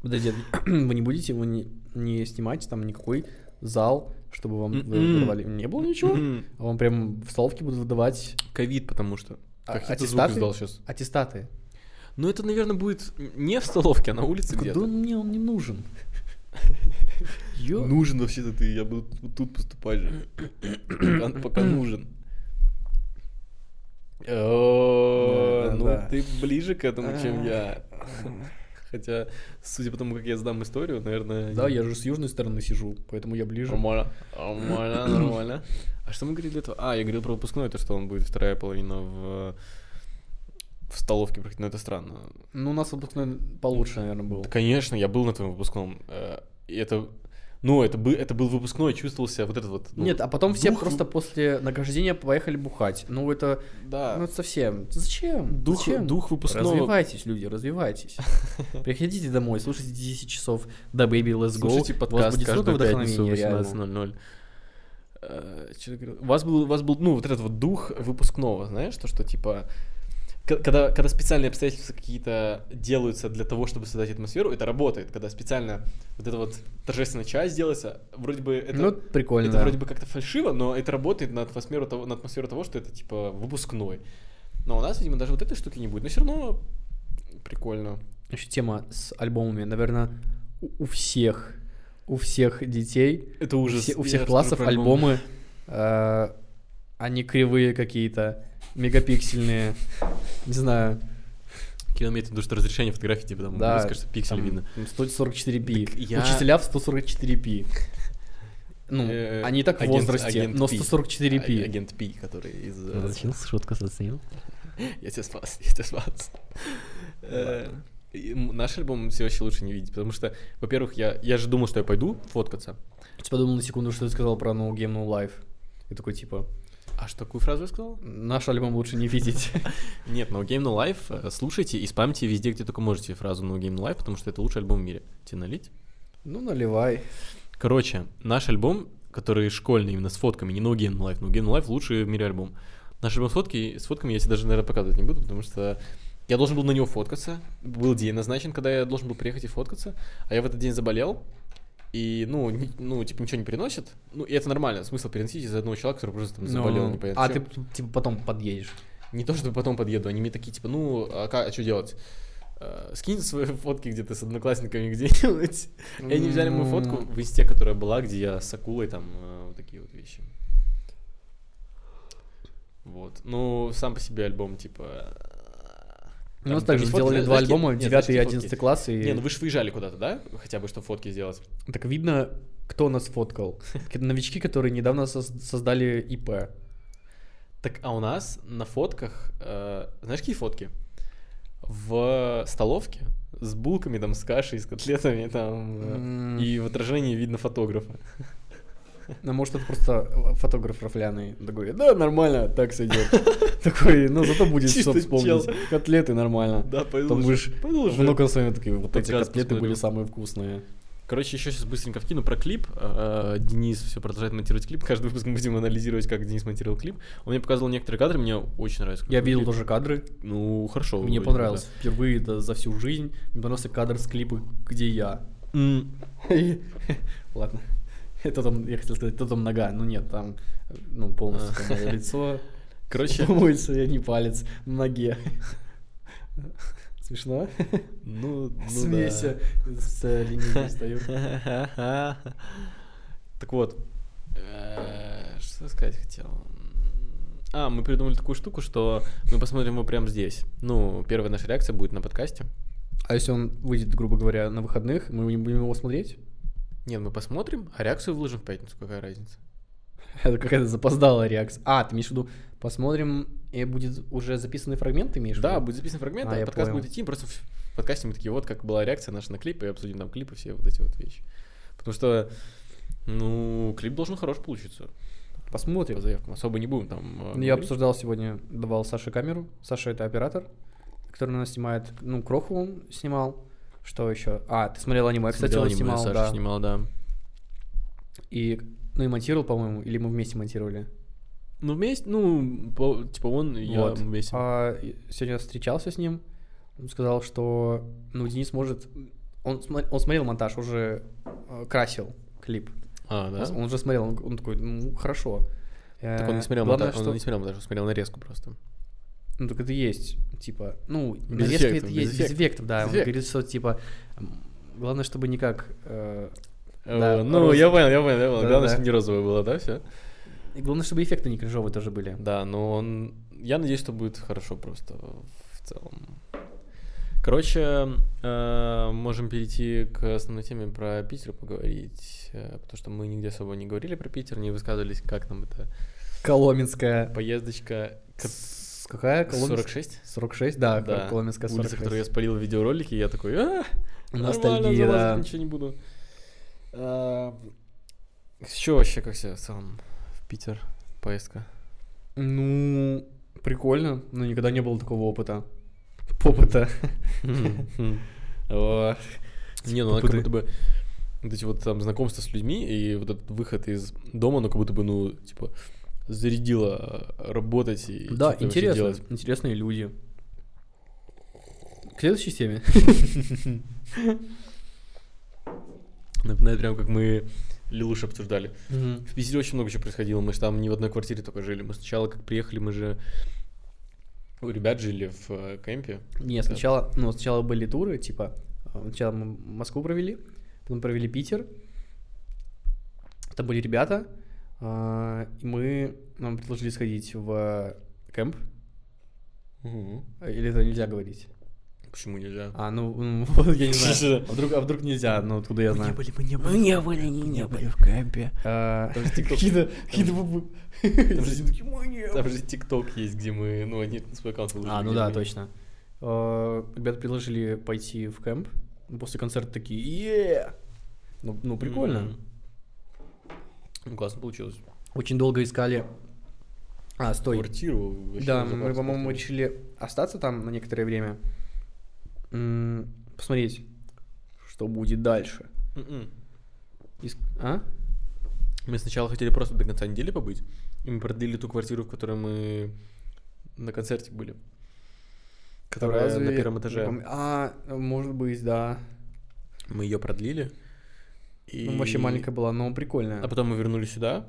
[SPEAKER 2] подожди, вы не будете его не, не снимать, там никакой зал, чтобы вам вы-
[SPEAKER 1] М-м.
[SPEAKER 2] выдавали? Не было ничего?
[SPEAKER 1] М-м.
[SPEAKER 2] А вам прям в столовке будут выдавать
[SPEAKER 1] Ковид, потому что.
[SPEAKER 2] А-
[SPEAKER 1] Какие-то звук
[SPEAKER 2] аттестаты?
[SPEAKER 1] издал сейчас.
[SPEAKER 2] аттестаты.
[SPEAKER 1] Ну, это, наверное, будет не в столовке, а на улице
[SPEAKER 2] Куда
[SPEAKER 1] где-то.
[SPEAKER 2] он мне, он
[SPEAKER 1] <laughs>
[SPEAKER 2] не нужен. Ё-
[SPEAKER 1] Нужен вообще-то ты, я буду вот тут поступать же. Пока-
[SPEAKER 2] <clears throat>
[SPEAKER 1] Пока нужен. О,
[SPEAKER 2] Да, да,
[SPEAKER 1] Ну,
[SPEAKER 2] да.
[SPEAKER 1] ты ближе к этому, чем я. Хотя, судя по тому, как я сдам историю, наверное...
[SPEAKER 2] Да, я же с южной стороны сижу, поэтому я ближе.
[SPEAKER 1] Нормально.
[SPEAKER 2] <clears throat>
[SPEAKER 1] Нормально, нормально. А что мы говорили до этого? А, я говорил про выпускной, то, что он будет вторая половина в в столовке проходить, но это странно.
[SPEAKER 2] Ну, у нас выпускной получше, наверное, был.
[SPEAKER 1] Да, конечно, я был на твоем выпускном. э, И это... Ну, это, бы, это был выпускной, чувствовался вот этот вот... ну,
[SPEAKER 2] Нет, а потом все
[SPEAKER 1] дух-
[SPEAKER 2] просто после награждения поехали бухать. Ну, это,
[SPEAKER 1] Да.
[SPEAKER 2] ну, это совсем. Зачем?
[SPEAKER 1] А. дух,
[SPEAKER 2] Зачем?
[SPEAKER 1] дух выпускного...
[SPEAKER 2] Развивайтесь,
[SPEAKER 1] <laughs>
[SPEAKER 2] люди, развивайтесь. Приходите домой, слушайте 10 часов Да, Baby Let's Go.
[SPEAKER 1] Слушайте
[SPEAKER 2] Вас
[SPEAKER 1] подкаст
[SPEAKER 2] будет
[SPEAKER 1] каждую
[SPEAKER 2] столько
[SPEAKER 1] пятницу в
[SPEAKER 2] вдохновения, реально.
[SPEAKER 1] 18.00. Э, чё я говорил? У вас был, у вас был, ну, вот этот вот дух выпускного, знаешь, то, что, типа, к- когда, когда специальные обстоятельства какие-то делаются для того, чтобы создать атмосферу, это работает. Когда специально вот эта вот торжественная часть делается, вроде бы это,
[SPEAKER 2] Ну, прикольно.
[SPEAKER 1] это
[SPEAKER 2] да.
[SPEAKER 1] вроде бы как-то фальшиво, но это работает на атмосферу, того, на атмосферу того, что это, типа, выпускной. Но у нас, видимо, даже вот этой штуки не будет. Но все равно прикольно.
[SPEAKER 2] Еще тема с альбомами, наверное, у, у всех, у всех детей,
[SPEAKER 1] Это
[SPEAKER 2] у,
[SPEAKER 1] ужас.
[SPEAKER 2] все- у
[SPEAKER 1] Я
[SPEAKER 2] всех
[SPEAKER 1] расскажу
[SPEAKER 2] классов
[SPEAKER 1] про
[SPEAKER 2] альбомы, э, они кривые какие-то, мегапиксельные, не знаю,
[SPEAKER 1] Километр, потому что разрешение фотографии типа там
[SPEAKER 2] Да,
[SPEAKER 1] близко, что пиксель
[SPEAKER 2] там
[SPEAKER 1] видно.
[SPEAKER 2] 144p.
[SPEAKER 1] Так я-
[SPEAKER 2] Учителя в 144p. Ну,
[SPEAKER 1] Э,
[SPEAKER 2] они и так в
[SPEAKER 1] агент-
[SPEAKER 2] возрасте,
[SPEAKER 1] агент
[SPEAKER 2] но
[SPEAKER 1] P.
[SPEAKER 2] 144p.
[SPEAKER 1] А- Агент Пи, который из... э,
[SPEAKER 2] шутку заценил?
[SPEAKER 1] Я тебя спас, я тебя спас. Э, и м- Наш альбом все вообще лучше не видеть, потому что, во-первых, я, я же думал, что я пойду фоткаться.
[SPEAKER 2] Я подумал на секунду, что ты сказал про No Game No Life. И такой, типа,
[SPEAKER 1] А что, какую фразу я сказал?
[SPEAKER 2] наш альбом лучше не видеть. <laughs>
[SPEAKER 1] Нет, No Game No Life э, слушайте и спамьте везде, где только можете фразу No Game No Life, потому что это лучший альбом в мире. Тебе налить?
[SPEAKER 2] Ну, наливай.
[SPEAKER 1] Короче, наш альбом, который школьный, именно с фотками, не No Game No Life, No Game No Life лучший в мире альбом. Наш альбом с, фотки, с фотками я тебе даже, наверное, показывать не буду, потому что Я должен был на него фоткаться. Был день назначен, когда я должен был приехать и фоткаться. А я в этот день заболел. И, ну, ни- ну, типа, ничего не переносит. Ну, и это нормально. Смысл переносить из одного человека, который просто там заболел,
[SPEAKER 2] Ну,
[SPEAKER 1] непонятно
[SPEAKER 2] А
[SPEAKER 1] чем.
[SPEAKER 2] ты, типа, потом подъедешь.
[SPEAKER 1] Не то, чтобы потом подъеду, они мне такие, типа, ну, а, как, а что делать? Э, Скинь свои фотки где-то с одноклассниками где-нибудь. И они взяли мою фотку в инсте, которая была, где я с акулой, там, э, вот такие вот вещи. Вот. Ну, сам по себе альбом, типа...
[SPEAKER 2] У
[SPEAKER 1] там-
[SPEAKER 2] нас
[SPEAKER 1] там
[SPEAKER 2] также
[SPEAKER 1] есть фотки,
[SPEAKER 2] сделали
[SPEAKER 1] знаешь,
[SPEAKER 2] два
[SPEAKER 1] знаешь, какие-
[SPEAKER 2] альбома,
[SPEAKER 1] нет,
[SPEAKER 2] 9
[SPEAKER 1] знаешь,
[SPEAKER 2] и
[SPEAKER 1] какие
[SPEAKER 2] 11
[SPEAKER 1] фотки?
[SPEAKER 2] класс. И...
[SPEAKER 1] Не, ну вы же выезжали куда-то, да? Хотя бы, чтобы фотки сделать.
[SPEAKER 2] Так видно, кто нас фоткал. Какие-то Новички, которые недавно сос- создали ИП.
[SPEAKER 1] Так, а у нас на фотках, э, знаешь, какие фотки? В столовке с булками, там, с кашей, с котлетами, там, э,
[SPEAKER 2] М.
[SPEAKER 1] и в отражении видно фотографа.
[SPEAKER 2] Ну, может, это просто фотограф рафляный. Он такой, да, нормально,
[SPEAKER 1] <laughs>
[SPEAKER 2] так сойдет. Такой, ну, зато будет
[SPEAKER 1] Чисто
[SPEAKER 2] что вспомнить.
[SPEAKER 1] чел.
[SPEAKER 2] Котлеты нормально.
[SPEAKER 1] Да, пойду
[SPEAKER 2] Там
[SPEAKER 1] уже,
[SPEAKER 2] будешь
[SPEAKER 1] пойду уже.
[SPEAKER 2] много с вами такие, вот эти
[SPEAKER 1] Подкаст
[SPEAKER 2] котлеты
[SPEAKER 1] посмотрю.
[SPEAKER 2] были самые вкусные.
[SPEAKER 1] Короче, еще сейчас быстренько вкину про клип. Э, Денис все продолжает монтировать клип. Каждый выпуск мы будем анализировать, как Денис монтировал клип. Он мне показывал некоторые кадры, мне очень нравится. как
[SPEAKER 2] Я
[SPEAKER 1] он
[SPEAKER 2] видел
[SPEAKER 1] клип.
[SPEAKER 2] тоже кадры.
[SPEAKER 1] Ну, хорошо.
[SPEAKER 2] Мне
[SPEAKER 1] вроде,
[SPEAKER 2] понравилось. Впервые да, за всю жизнь мне понравился кадр с клипа «Где я?».
[SPEAKER 1] да.
[SPEAKER 2] <laughs>
[SPEAKER 1] М,
[SPEAKER 2] И- Ладно. <laughs> Это там, я хотел сказать, это там нога. Ну нет, там ну, полностью
[SPEAKER 1] А.
[SPEAKER 2] там моё лицо. <laughs>
[SPEAKER 1] Короче,
[SPEAKER 2] Мой я не палец, на ноге. <laughs> Смешно?
[SPEAKER 1] ну, ну да.
[SPEAKER 2] Смейся. С э, линейки встаю.
[SPEAKER 1] <laughs> Так вот, э, что сказать хотел. А, мы придумали такую штуку, что мы посмотрим его прямо здесь. Ну, первая наша реакция будет на подкасте.
[SPEAKER 2] А если он выйдет, грубо говоря, на выходных, мы не будем его смотреть? <laughs>
[SPEAKER 1] Нет, мы посмотрим, а реакцию выложим в пятницу. Какая разница?
[SPEAKER 2] Это какая-то запоздалая реакция. А, ты имеешь в виду, посмотрим, и будет уже записанный фрагмент, ты имеешь в
[SPEAKER 1] Да,
[SPEAKER 2] виду?
[SPEAKER 1] будет записан фрагмент,
[SPEAKER 2] А,
[SPEAKER 1] а
[SPEAKER 2] я
[SPEAKER 1] подкаст
[SPEAKER 2] понял.
[SPEAKER 1] будет идти. Просто в подкасте мы такие, вот как была реакция наша на клип, и обсудим там клипы, все вот эти вот вещи. Потому что, ну, клип должен хорош получиться. По
[SPEAKER 2] Посмотрим.
[SPEAKER 1] заявкам особо не будем там... э,
[SPEAKER 2] Ну, Я
[SPEAKER 1] говорить.
[SPEAKER 2] обсуждал сегодня, давал Саше камеру. Саша это оператор, который у нас снимает, ну, Кроху он снимал. Что еще? А, ты смотрел аниме, кстати,
[SPEAKER 1] Смотрел
[SPEAKER 2] он
[SPEAKER 1] аниме,
[SPEAKER 2] снимал,
[SPEAKER 1] Саша
[SPEAKER 2] да.
[SPEAKER 1] снимал, да.
[SPEAKER 2] И, ну, и монтировал, по-моему, или мы вместе монтировали.
[SPEAKER 1] Ну, вместе, ну, по- типа он и я
[SPEAKER 2] Вот.
[SPEAKER 1] вместе.
[SPEAKER 2] А, и сегодня встречался с ним, он сказал, что, ну, Денис может... Он, смо- он смотрел монтаж, уже э, красил клип.
[SPEAKER 1] А, да?
[SPEAKER 2] Он уже смотрел, он, он такой, ну, хорошо. Э,
[SPEAKER 1] Так он не смотрел
[SPEAKER 2] Главное,
[SPEAKER 1] монтаж,
[SPEAKER 2] что...
[SPEAKER 1] он не смотрел монтаж, он смотрел нарезку просто.
[SPEAKER 2] Ну, так это есть, типа, ну,
[SPEAKER 1] Без
[SPEAKER 2] нарезка
[SPEAKER 1] эффектов,
[SPEAKER 2] это
[SPEAKER 1] без
[SPEAKER 2] есть, без
[SPEAKER 1] эффектов.
[SPEAKER 2] эффектов, да.
[SPEAKER 1] Без
[SPEAKER 2] он
[SPEAKER 1] эффектов.
[SPEAKER 2] говорит, что, типа, м, главное, чтобы никак... э, Да,
[SPEAKER 1] Э, Ну,
[SPEAKER 2] роз-
[SPEAKER 1] я понял, я понял, я понял.
[SPEAKER 2] Да-да-да.
[SPEAKER 1] Главное, чтобы не розовая была, да, все?
[SPEAKER 2] и главное, чтобы эффекты не кринжовые тоже были.
[SPEAKER 1] Да, но он... Я надеюсь, что будет хорошо просто в целом. Короче, э, можем перейти к основной теме про Питер поговорить, э, потому что мы нигде особо не говорили про Питер, не высказывались, как нам эта
[SPEAKER 2] Коломенская...
[SPEAKER 1] поездочка к-
[SPEAKER 2] С- Какая? Коломенская?
[SPEAKER 1] 46?
[SPEAKER 2] 46, да,
[SPEAKER 1] Да.
[SPEAKER 2] Коломенская
[SPEAKER 1] Улица,
[SPEAKER 2] 46.
[SPEAKER 1] которую я спалил в видеоролике, и я такой, «А, нормально, залазить
[SPEAKER 2] Ностальгия, да. Э,
[SPEAKER 1] ничего не буду. Еще вообще, как себя в целом в Питер поездка?
[SPEAKER 2] Ну, прикольно, но никогда не было такого опыта. Опыта.
[SPEAKER 1] <laughs> О, Не, ну она как
[SPEAKER 2] Путы.
[SPEAKER 1] будто бы вот эти вот там знакомства с людьми и вот этот выход из дома, ну как будто бы, ну, типа, зарядила э, работать и
[SPEAKER 2] Да,
[SPEAKER 1] что-то вообще
[SPEAKER 2] интересно.
[SPEAKER 1] делать.
[SPEAKER 2] Интересные люди. К следующей теме.
[SPEAKER 1] Напоминает прям, как мы Лилуш обсуждали. В Питере очень много чего происходило. Мы же там не в одной квартире только жили. Мы сначала, как приехали, мы же у ребят жили в э, кемпе.
[SPEAKER 2] Не, сначала, ну, сначала были туры, типа, э, сначала мы Москву провели, потом провели Питер, там были ребята, а, и мы, нам предложили сходить в кемп, или это нельзя говорить?
[SPEAKER 1] Почему нельзя?
[SPEAKER 2] А, ну, <laughs> м, вот
[SPEAKER 1] <laughs>
[SPEAKER 2] я не знаю, а вдруг, а вдруг нельзя, ну, откуда я знаю?
[SPEAKER 1] были, мы не были. не были, не, были в кемпе.
[SPEAKER 2] А,
[SPEAKER 1] Там же
[SPEAKER 2] <laughs>
[SPEAKER 1] TikTok.
[SPEAKER 2] Какие-то, какие-то
[SPEAKER 1] <laughs> Там же-
[SPEAKER 2] такие, «Мы не
[SPEAKER 1] Там же ТикТок есть, где мы, ну, они свой аккаунт выложили.
[SPEAKER 2] А, ну
[SPEAKER 1] где
[SPEAKER 2] да,
[SPEAKER 1] мы-
[SPEAKER 2] точно. Э, Ребята предложили пойти в кэмп. После концерта такие, е ну, ну, прикольно.
[SPEAKER 1] М. Ну, классно получилось.
[SPEAKER 2] Очень долго искали... А, стой.
[SPEAKER 1] Квартиру вообще
[SPEAKER 2] Да,
[SPEAKER 1] заказ
[SPEAKER 2] мы, по-моему,
[SPEAKER 1] поставили.
[SPEAKER 2] решили остаться там на некоторое время. М, Посмотреть, что будет дальше.
[SPEAKER 1] Мгм.
[SPEAKER 2] Иск- А?
[SPEAKER 1] М-м. Мы сначала хотели просто до конца недели побыть, и мы продлили ту квартиру, в которой мы на концерте были. которая
[SPEAKER 2] Разве
[SPEAKER 1] на первом
[SPEAKER 2] не
[SPEAKER 1] этаже.
[SPEAKER 2] пом- А, может быть, да.
[SPEAKER 1] Мы ее продлили. И...
[SPEAKER 2] Ну, вообще маленькая была, но прикольная.
[SPEAKER 1] А потом мы вернулись сюда.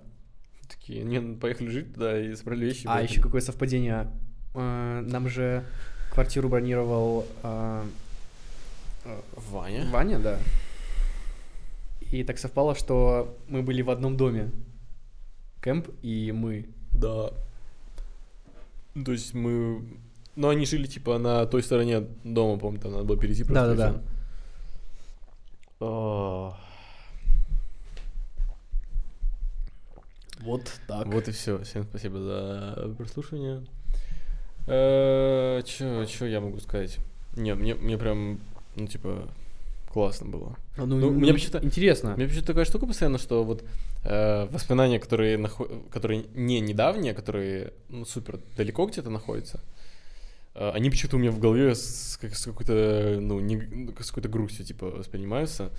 [SPEAKER 1] Такие, не, ну, поехали жить туда и собрали вещи.
[SPEAKER 2] А,
[SPEAKER 1] поехали.
[SPEAKER 2] еще какое совпадение. Э, Нам же квартиру бронировал э, э,
[SPEAKER 1] Ваня.
[SPEAKER 2] Ваня, да. И так совпало, что мы были в одном доме. Кэмп и мы.
[SPEAKER 1] Да. Ну, То есть мы... Ну, они жили, типа, на той стороне дома, помню, там надо было перейти просто. и
[SPEAKER 2] Да-да-да.
[SPEAKER 1] всё. А, О,
[SPEAKER 2] Вот так.
[SPEAKER 1] Вот и все. Всем спасибо за прослушивание. Э, Чё, чё я могу сказать? Не, мне, мне прям, ну, типа, классно было.
[SPEAKER 2] Ну,
[SPEAKER 1] ну, мне вообще-то-
[SPEAKER 2] интересно.
[SPEAKER 1] Мне почему-то такая штука постоянно, что вот э, воспоминания, которые, нахо- которые не недавние, которые ну, супер далеко где-то находятся, э, они почему-то у меня в голове с, как- с какой-то, ну, не, ну, с какой-то грустью, типа, воспринимаются.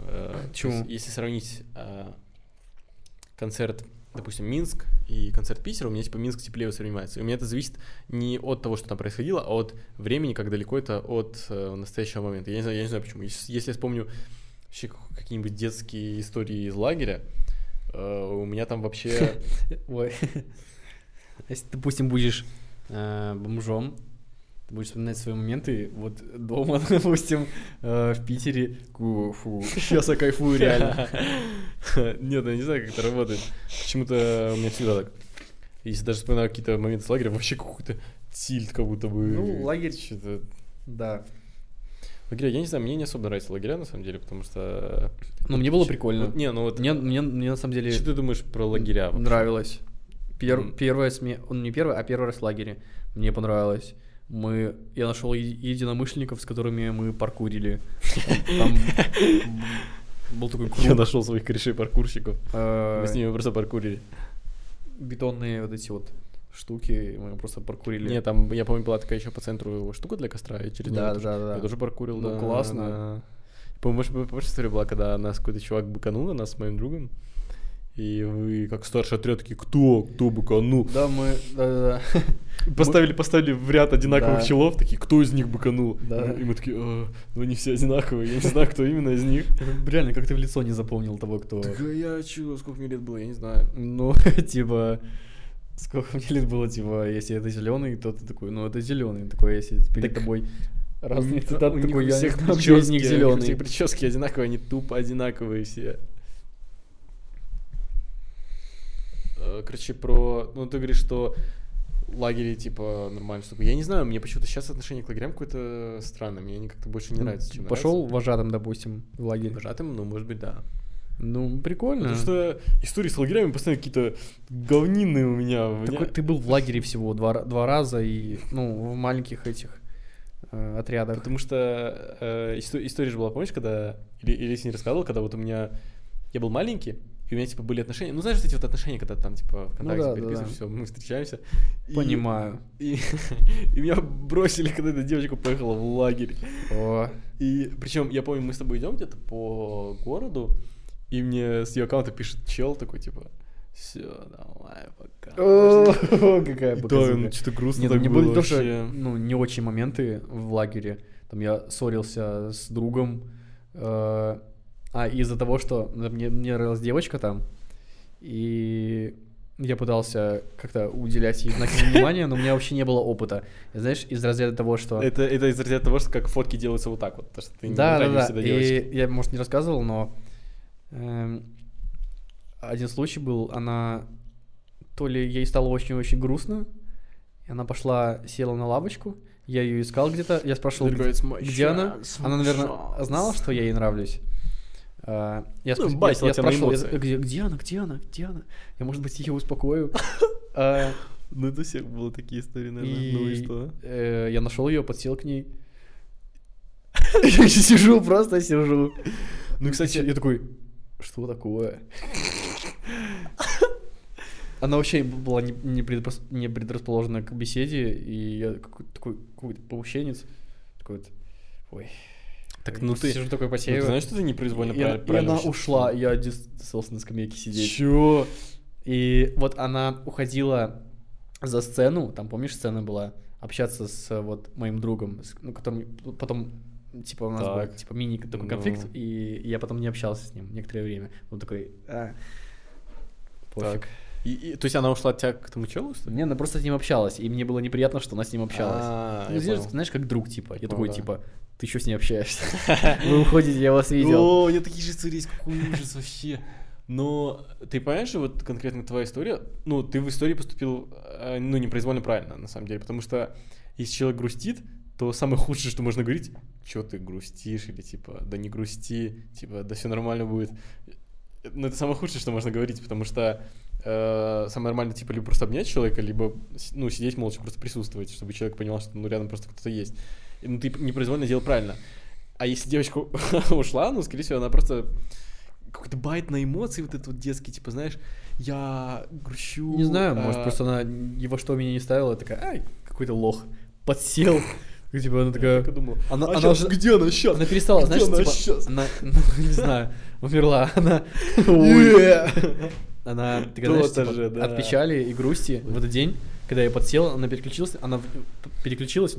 [SPEAKER 1] Э, то
[SPEAKER 2] Почему?
[SPEAKER 1] есть, если сравнить э, концерт, допустим, Минск и концерт Питера, у меня, типа, Минск теплее воспринимается. И у меня это зависит не от того, что там происходило, а от времени, как далеко это от э, настоящего момента. Я не знаю, я не знаю почему. Если, если я вспомню вообще как- какие-нибудь детские истории из лагеря, э, у меня там вообще...
[SPEAKER 2] Ой. <laughs> Если, допустим, будешь э, бомжом, ты будешь вспоминать свои моменты, вот дома, <laughs> допустим, э, в Питере, Ку, фу, сейчас я <laughs> кайфую реально.
[SPEAKER 1] Нет, ну, я не знаю, как это работает. Почему-то у меня всегда так. Если даже вспоминаю какие-то моменты с лагеря, вообще какой-то тильт как будто бы...
[SPEAKER 2] Ну, лагерь-
[SPEAKER 1] Что-то...
[SPEAKER 2] Да.
[SPEAKER 1] Лагеря, я не знаю, мне не особо нравятся лагеря, на самом деле, потому что...
[SPEAKER 2] Ну, мне было прикольно.
[SPEAKER 1] Вот не, ну вот...
[SPEAKER 2] Мне, мне, мне на самом деле
[SPEAKER 1] Что ты думаешь про лагеря? вообще?
[SPEAKER 2] нравилось. Пер-
[SPEAKER 1] Мгм.
[SPEAKER 2] Первая сме... Он не первый, а первый раз в лагере. Мне понравилось. Мы... Я нашел единомышленников, с которыми мы <laughs> паркурили. Там был такой
[SPEAKER 1] Я
[SPEAKER 2] круг.
[SPEAKER 1] нашел своих корешей паркурщиков. Мы
[SPEAKER 2] э,
[SPEAKER 1] с ними просто паркурили.
[SPEAKER 2] бетонные вот эти вот штуки, мы просто паркурили.
[SPEAKER 1] Не, там, я помню, была такая еще по центру штука для костра, и через
[SPEAKER 2] Да,
[SPEAKER 1] неё тоже-
[SPEAKER 2] да, да.
[SPEAKER 1] Я тоже паркурил,
[SPEAKER 2] Ну,
[SPEAKER 1] да.
[SPEAKER 2] классно.
[SPEAKER 1] да. Помню, может, быть, помнишь, история была, когда нас какой-то чувак быканул, на нас с моим другом, и вы, как старшие отряд, такие, кто, кто быканул?
[SPEAKER 2] Да, мы, да, да, да.
[SPEAKER 1] Поставили, поставили в ряд одинаковых
[SPEAKER 2] Да.
[SPEAKER 1] челов, такие, кто из них быканул?
[SPEAKER 2] Да.
[SPEAKER 1] И мы такие, «Э, ну они все одинаковые, я не знаю, кто именно из них.
[SPEAKER 2] <laughs> Реально, как ты в лицо не запомнил того, кто...
[SPEAKER 1] я чего, сколько мне лет было, я не знаю.
[SPEAKER 2] Ну, <laughs> типа, сколько мне лет было, типа, если это зеленый, то ты такой, ну это зеленый, такой, если перед
[SPEAKER 1] Так
[SPEAKER 2] тобой разные
[SPEAKER 1] У- у
[SPEAKER 2] цитаты,
[SPEAKER 1] них
[SPEAKER 2] такой,
[SPEAKER 1] у
[SPEAKER 2] я не
[SPEAKER 1] всех
[SPEAKER 2] знаю, где из них
[SPEAKER 1] прически- у всех
[SPEAKER 2] зеленый.
[SPEAKER 1] прически одинаковые, они тупо одинаковые все. Э, Короче, про... Ну, ты говоришь, что лагеря, типа, нормальная штука. Я не знаю, мне почему-то сейчас отношение к лагерям какое-то странное. Мне они как-то больше не нравятся, чем
[SPEAKER 2] Пошел Ну, вожатым, допустим, в лагерь.
[SPEAKER 1] нравятся. Вожатым, А. ну, может быть, да.
[SPEAKER 2] Ну, прикольно.
[SPEAKER 1] Потому что истории с лагерями постоянно какие-то говнины у меня. У
[SPEAKER 2] Так
[SPEAKER 1] меня-
[SPEAKER 2] вот ты был в лагере всего два, ра- два раза и, ну, в маленьких этих э, отрядах.
[SPEAKER 1] Потому что э, исто- история же была, помнишь, когда... Или, или если не рассказывал, когда вот у меня... Я был маленький, и у меня, типа, были отношения... Ну, знаешь, вот эти вот отношения, когда там, типа, ВКонтакте
[SPEAKER 2] да, да,
[SPEAKER 1] переписываешься,
[SPEAKER 2] да.
[SPEAKER 1] мы встречаемся. и-
[SPEAKER 2] Понимаю.
[SPEAKER 1] И, <laughs> и меня бросили, когда эта девочка поехала в лагерь.
[SPEAKER 2] О,
[SPEAKER 1] И причем, я помню, мы с тобой идем где-то по городу, и мне с ее аккаунта пишет чел такой, типа, все, давай, пока.
[SPEAKER 2] О, какая
[SPEAKER 1] И да,
[SPEAKER 2] показуха.
[SPEAKER 1] ну, что-то грустно
[SPEAKER 2] Нет,
[SPEAKER 1] так
[SPEAKER 2] мне
[SPEAKER 1] было
[SPEAKER 2] были тоже
[SPEAKER 1] вообще.
[SPEAKER 2] ну, не очень моменты в лагере. Там я ссорился с другом. э, а из-за того, что ну, мне, мне нравилась девочка там, и я пытался как-то уделять ей знаки внимания, но у меня вообще не было опыта. И знаешь, из разряда того, что...
[SPEAKER 1] Это, это из-за того, что как фотки делаются вот так вот, то, что ты не
[SPEAKER 2] да, да,
[SPEAKER 1] дотрагиваешься
[SPEAKER 2] да.
[SPEAKER 1] до девочки.
[SPEAKER 2] И я, может, не рассказывал, но эм, один случай был, она то ли ей стало очень-очень грустно, и она пошла, села на лавочку, я ее искал где-то, я спрашивал,
[SPEAKER 1] Такой,
[SPEAKER 2] где,
[SPEAKER 1] «It's my
[SPEAKER 2] где она,
[SPEAKER 1] chance,
[SPEAKER 2] она,
[SPEAKER 1] my
[SPEAKER 2] наверное,
[SPEAKER 1] chance».
[SPEAKER 2] знала, что я ей нравлюсь. А, Я,
[SPEAKER 1] Ну,
[SPEAKER 2] спро- я-
[SPEAKER 1] басила
[SPEAKER 2] я
[SPEAKER 1] тебя на
[SPEAKER 2] спрашивал, я-
[SPEAKER 1] эмоции.
[SPEAKER 2] где, где она, где она, где она? Я, может быть,
[SPEAKER 1] <laughs>
[SPEAKER 2] ее успокою. А,
[SPEAKER 1] Ну, это у всех было такие истории, наверное.
[SPEAKER 2] и,
[SPEAKER 1] Ну и
[SPEAKER 2] <laughs>
[SPEAKER 1] что?
[SPEAKER 2] э, я нашел ее, подсел к ней. Сижу, просто сижу.
[SPEAKER 1] Ну, кстати,
[SPEAKER 2] Я такой, что такое? Она вообще была не, не предрас- не предрасположена к беседе, и я какой- такой какой-то паущенец, такой вот, ой.
[SPEAKER 1] Так,
[SPEAKER 2] Я
[SPEAKER 1] ну
[SPEAKER 2] просто
[SPEAKER 1] ты-
[SPEAKER 2] Сижу такой
[SPEAKER 1] Ну, ты
[SPEAKER 2] посею.
[SPEAKER 1] знаешь, что ты непроизвольно
[SPEAKER 2] и, она-
[SPEAKER 1] прав-
[SPEAKER 2] и
[SPEAKER 1] правильно
[SPEAKER 2] она
[SPEAKER 1] считаешь?
[SPEAKER 2] ушла, я один остался на скамейке сидеть.
[SPEAKER 1] Чё?
[SPEAKER 2] И вот она уходила за сцену, там, помнишь, сцена была? общаться с вот моим другом, с, ну, которым потом типа у нас
[SPEAKER 1] Так.
[SPEAKER 2] был типа мини такой
[SPEAKER 1] Ну.
[SPEAKER 2] конфликт, и я потом не общался с ним некоторое время. Он такой, а, пофиг.
[SPEAKER 1] Так. И- и- то есть она ушла от тебя к этому челу, что ли?
[SPEAKER 2] Не, она просто с ним общалась, и мне было неприятно, что она с ним общалась.
[SPEAKER 1] А,
[SPEAKER 2] Ну,
[SPEAKER 1] я
[SPEAKER 2] здесь,
[SPEAKER 1] понял.
[SPEAKER 2] знаешь, как друг, типа. Я,
[SPEAKER 1] понял,
[SPEAKER 2] такой,
[SPEAKER 1] да.
[SPEAKER 2] типа, ты еще с ней общаешься? <laughs> Вы уходите, я вас видел.
[SPEAKER 1] О, я такие же есть, какой ужас вообще. Но ты понимаешь, что вот конкретно твоя история, ну, ты в истории поступил, э, ну, непроизвольно правильно, на самом деле, потому что если человек грустит, то самое худшее, что можно говорить, что ты грустишь, или типа, да не грусти, типа, да все нормально будет. Но это самое худшее, что можно говорить, потому что э, самое нормальное, типа, либо просто обнять человека, либо, с- ну, сидеть молча, просто присутствовать, чтобы человек понимал, что, ну, рядом просто кто-то есть. И, ну, ты непроизвольно делал правильно. А если девочка <laughs> ушла, ну, скорее всего, она просто какой-то байт на эмоции вот этот вот детский, типа, знаешь, я грущу.
[SPEAKER 2] Не знаю, может,
[SPEAKER 1] а,
[SPEAKER 2] просто она ни во что меня не ставила, такая, ай, какой-то лох, подсел. <laughs> И, Типа, она
[SPEAKER 1] Я
[SPEAKER 2] такая...
[SPEAKER 1] так и думал.
[SPEAKER 2] Она,
[SPEAKER 1] А
[SPEAKER 2] она
[SPEAKER 1] щас-
[SPEAKER 2] уже-
[SPEAKER 1] где она сейчас?
[SPEAKER 2] Она перестала,
[SPEAKER 1] Где
[SPEAKER 2] знаешь,
[SPEAKER 1] она
[SPEAKER 2] типа,
[SPEAKER 1] щас?
[SPEAKER 2] она, <laughs> ну, не знаю, умерла, <laughs> она,
[SPEAKER 1] <laughs> Е.
[SPEAKER 2] она, ты
[SPEAKER 1] То-то
[SPEAKER 2] знаешь, типа,
[SPEAKER 1] же, да.
[SPEAKER 2] от печали и грусти в этот день, когда я подсел, она переключилась, она в- переключилась,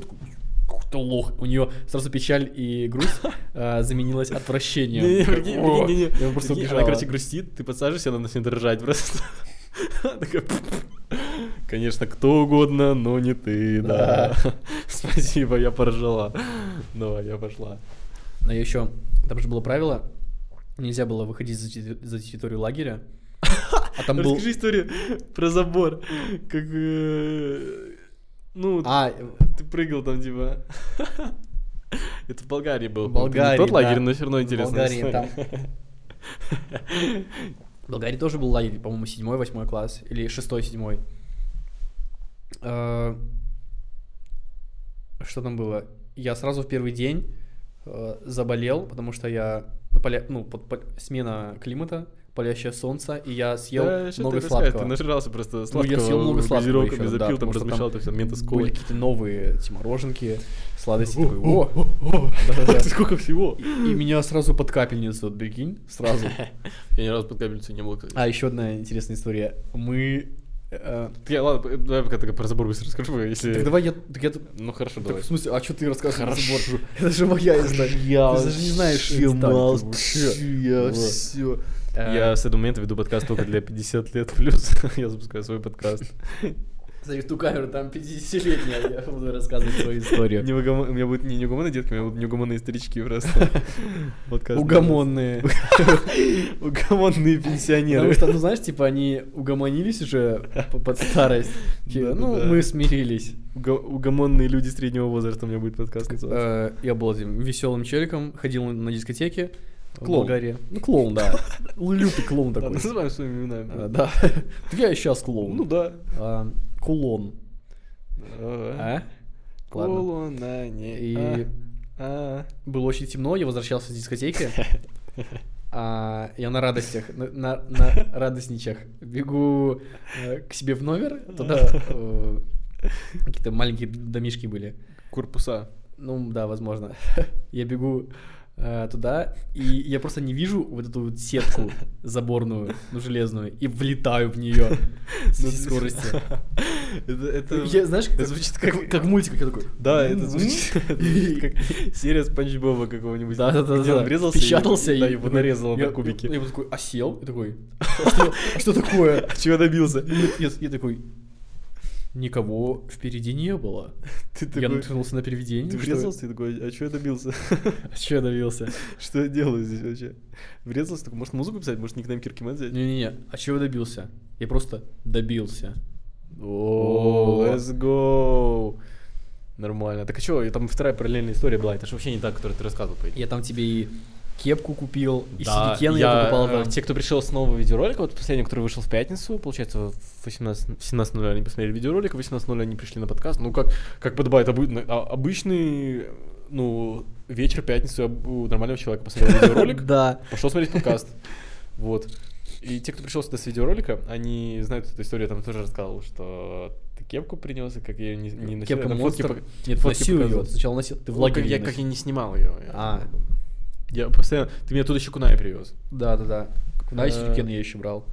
[SPEAKER 2] то лох, у нее сразу печаль
[SPEAKER 1] <laughs>
[SPEAKER 2] и грусть э, заменилась отвращением.
[SPEAKER 1] Не-не,
[SPEAKER 2] Такая,
[SPEAKER 1] прикинь,
[SPEAKER 2] «О».
[SPEAKER 1] прикинь, не-не.
[SPEAKER 2] И она просто
[SPEAKER 1] Прикинь,
[SPEAKER 2] убежала.
[SPEAKER 1] Она, короче, грустит, ты подсаживаешься, она начинает ржать просто. <laughs> Она такая, <laughs> «Пф». Конечно, кто угодно, но не ты, да. <laughs> Спасибо, я поржала. Давай, я пошла.
[SPEAKER 2] Но еще, там же было правило, нельзя было выходить за, терри- за
[SPEAKER 1] <laughs>
[SPEAKER 2] территорию лагеря. А там был...
[SPEAKER 1] Расскажи историю про забор. Как... э, Ну,
[SPEAKER 2] А,
[SPEAKER 1] ты прыгал там, типа... <laughs> Это в Болгарии был.
[SPEAKER 2] В Болгарии,
[SPEAKER 1] Это не тот
[SPEAKER 2] да.
[SPEAKER 1] лагерь, но все равно
[SPEAKER 2] В
[SPEAKER 1] интересно.
[SPEAKER 2] Болгарии
[SPEAKER 1] <laughs>
[SPEAKER 2] в Болгарии тоже был лагерь, по-моему, седьмой, восьмой класс, или шестой, седьмой. Э, Что там было? Я сразу в первый день э, заболел, потому что я... ну, поля- Ну, под- под- смена климата, палящее солнце, и я съел
[SPEAKER 1] <laughs> Да, что
[SPEAKER 2] много
[SPEAKER 1] ты рассказываешь?
[SPEAKER 2] сладкого.
[SPEAKER 1] Ты нажрался просто
[SPEAKER 2] Ну,
[SPEAKER 1] сладкого.
[SPEAKER 2] я съел много сладкого
[SPEAKER 1] газировками
[SPEAKER 2] ещё, да,
[SPEAKER 1] запил, там
[SPEAKER 2] потому что там
[SPEAKER 1] размешал, там все, мента с
[SPEAKER 2] Были
[SPEAKER 1] колой.
[SPEAKER 2] какие-то новые эти мороженки, сладости. такой,
[SPEAKER 1] О,
[SPEAKER 2] «О!»
[SPEAKER 1] о, о,
[SPEAKER 2] Да-да-да.
[SPEAKER 1] Сколько всего?
[SPEAKER 2] И и меня сразу под капельницу, вот прикинь,
[SPEAKER 1] <laughs>
[SPEAKER 2] сразу.
[SPEAKER 1] Я ни разу под капельницу не был, кстати.
[SPEAKER 2] А еще одна интересная история. Мы... э,
[SPEAKER 1] Так я, ладно, п- давай пока только про забор быстро расскажу, <laughs> если...
[SPEAKER 2] Так давай я... так я тут-
[SPEAKER 1] Ну хорошо,
[SPEAKER 2] так
[SPEAKER 1] давай.
[SPEAKER 2] в смысле, а что ты рассказываешь?
[SPEAKER 1] Хорошо.
[SPEAKER 2] Забор? <laughs> Это же моя история.
[SPEAKER 1] Я
[SPEAKER 2] Ты даже не знаешь эту деталь, ты вообще.
[SPEAKER 1] Я
[SPEAKER 2] Вот.
[SPEAKER 1] все.
[SPEAKER 2] Э,
[SPEAKER 1] Я с этого момента веду подкаст только для 50 лет плюс. <laughs> Я запускаю свой подкаст.
[SPEAKER 2] Смотри, в ту камеру, там 50-летняя, я буду
[SPEAKER 1] <laughs>
[SPEAKER 2] рассказывать свою историю.
[SPEAKER 1] Неугомон- У меня будут не неугомонные детки, у меня будут неугомонные старички просто.
[SPEAKER 2] <laughs>
[SPEAKER 1] Подкаст.
[SPEAKER 2] Угомонные.
[SPEAKER 1] Угомонные
[SPEAKER 2] Потому
[SPEAKER 1] пенсионеры.
[SPEAKER 2] что, ну знаешь, типа они угомонились уже п- под
[SPEAKER 1] <laughs>
[SPEAKER 2] старость. Такие, Ну,
[SPEAKER 1] Да-да-да.
[SPEAKER 2] мы смирились.
[SPEAKER 1] Уго- Угомонные люди среднего возраста у меня будет подкаст называться.
[SPEAKER 2] Э, Я был этим веселым челиком, ходил на дискотеке в
[SPEAKER 1] Клоун.
[SPEAKER 2] Болгарии. Ну, клоун, да. <laughs> Лютый клоун
[SPEAKER 1] Да,
[SPEAKER 2] такой.
[SPEAKER 1] Называем своими
[SPEAKER 2] Э,
[SPEAKER 1] именами.
[SPEAKER 2] <laughs> Да. Так я и сейчас клоун.
[SPEAKER 1] Ну да.
[SPEAKER 2] А, Кулон.
[SPEAKER 1] А?
[SPEAKER 2] А? Ладно.
[SPEAKER 1] Колонна не
[SPEAKER 2] И
[SPEAKER 1] а,
[SPEAKER 2] было очень темно, я возвращался с <laughs> дискотеки. А, я на радостях, на, на- <laughs> на радостничах бегу э, к себе в номер, туда э, какие-то маленькие домишки были.
[SPEAKER 1] а. Корпуса.
[SPEAKER 2] Ну да, возможно. <laughs> Я бегу э, туда, и я просто не вижу вот эту вот сетку заборную, ну железную, и влетаю в нее
[SPEAKER 1] <laughs>
[SPEAKER 2] с
[SPEAKER 1] Ну,
[SPEAKER 2] всей скорости.
[SPEAKER 1] <laughs> Это, это-
[SPEAKER 2] <laughs> Я, знаешь,
[SPEAKER 1] это звучит как...
[SPEAKER 2] как мультик, я такой. «М-м-м».
[SPEAKER 1] Да, это звучит <laughs>
[SPEAKER 2] <laughs>
[SPEAKER 1] это звучит как серия Спанч Боба какого-нибудь.
[SPEAKER 2] Да, да, да,
[SPEAKER 1] где
[SPEAKER 2] да.
[SPEAKER 1] он врезался
[SPEAKER 2] Впечатался
[SPEAKER 1] и, да, его
[SPEAKER 2] такой,
[SPEAKER 1] нарезало
[SPEAKER 2] я-
[SPEAKER 1] на кубики. <laughs>
[SPEAKER 2] Я, такой, а сел? И такой, «А что, а что такое?
[SPEAKER 1] Чего добился? <laughs>
[SPEAKER 2] Нет, я, я такой, никого впереди не было.
[SPEAKER 1] Ты
[SPEAKER 2] я
[SPEAKER 1] такой...
[SPEAKER 2] наткнулся на привидение.
[SPEAKER 1] Ты
[SPEAKER 2] что- <laughs>
[SPEAKER 1] врезался и такой, а чего я добился? <laughs>
[SPEAKER 2] А чё я давился?
[SPEAKER 1] Что я делаю здесь вообще? Врезался такой, может музыку писать, может никнейм Киркимен взять?
[SPEAKER 2] Не-не-не, а чего я добился? Я просто добился.
[SPEAKER 1] О,
[SPEAKER 2] О.
[SPEAKER 1] let's go! Нормально. Так а чё, и там вторая параллельная история была, это же вообще не та, которую ты рассказывал, по идее.
[SPEAKER 2] Я там тебе и кепку купил, и
[SPEAKER 1] Да,
[SPEAKER 2] силикены я, покупал
[SPEAKER 1] э,
[SPEAKER 2] там. <laughs>
[SPEAKER 1] Те, кто пришел с нового видеоролика, вот последний, который вышел в пятницу, получается, в 18 в 17.00 они посмотрели видеоролик, в 18.00 они пришли на подкаст. Ну, как, как подобает обы- на- а- обычный, ну, вечер, пятницу я б- у нормального человека
[SPEAKER 2] <laughs>
[SPEAKER 1] посмотрел видеоролик,
[SPEAKER 2] Да.
[SPEAKER 1] пошел смотреть подкаст. Вот. И те, кто пришел сюда с видеоролика, они знают эту историю, я там тоже рассказывал, что ты кепку принес, и как я ее не, не носил.
[SPEAKER 2] Кепка
[SPEAKER 1] я там фотки
[SPEAKER 2] монстр.
[SPEAKER 1] пок-
[SPEAKER 2] Нет,
[SPEAKER 1] фотки
[SPEAKER 2] носил её,
[SPEAKER 1] показывал.
[SPEAKER 2] вот Сначала носил. Ты в
[SPEAKER 1] Ну,
[SPEAKER 2] лагере
[SPEAKER 1] как я,
[SPEAKER 2] не
[SPEAKER 1] как я
[SPEAKER 2] носил.
[SPEAKER 1] не снимал ее.
[SPEAKER 2] А.
[SPEAKER 1] Я постоянно... Ты меня туда еще куная привез.
[SPEAKER 2] Да, да, да. Куда
[SPEAKER 1] Э,
[SPEAKER 2] силикены я еще брал?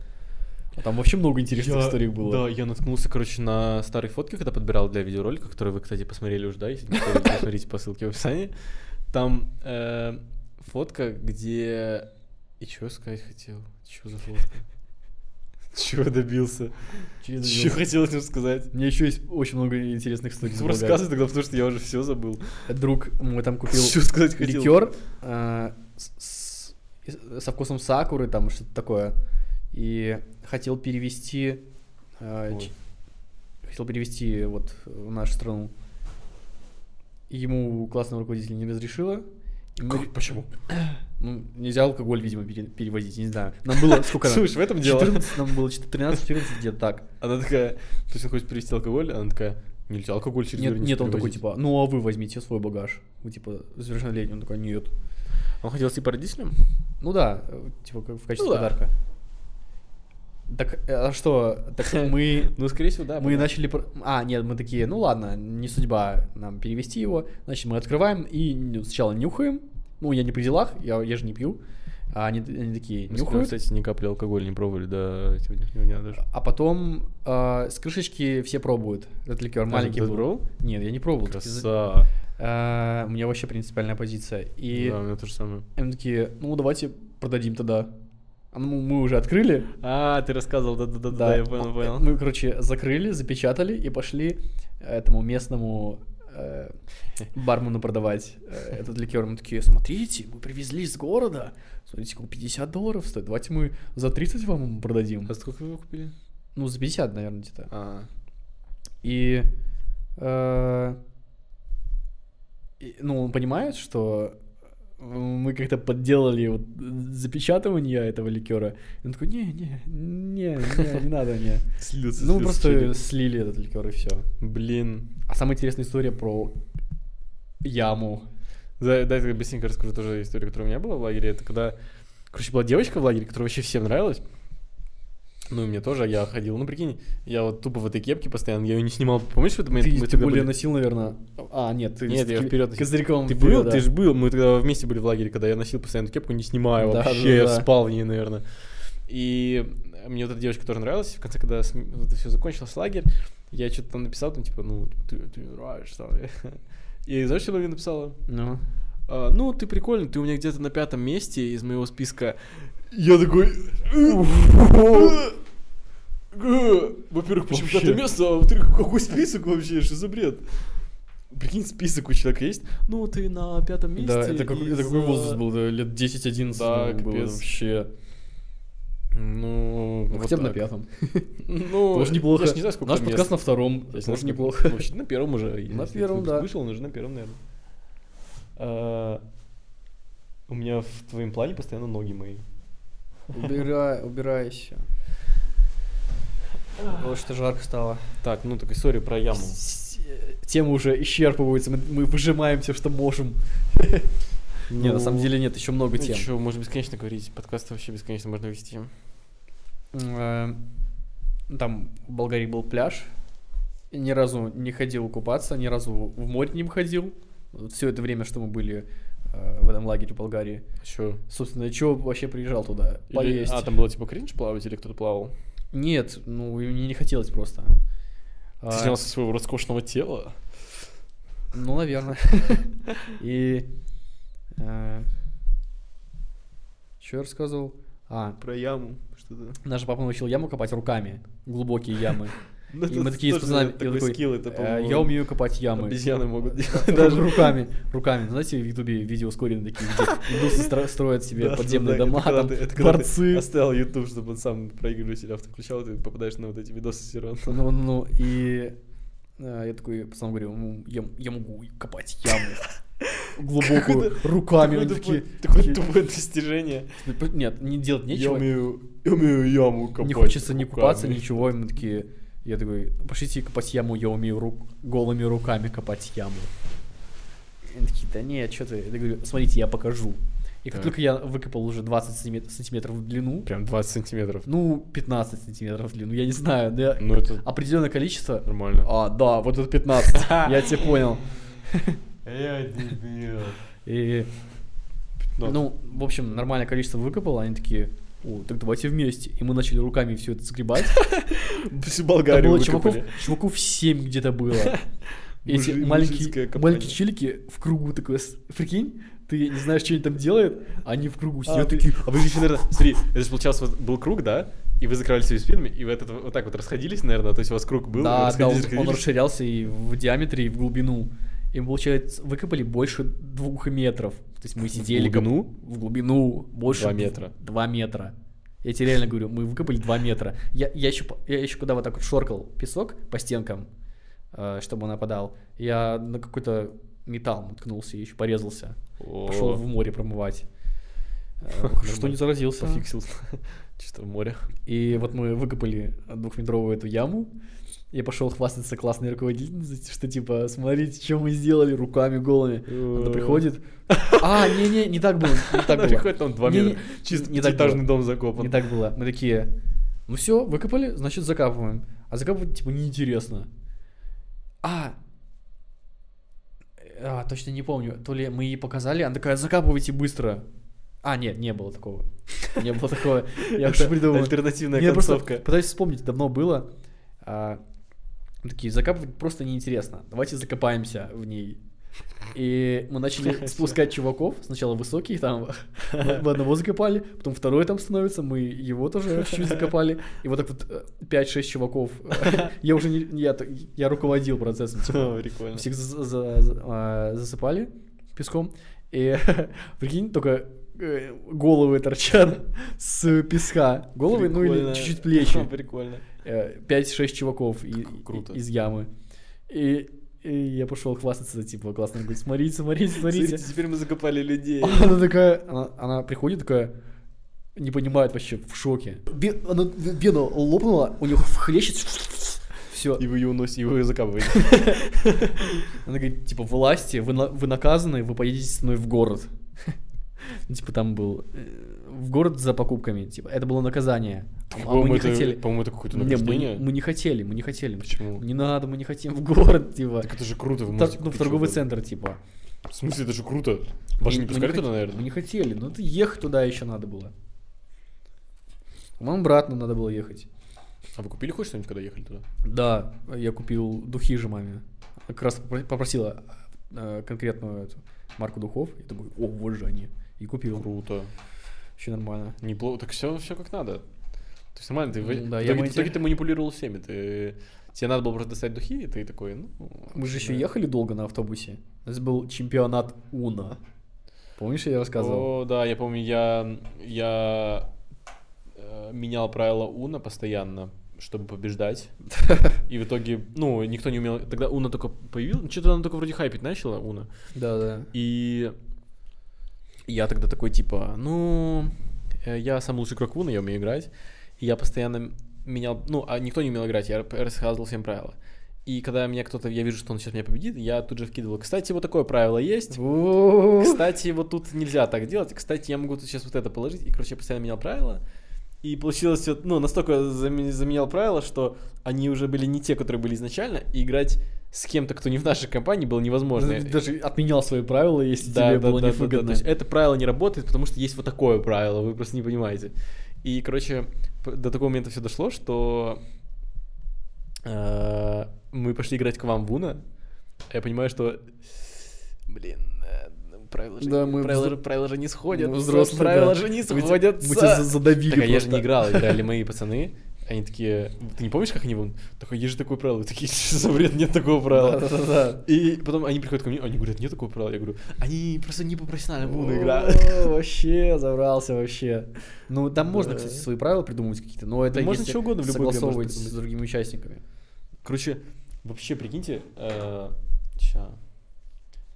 [SPEAKER 2] А там вообще много интересных
[SPEAKER 1] Я-
[SPEAKER 2] историй было.
[SPEAKER 1] Да, я наткнулся, короче, на старые фотки, когда подбирал для видеоролика, который вы, кстати, посмотрели уже, да, если не <laughs> посмотрели, посмотрите по ссылке в описании. Там э, фотка, где... И чё я сказать хотел? Чё за фотка? <laughs> Чего добился?
[SPEAKER 2] Через
[SPEAKER 1] Чё
[SPEAKER 2] Белгород.
[SPEAKER 1] хотел этим сказать?
[SPEAKER 2] У меня еще есть очень много интересных историй. из
[SPEAKER 1] Ну,
[SPEAKER 2] Болгарии.
[SPEAKER 1] Рассказывай тогда, потому что я уже все забыл.
[SPEAKER 2] Друг мой там купил
[SPEAKER 1] Что сказать хотел?
[SPEAKER 2] ликер э, с- с- со вкусом сакуры, там что-то такое. И хотел перевести... э,
[SPEAKER 1] Ой.
[SPEAKER 2] ч- хотел перевести вот в нашу страну. Ему классного руководителя не разрешила. И мы-
[SPEAKER 1] Почему?
[SPEAKER 2] Ну, нельзя алкоголь, видимо, пере- перевозить, не знаю.
[SPEAKER 1] <laughs>
[SPEAKER 2] Нам было сколько? нам?
[SPEAKER 1] Слушай, в этом дело.
[SPEAKER 2] 14, нам было 13-14 где-то так.
[SPEAKER 1] Она такая, то есть он хочет перевести алкоголь, она такая, нельзя алкоголь через
[SPEAKER 2] Нет,
[SPEAKER 1] границу
[SPEAKER 2] нет, он такой,
[SPEAKER 1] перевозить».
[SPEAKER 2] типа, ну а вы возьмите свой багаж. Вы, типа, совершеннолетний. Он такой, нет.
[SPEAKER 1] Он хотел идти по родителям?
[SPEAKER 2] Ну да, э, типа, как в качестве
[SPEAKER 1] Ну да.
[SPEAKER 2] подарка. Так, э, а что,
[SPEAKER 1] <laughs>
[SPEAKER 2] так мы...
[SPEAKER 1] Ну, скорее всего, да.
[SPEAKER 2] Мы
[SPEAKER 1] потому-
[SPEAKER 2] начали... пр- А, нет, мы такие, ну ладно, не судьба нам перевести его. Значит, мы открываем и ну, сначала нюхаем. Ну, я не при делах, я, я же не пью. А они, они такие
[SPEAKER 1] Мы с Кирой,
[SPEAKER 2] нюхают.
[SPEAKER 1] кстати, ни капли алкоголя не пробовали до сегодняшнего дня даже.
[SPEAKER 2] А потом э, с крышечки все пробуют. Этот ликер маленький
[SPEAKER 1] ты
[SPEAKER 2] был.
[SPEAKER 1] пробовал?
[SPEAKER 2] Нет, я не пробовал. Так из-
[SPEAKER 1] Краса.
[SPEAKER 2] Э, у меня вообще принципиальная позиция. И
[SPEAKER 1] Да, у меня то же самое.
[SPEAKER 2] они такие, ну давайте продадим тогда. А ну, мы уже открыли.
[SPEAKER 1] А, ты рассказывал, да-да-да, я понял, понял.
[SPEAKER 2] Мы, короче, закрыли, запечатали и пошли э, этому местному э, бармену продавать э, этот ликер. Мы такие, смотрите, мы привезли из города. Смотрите, сколько 50 долларов стоит. Давайте мы за 30 вам ему продадим.
[SPEAKER 1] А сколько вы его купили?
[SPEAKER 2] Ну, за 50, наверное, где-то.
[SPEAKER 1] А,
[SPEAKER 2] И, э, и, ну, он понимает, что э, мы как-то подделали вот запечатывание этого ликера. И он такой, не, не, не, не, не надо мне.
[SPEAKER 1] слился,
[SPEAKER 2] Ну,
[SPEAKER 1] слился,
[SPEAKER 2] мы просто
[SPEAKER 1] чудик.
[SPEAKER 2] слили этот ликер и все.
[SPEAKER 1] Блин.
[SPEAKER 2] А самая интересная история про яму.
[SPEAKER 1] Да, да, я быстренько расскажу тоже историю, которая у меня была в лагере. Это когда, короче, была девочка в лагере, которая вообще всем нравилась. Ну, и мне тоже, я ходил, ну, прикинь, я вот тупо в этой кепке постоянно, я ее не снимал, помнишь, в этот момент?
[SPEAKER 2] Ты,
[SPEAKER 1] мы
[SPEAKER 2] тем
[SPEAKER 1] тогда
[SPEAKER 2] более
[SPEAKER 1] были-
[SPEAKER 2] носил, наверное. А, нет, ты
[SPEAKER 1] Нет,
[SPEAKER 2] с
[SPEAKER 1] я
[SPEAKER 2] таким
[SPEAKER 1] вперед носил.
[SPEAKER 2] Козырьком.
[SPEAKER 1] Ты
[SPEAKER 2] вперед,
[SPEAKER 1] был,
[SPEAKER 2] да.
[SPEAKER 1] ты же был. Мы тогда вместе были в лагере, когда я носил постоянно эту кепку, не снимаю
[SPEAKER 2] Да,
[SPEAKER 1] вообще.
[SPEAKER 2] да,
[SPEAKER 1] я
[SPEAKER 2] да.
[SPEAKER 1] спал в ней, наверное. И мне вот эта девочка тоже нравилась. В конце, когда см- вот это все закончилось, лагерь, я что-то там написал, там, типа, ну, ты, ты мне нравишься. Там. <laughs> И знаешь, что она мне написала?
[SPEAKER 2] Ну.
[SPEAKER 1] А, ну, ты прикольный, ты у меня где-то на пятом месте из моего списка. Я такой... Во-первых, почему
[SPEAKER 2] Вообще.
[SPEAKER 1] пятое место, а во-вторых, какой список вообще, что за бред? Прикинь, список у человека есть. Ну, ты на пятом месте.
[SPEAKER 2] Да, это, как- это
[SPEAKER 1] из,
[SPEAKER 2] какой
[SPEAKER 1] э,
[SPEAKER 2] возраст был? Да, Лет 10-11
[SPEAKER 1] Да,
[SPEAKER 2] наверное, было
[SPEAKER 1] капец.
[SPEAKER 2] вообще.
[SPEAKER 1] Ну,
[SPEAKER 2] Ну,
[SPEAKER 1] вот
[SPEAKER 2] хотя бы на
[SPEAKER 1] так.
[SPEAKER 2] пятом.
[SPEAKER 1] Ну,
[SPEAKER 2] Тоже неплохо.
[SPEAKER 1] Я ж не знаю, сколько
[SPEAKER 2] Наш
[SPEAKER 1] там мест.
[SPEAKER 2] подкаст на втором.
[SPEAKER 1] Я ж не знаю,
[SPEAKER 2] Тоже
[SPEAKER 1] сколько-
[SPEAKER 2] неплохо.
[SPEAKER 1] Ну, вообще, на первом уже. если этот
[SPEAKER 2] первом,
[SPEAKER 1] выпуск
[SPEAKER 2] да.
[SPEAKER 1] Вышел, он уже на первом, наверное. А, У меня в твоем плане постоянно ноги мои.
[SPEAKER 2] Убирай, убирайся. что жарко стало.
[SPEAKER 1] Так, ну так история про яму.
[SPEAKER 2] Тема уже исчерпывается, мы, мы выжимаем все, что можем.
[SPEAKER 1] Ну,
[SPEAKER 2] Нет, на самом деле нет, еще много тем.
[SPEAKER 1] Что, можно бесконечно говорить, подкаст вообще бесконечно можно вести.
[SPEAKER 2] Э, Там в Болгарии был пляж. И Ни разу не ходил купаться, ни разу в море не ходил. Все это время, что мы были э, в этом лагере в Болгарии.
[SPEAKER 1] Что?
[SPEAKER 2] Собственно, чего вообще приезжал туда? Поесть.
[SPEAKER 1] А, там было типа кринж плавать или кто-то плавал?
[SPEAKER 2] Нет, ну и мне не хотелось просто.
[SPEAKER 1] Ты
[SPEAKER 2] А,
[SPEAKER 1] снялся своего роскошного тела? <laughs>
[SPEAKER 2] Ну, наверное. И... Что я рассказывал? А,
[SPEAKER 1] Про яму что-то.
[SPEAKER 2] наш папа научил яму копать руками. Глубокие ямы.
[SPEAKER 1] Ну,
[SPEAKER 2] И мы такие с пацанами... и он такой,
[SPEAKER 1] скилл, это,
[SPEAKER 2] «Э,
[SPEAKER 1] по-моему,
[SPEAKER 2] Я умею копать ямы.
[SPEAKER 1] Обезьяны могут делать.
[SPEAKER 2] <laughs> Даже руками. Руками. Знаете, в Ютубе видео ускоренные такие, где индусы стро- строят себе
[SPEAKER 1] <laughs> Да,
[SPEAKER 2] подземные
[SPEAKER 1] да, да,
[SPEAKER 2] дома,
[SPEAKER 1] это когда
[SPEAKER 2] там,
[SPEAKER 1] ты- это когда ты
[SPEAKER 2] дворцы.
[SPEAKER 1] Оставил YouTube, чтобы он сам проигрыватель автоключал, ты попадаешь на вот эти видосы все равно.
[SPEAKER 2] Ну, ну, и э, я такой пацан говорю, «Ну, я, я могу копать
[SPEAKER 1] <laughs>
[SPEAKER 2] яму глубокую
[SPEAKER 1] Какой-то-
[SPEAKER 2] руками. Они
[SPEAKER 1] Такое тупое-
[SPEAKER 2] такие,
[SPEAKER 1] Такое
[SPEAKER 2] такие,
[SPEAKER 1] тупое достижение.
[SPEAKER 2] «Ну, Нет, не делать
[SPEAKER 1] Я
[SPEAKER 2] нечего.
[SPEAKER 1] умею, я умею яму копать.
[SPEAKER 2] Не хочется не
[SPEAKER 1] руками.
[SPEAKER 2] купаться, ничего. И мы такие, я такой, пошлите копать яму, я умею рук- голыми руками копать яму. И они такие, да нет, что ты? Я говорю, смотрите, я покажу. И как
[SPEAKER 1] Так.
[SPEAKER 2] только я выкопал уже 20 сантиме- сантиметров в длину,
[SPEAKER 1] Прям 20 сантиметров.
[SPEAKER 2] ну, 15 сантиметров в длину, я не знаю, да,
[SPEAKER 1] Ну это
[SPEAKER 2] определенное количество.
[SPEAKER 1] нормально.
[SPEAKER 2] А, да, вот это 15, я тебя понял. А
[SPEAKER 1] Я дебил.
[SPEAKER 2] И, ну, в общем, нормальное количество выкопал, они такие, о, так давайте вместе. И мы начали руками все это сгребать.
[SPEAKER 1] Всю
[SPEAKER 2] Там
[SPEAKER 1] Болгарию
[SPEAKER 2] было чуваков,
[SPEAKER 1] выкопали.
[SPEAKER 2] чуваков 7
[SPEAKER 1] <laughs>
[SPEAKER 2] где-то было. Эти
[SPEAKER 1] Мужи- мужицкая
[SPEAKER 2] маленькие,
[SPEAKER 1] компания.
[SPEAKER 2] маленькие челики в кругу такое, с- прикинь, ты не знаешь, что они там делают, они в кругу
[SPEAKER 1] А,
[SPEAKER 2] сидят
[SPEAKER 1] ты-
[SPEAKER 2] такие,
[SPEAKER 1] а вы еще, наверное, смотри, это же получался вот был круг, да? И вы закрывались своими спинами, и вы от этого вот так вот расходились, наверное, то есть у вас круг был, вы
[SPEAKER 2] да, да, он,
[SPEAKER 1] расходились,
[SPEAKER 2] он
[SPEAKER 1] расходились.
[SPEAKER 2] расширялся и в диаметре, и в глубину. И мы, получается, выкопали больше двух метров. То есть мы сидели... коп-
[SPEAKER 1] глубину?
[SPEAKER 2] В глубину. Больше...
[SPEAKER 1] Два
[SPEAKER 2] дв-
[SPEAKER 1] метра.
[SPEAKER 2] Два метра. Я тебе реально говорю, мы выкопали два метра. Я, я, еще, по- я еще куда вот так вот шоркал песок по стенкам, э, чтобы он опадал. Я на какой-то металл наткнулся и еще порезался.
[SPEAKER 1] О,
[SPEAKER 2] Пошел в море промывать.
[SPEAKER 1] <laughs>
[SPEAKER 2] Э, Что не заразился.
[SPEAKER 1] Пофиксил. <laughs> Чисто в море.
[SPEAKER 2] И вот мы выкопали двухметровую эту яму. Я пошел хвастаться классной руководительницей, что типа, смотрите, что мы сделали руками голыми. Она приходит. А, не-не, не так было. <laughs>
[SPEAKER 1] <laughs>
[SPEAKER 2] Не так
[SPEAKER 1] Э. Она
[SPEAKER 2] было.
[SPEAKER 1] приходит, там 2
[SPEAKER 2] Не, не,
[SPEAKER 1] метра. Чисто
[SPEAKER 2] не так
[SPEAKER 1] пятиэтажный
[SPEAKER 2] было.
[SPEAKER 1] дом закопан.
[SPEAKER 2] Не так было. Мы такие, ну все, выкопали, значит закапываем. А закапывать типа неинтересно. А, а, точно не помню, то ли мы ей показали, она такая, закапывайте быстро. А, нет, не было такого. Не было такого.
[SPEAKER 1] <laughs>
[SPEAKER 2] Я
[SPEAKER 1] Это
[SPEAKER 2] уже придумал.
[SPEAKER 1] Альтернативная
[SPEAKER 2] Я просто <laughs>
[SPEAKER 1] концовка.
[SPEAKER 2] пытаюсь вспомнить, давно было. А, мы такие, закапывать просто неинтересно. Давайте закопаемся в ней. И мы начали спускать чуваков. Сначала высокий там. Мы одного закопали, потом второй там становится, мы его тоже чуть-чуть закопали. И вот так вот э, 5-6 чуваков. Я уже не... Я, т- я руководил процессом. типа.
[SPEAKER 1] О, Прикольно.
[SPEAKER 2] Всех за- за- за- а, засыпали песком. И <laughs> прикинь, только э, головы торчат с песка. Головы, ну или
[SPEAKER 1] Прикольно.
[SPEAKER 2] чуть-чуть плечи.
[SPEAKER 1] <laughs> Прикольно.
[SPEAKER 2] Э, 5-6 чуваков и-
[SPEAKER 1] К- круто.
[SPEAKER 2] и- из ямы. И, и я пошел хвастаться, типа, классно. Говорит,
[SPEAKER 1] <laughs>
[SPEAKER 2] смотрите,
[SPEAKER 1] Смотрите,
[SPEAKER 2] смотрите,
[SPEAKER 1] типа, э.
[SPEAKER 2] смотрите. А
[SPEAKER 1] теперь мы закопали
[SPEAKER 2] <laughs>
[SPEAKER 1] людей.
[SPEAKER 2] Она такая, она, она приходит такая, не понимает вообще, в шоке. Бе- она вена лопнула, у нее хлещет, <laughs> все.
[SPEAKER 1] И вы ее уносите, и вы ее закапываете.
[SPEAKER 2] Она говорит, типа, власти, вы, на- вы наказаны, вы поедете со мной в город. <laughs> Ну, Типа там был э, в город за покупками, типа это было наказание. А мы
[SPEAKER 1] По-моему,
[SPEAKER 2] не
[SPEAKER 1] это-
[SPEAKER 2] хотели.
[SPEAKER 1] По-моему, это какое-то
[SPEAKER 2] Не, мы,
[SPEAKER 1] награждение.
[SPEAKER 2] не- мы не хотели, мы не хотели.
[SPEAKER 1] Почему?
[SPEAKER 2] Не надо, мы не хотим в город, типа.
[SPEAKER 1] Так это же круто, вы
[SPEAKER 2] Та-
[SPEAKER 1] можете
[SPEAKER 2] ну, в
[SPEAKER 1] купить
[SPEAKER 2] торговый
[SPEAKER 1] что-то.
[SPEAKER 2] центр, типа.
[SPEAKER 1] В смысле, это же круто. Вас
[SPEAKER 2] И-
[SPEAKER 1] же не
[SPEAKER 2] мы
[SPEAKER 1] пускали
[SPEAKER 2] хот-
[SPEAKER 1] туда,
[SPEAKER 2] Мы не
[SPEAKER 1] наверное?
[SPEAKER 2] хотели, но это ехать туда еще надо было. По-моему, обратно надо было ехать.
[SPEAKER 1] А вы купили хоть что-нибудь, когда ехали туда?
[SPEAKER 2] Да, я купил духи же маме. Как раз попро- попросила э, конкретную эту марку духов. Я такой, о, вот же они. И купил.
[SPEAKER 1] Круто.
[SPEAKER 2] Вообще нормально.
[SPEAKER 1] Неплохо. Так все, все как надо. То есть нормально, ты, в-
[SPEAKER 2] М, да,
[SPEAKER 1] в,
[SPEAKER 2] я
[SPEAKER 1] итоге,
[SPEAKER 2] бы
[SPEAKER 1] в итоге
[SPEAKER 2] те-
[SPEAKER 1] ты манипулировал всеми. Ты... Тебе надо было просто достать духи, и ты такой, ну...
[SPEAKER 2] Мы же еще
[SPEAKER 1] да.
[SPEAKER 2] ехали долго на автобусе. У нас был чемпионат Уна. Помнишь, я рассказывал?
[SPEAKER 1] О, да, я помню, я, я э, менял правила Уна постоянно, чтобы
[SPEAKER 2] <laughs>
[SPEAKER 1] побеждать. И в итоге, ну, никто не умел. Тогда Уна только появилась. Что-то она только вроде хайпить начала, Уна.
[SPEAKER 2] Да, да.
[SPEAKER 1] И я тогда такой, типа, ну, э, я самый лучший игрок Уна, я умею играть. И я постоянно м- менял, ну, а никто не умел играть, я р- рассказывал всем правила. И когда меня кто-то, я вижу, что он сейчас меня победит, я тут же вкидывал. Кстати, вот такое правило есть.
[SPEAKER 2] О,
[SPEAKER 1] Кстати, вот тут нельзя так делать. Кстати, я могу тут сейчас вот это положить. И, короче, я постоянно менял правила. И получилось все, ну, настолько заме- заменял правила, что они уже были не те, которые были изначально, и играть с кем-то, кто не в нашей компании, было невозможно.
[SPEAKER 2] Ты Ну, Даже отменял свои правила, если
[SPEAKER 1] Да,
[SPEAKER 2] тебе
[SPEAKER 1] да,
[SPEAKER 2] было
[SPEAKER 1] да, да, да.
[SPEAKER 2] невыгодно.
[SPEAKER 1] То есть это правило не работает, потому что есть вот такое правило, вы просто не понимаете. И, короче, п- до такого момента все дошло, что э, мы пошли играть к вам в Уна. Я понимаю, что, блин, э, правила же,
[SPEAKER 2] Да, мы Ну,
[SPEAKER 1] правила,
[SPEAKER 2] взро-
[SPEAKER 1] же- правила же не сходят.
[SPEAKER 2] Мы взрослые,
[SPEAKER 1] правила
[SPEAKER 2] да.
[SPEAKER 1] же не
[SPEAKER 2] Мы те-
[SPEAKER 1] сходятся.
[SPEAKER 2] Мы тебя за- задавили
[SPEAKER 1] Так, а я же не
[SPEAKER 2] просто.
[SPEAKER 1] играл,
[SPEAKER 2] <laughs>
[SPEAKER 1] играли мои пацаны. Они такие, ты не помнишь, как они вон? Такой, есть же такое правило. Вы Такие, <laughs> что за бред, нет такого правила.
[SPEAKER 2] Да-да-да.
[SPEAKER 1] И потом они приходят ко мне, они говорят, нет такого правила. Я говорю, они просто не по профессиональному буду играть.
[SPEAKER 2] О, <laughs> Вообще, забрался вообще. Ну, там можно,
[SPEAKER 1] Да.
[SPEAKER 2] кстати, свои правила придумывать какие-то, но это
[SPEAKER 1] можно
[SPEAKER 2] если
[SPEAKER 1] чего угодно в любой игре можно
[SPEAKER 2] согласовывать с
[SPEAKER 1] придумать.
[SPEAKER 2] другими участниками.
[SPEAKER 1] Короче, вообще, прикиньте, э, ща.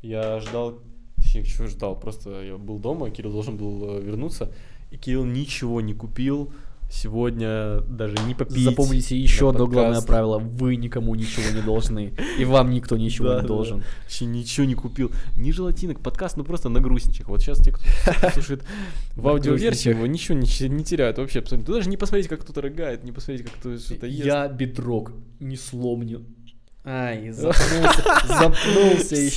[SPEAKER 1] я ждал, точнее, чего ждал, просто я был дома, Кирилл должен был э, вернуться, и Кирилл ничего не купил сегодня, даже не попить.
[SPEAKER 2] Запомните
[SPEAKER 1] на
[SPEAKER 2] еще одно
[SPEAKER 1] подкаст.
[SPEAKER 2] главное правило. Вы никому ничего не должны. И вам никто ничего
[SPEAKER 1] Да,
[SPEAKER 2] не
[SPEAKER 1] да.
[SPEAKER 2] должен.
[SPEAKER 1] Вообще ничего не купил. Ни желатинок, подкаст, ну просто на грустничек. Вот сейчас те, кто слушает в
[SPEAKER 2] <laughs> На
[SPEAKER 1] аудиоверсии,
[SPEAKER 2] грустничек.
[SPEAKER 1] его ничего не, щи- не теряют вообще абсолютно. Даже не посмотреть, как кто-то рыгает, не посмотреть, как кто что-то ест. <laughs>
[SPEAKER 2] Я бедрок не сломнил. <laughs> Ай, запнулся, запнулся еще.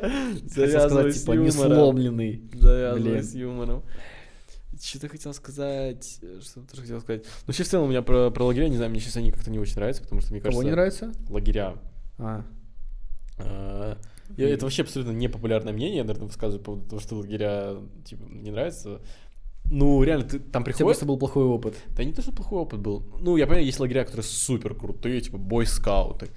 [SPEAKER 1] Всё,
[SPEAKER 2] Хотел сказать,
[SPEAKER 1] завязывай с
[SPEAKER 2] типа, не
[SPEAKER 1] юмором.
[SPEAKER 2] сломленный.
[SPEAKER 1] Завязывай
[SPEAKER 2] Блин.
[SPEAKER 1] с юмором. Что-то хотел сказать, э, что тоже хотел сказать. Ну, вообще, в целом, у меня про, про лагеря, не знаю, мне сейчас они как-то не очень нравятся, потому что, мне кажется...
[SPEAKER 2] Кого не нравится?
[SPEAKER 1] Лагеря.
[SPEAKER 2] А,
[SPEAKER 1] э, я- это вообще абсолютно непопулярное мнение, я, наверное, высказываю по поводу того, что лагеря, типа, не нравятся. Ну, реально, ты там
[SPEAKER 2] у тебя
[SPEAKER 1] приходишь...
[SPEAKER 2] просто был плохой опыт.
[SPEAKER 1] Да не то, что плохой опыт был. Ну, я понимаю, есть лагеря, которые супер крутые, типа бойскауты.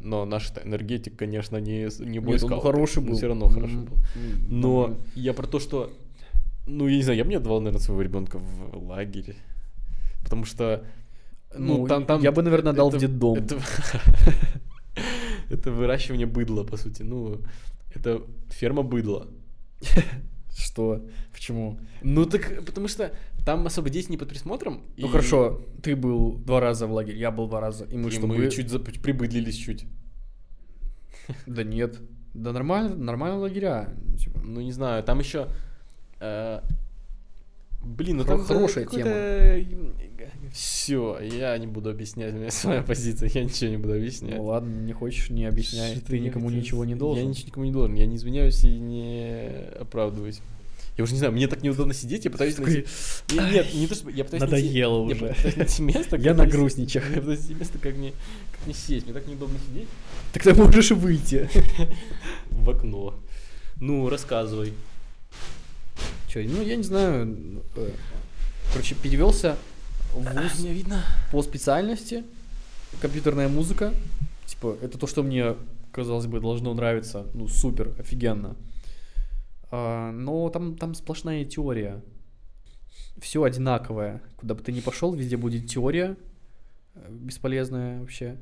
[SPEAKER 1] Но наш энергетик, конечно, не, с- не
[SPEAKER 2] Нет, он
[SPEAKER 1] бойскаут.
[SPEAKER 2] ну, хороший был.
[SPEAKER 1] Все равно хороший
[SPEAKER 2] М,
[SPEAKER 1] был.
[SPEAKER 2] м,
[SPEAKER 1] Но
[SPEAKER 2] нормально.
[SPEAKER 1] я про то, что... Ну, я не знаю, я бы не отдавал, наверное, своего ребенка в лагерь. Потому что... Ну,
[SPEAKER 2] Ну,
[SPEAKER 1] там, там...
[SPEAKER 2] я бы, наверное, отдал в детдом.
[SPEAKER 1] Это, <laughs> это выращивание быдла, по сути. Ну, это ферма быдла.
[SPEAKER 2] Что? Почему?
[SPEAKER 1] Ну, так, потому что там особо дети не под присмотром.
[SPEAKER 2] Ну
[SPEAKER 1] и-
[SPEAKER 2] хорошо, ты был два раза в лагере, я был два раза, и мы
[SPEAKER 1] Мы,
[SPEAKER 2] что,
[SPEAKER 1] мы
[SPEAKER 2] были-
[SPEAKER 1] чуть за- прибыдлились чуть.
[SPEAKER 2] Да нет. Да нормально, нормально лагеря. типа.
[SPEAKER 1] Ну, не знаю, там еще... блин, ну
[SPEAKER 2] Хоро-
[SPEAKER 1] там...
[SPEAKER 2] хорошая
[SPEAKER 1] Все, я не буду объяснять, у меня своя позиция, я ничего не буду объяснять.
[SPEAKER 2] Ну ладно, не хочешь, не объясняй.
[SPEAKER 1] Что
[SPEAKER 2] Ты
[SPEAKER 1] я
[SPEAKER 2] никому
[SPEAKER 1] хотел
[SPEAKER 2] ничего не
[SPEAKER 1] сказать?
[SPEAKER 2] должен.
[SPEAKER 1] Я ничего никому не должен, я не извиняюсь и не оправдываюсь. Я уже не знаю, мне так неудобно сидеть, я пытаюсь
[SPEAKER 2] Такой,
[SPEAKER 1] найти... Не- Нет, не то, что... Я пытаюсь найти-
[SPEAKER 2] Надоело
[SPEAKER 1] я
[SPEAKER 2] уже. <laughs>
[SPEAKER 1] пытаюсь найти место, как
[SPEAKER 2] Я
[SPEAKER 1] мне-
[SPEAKER 2] нагрустничал.
[SPEAKER 1] Я пытаюсь найти место, как мне, как мне сесть. Мне так неудобно сидеть
[SPEAKER 2] Так ты можешь выйти.
[SPEAKER 1] <laughs> в окно. Ну, рассказывай.
[SPEAKER 2] Че, ну я не знаю. э, Короче, перевелся в
[SPEAKER 1] А,
[SPEAKER 2] вуз
[SPEAKER 1] меня видно?
[SPEAKER 2] по специальности. Компьютерная музыка. Типа, это то, что мне, казалось бы, должно нравиться. Ну, супер, офигенно. А, но там, там сплошная теория. Все одинаковое. Куда бы ты ни пошел, везде будет теория. э, Бесполезная вообще.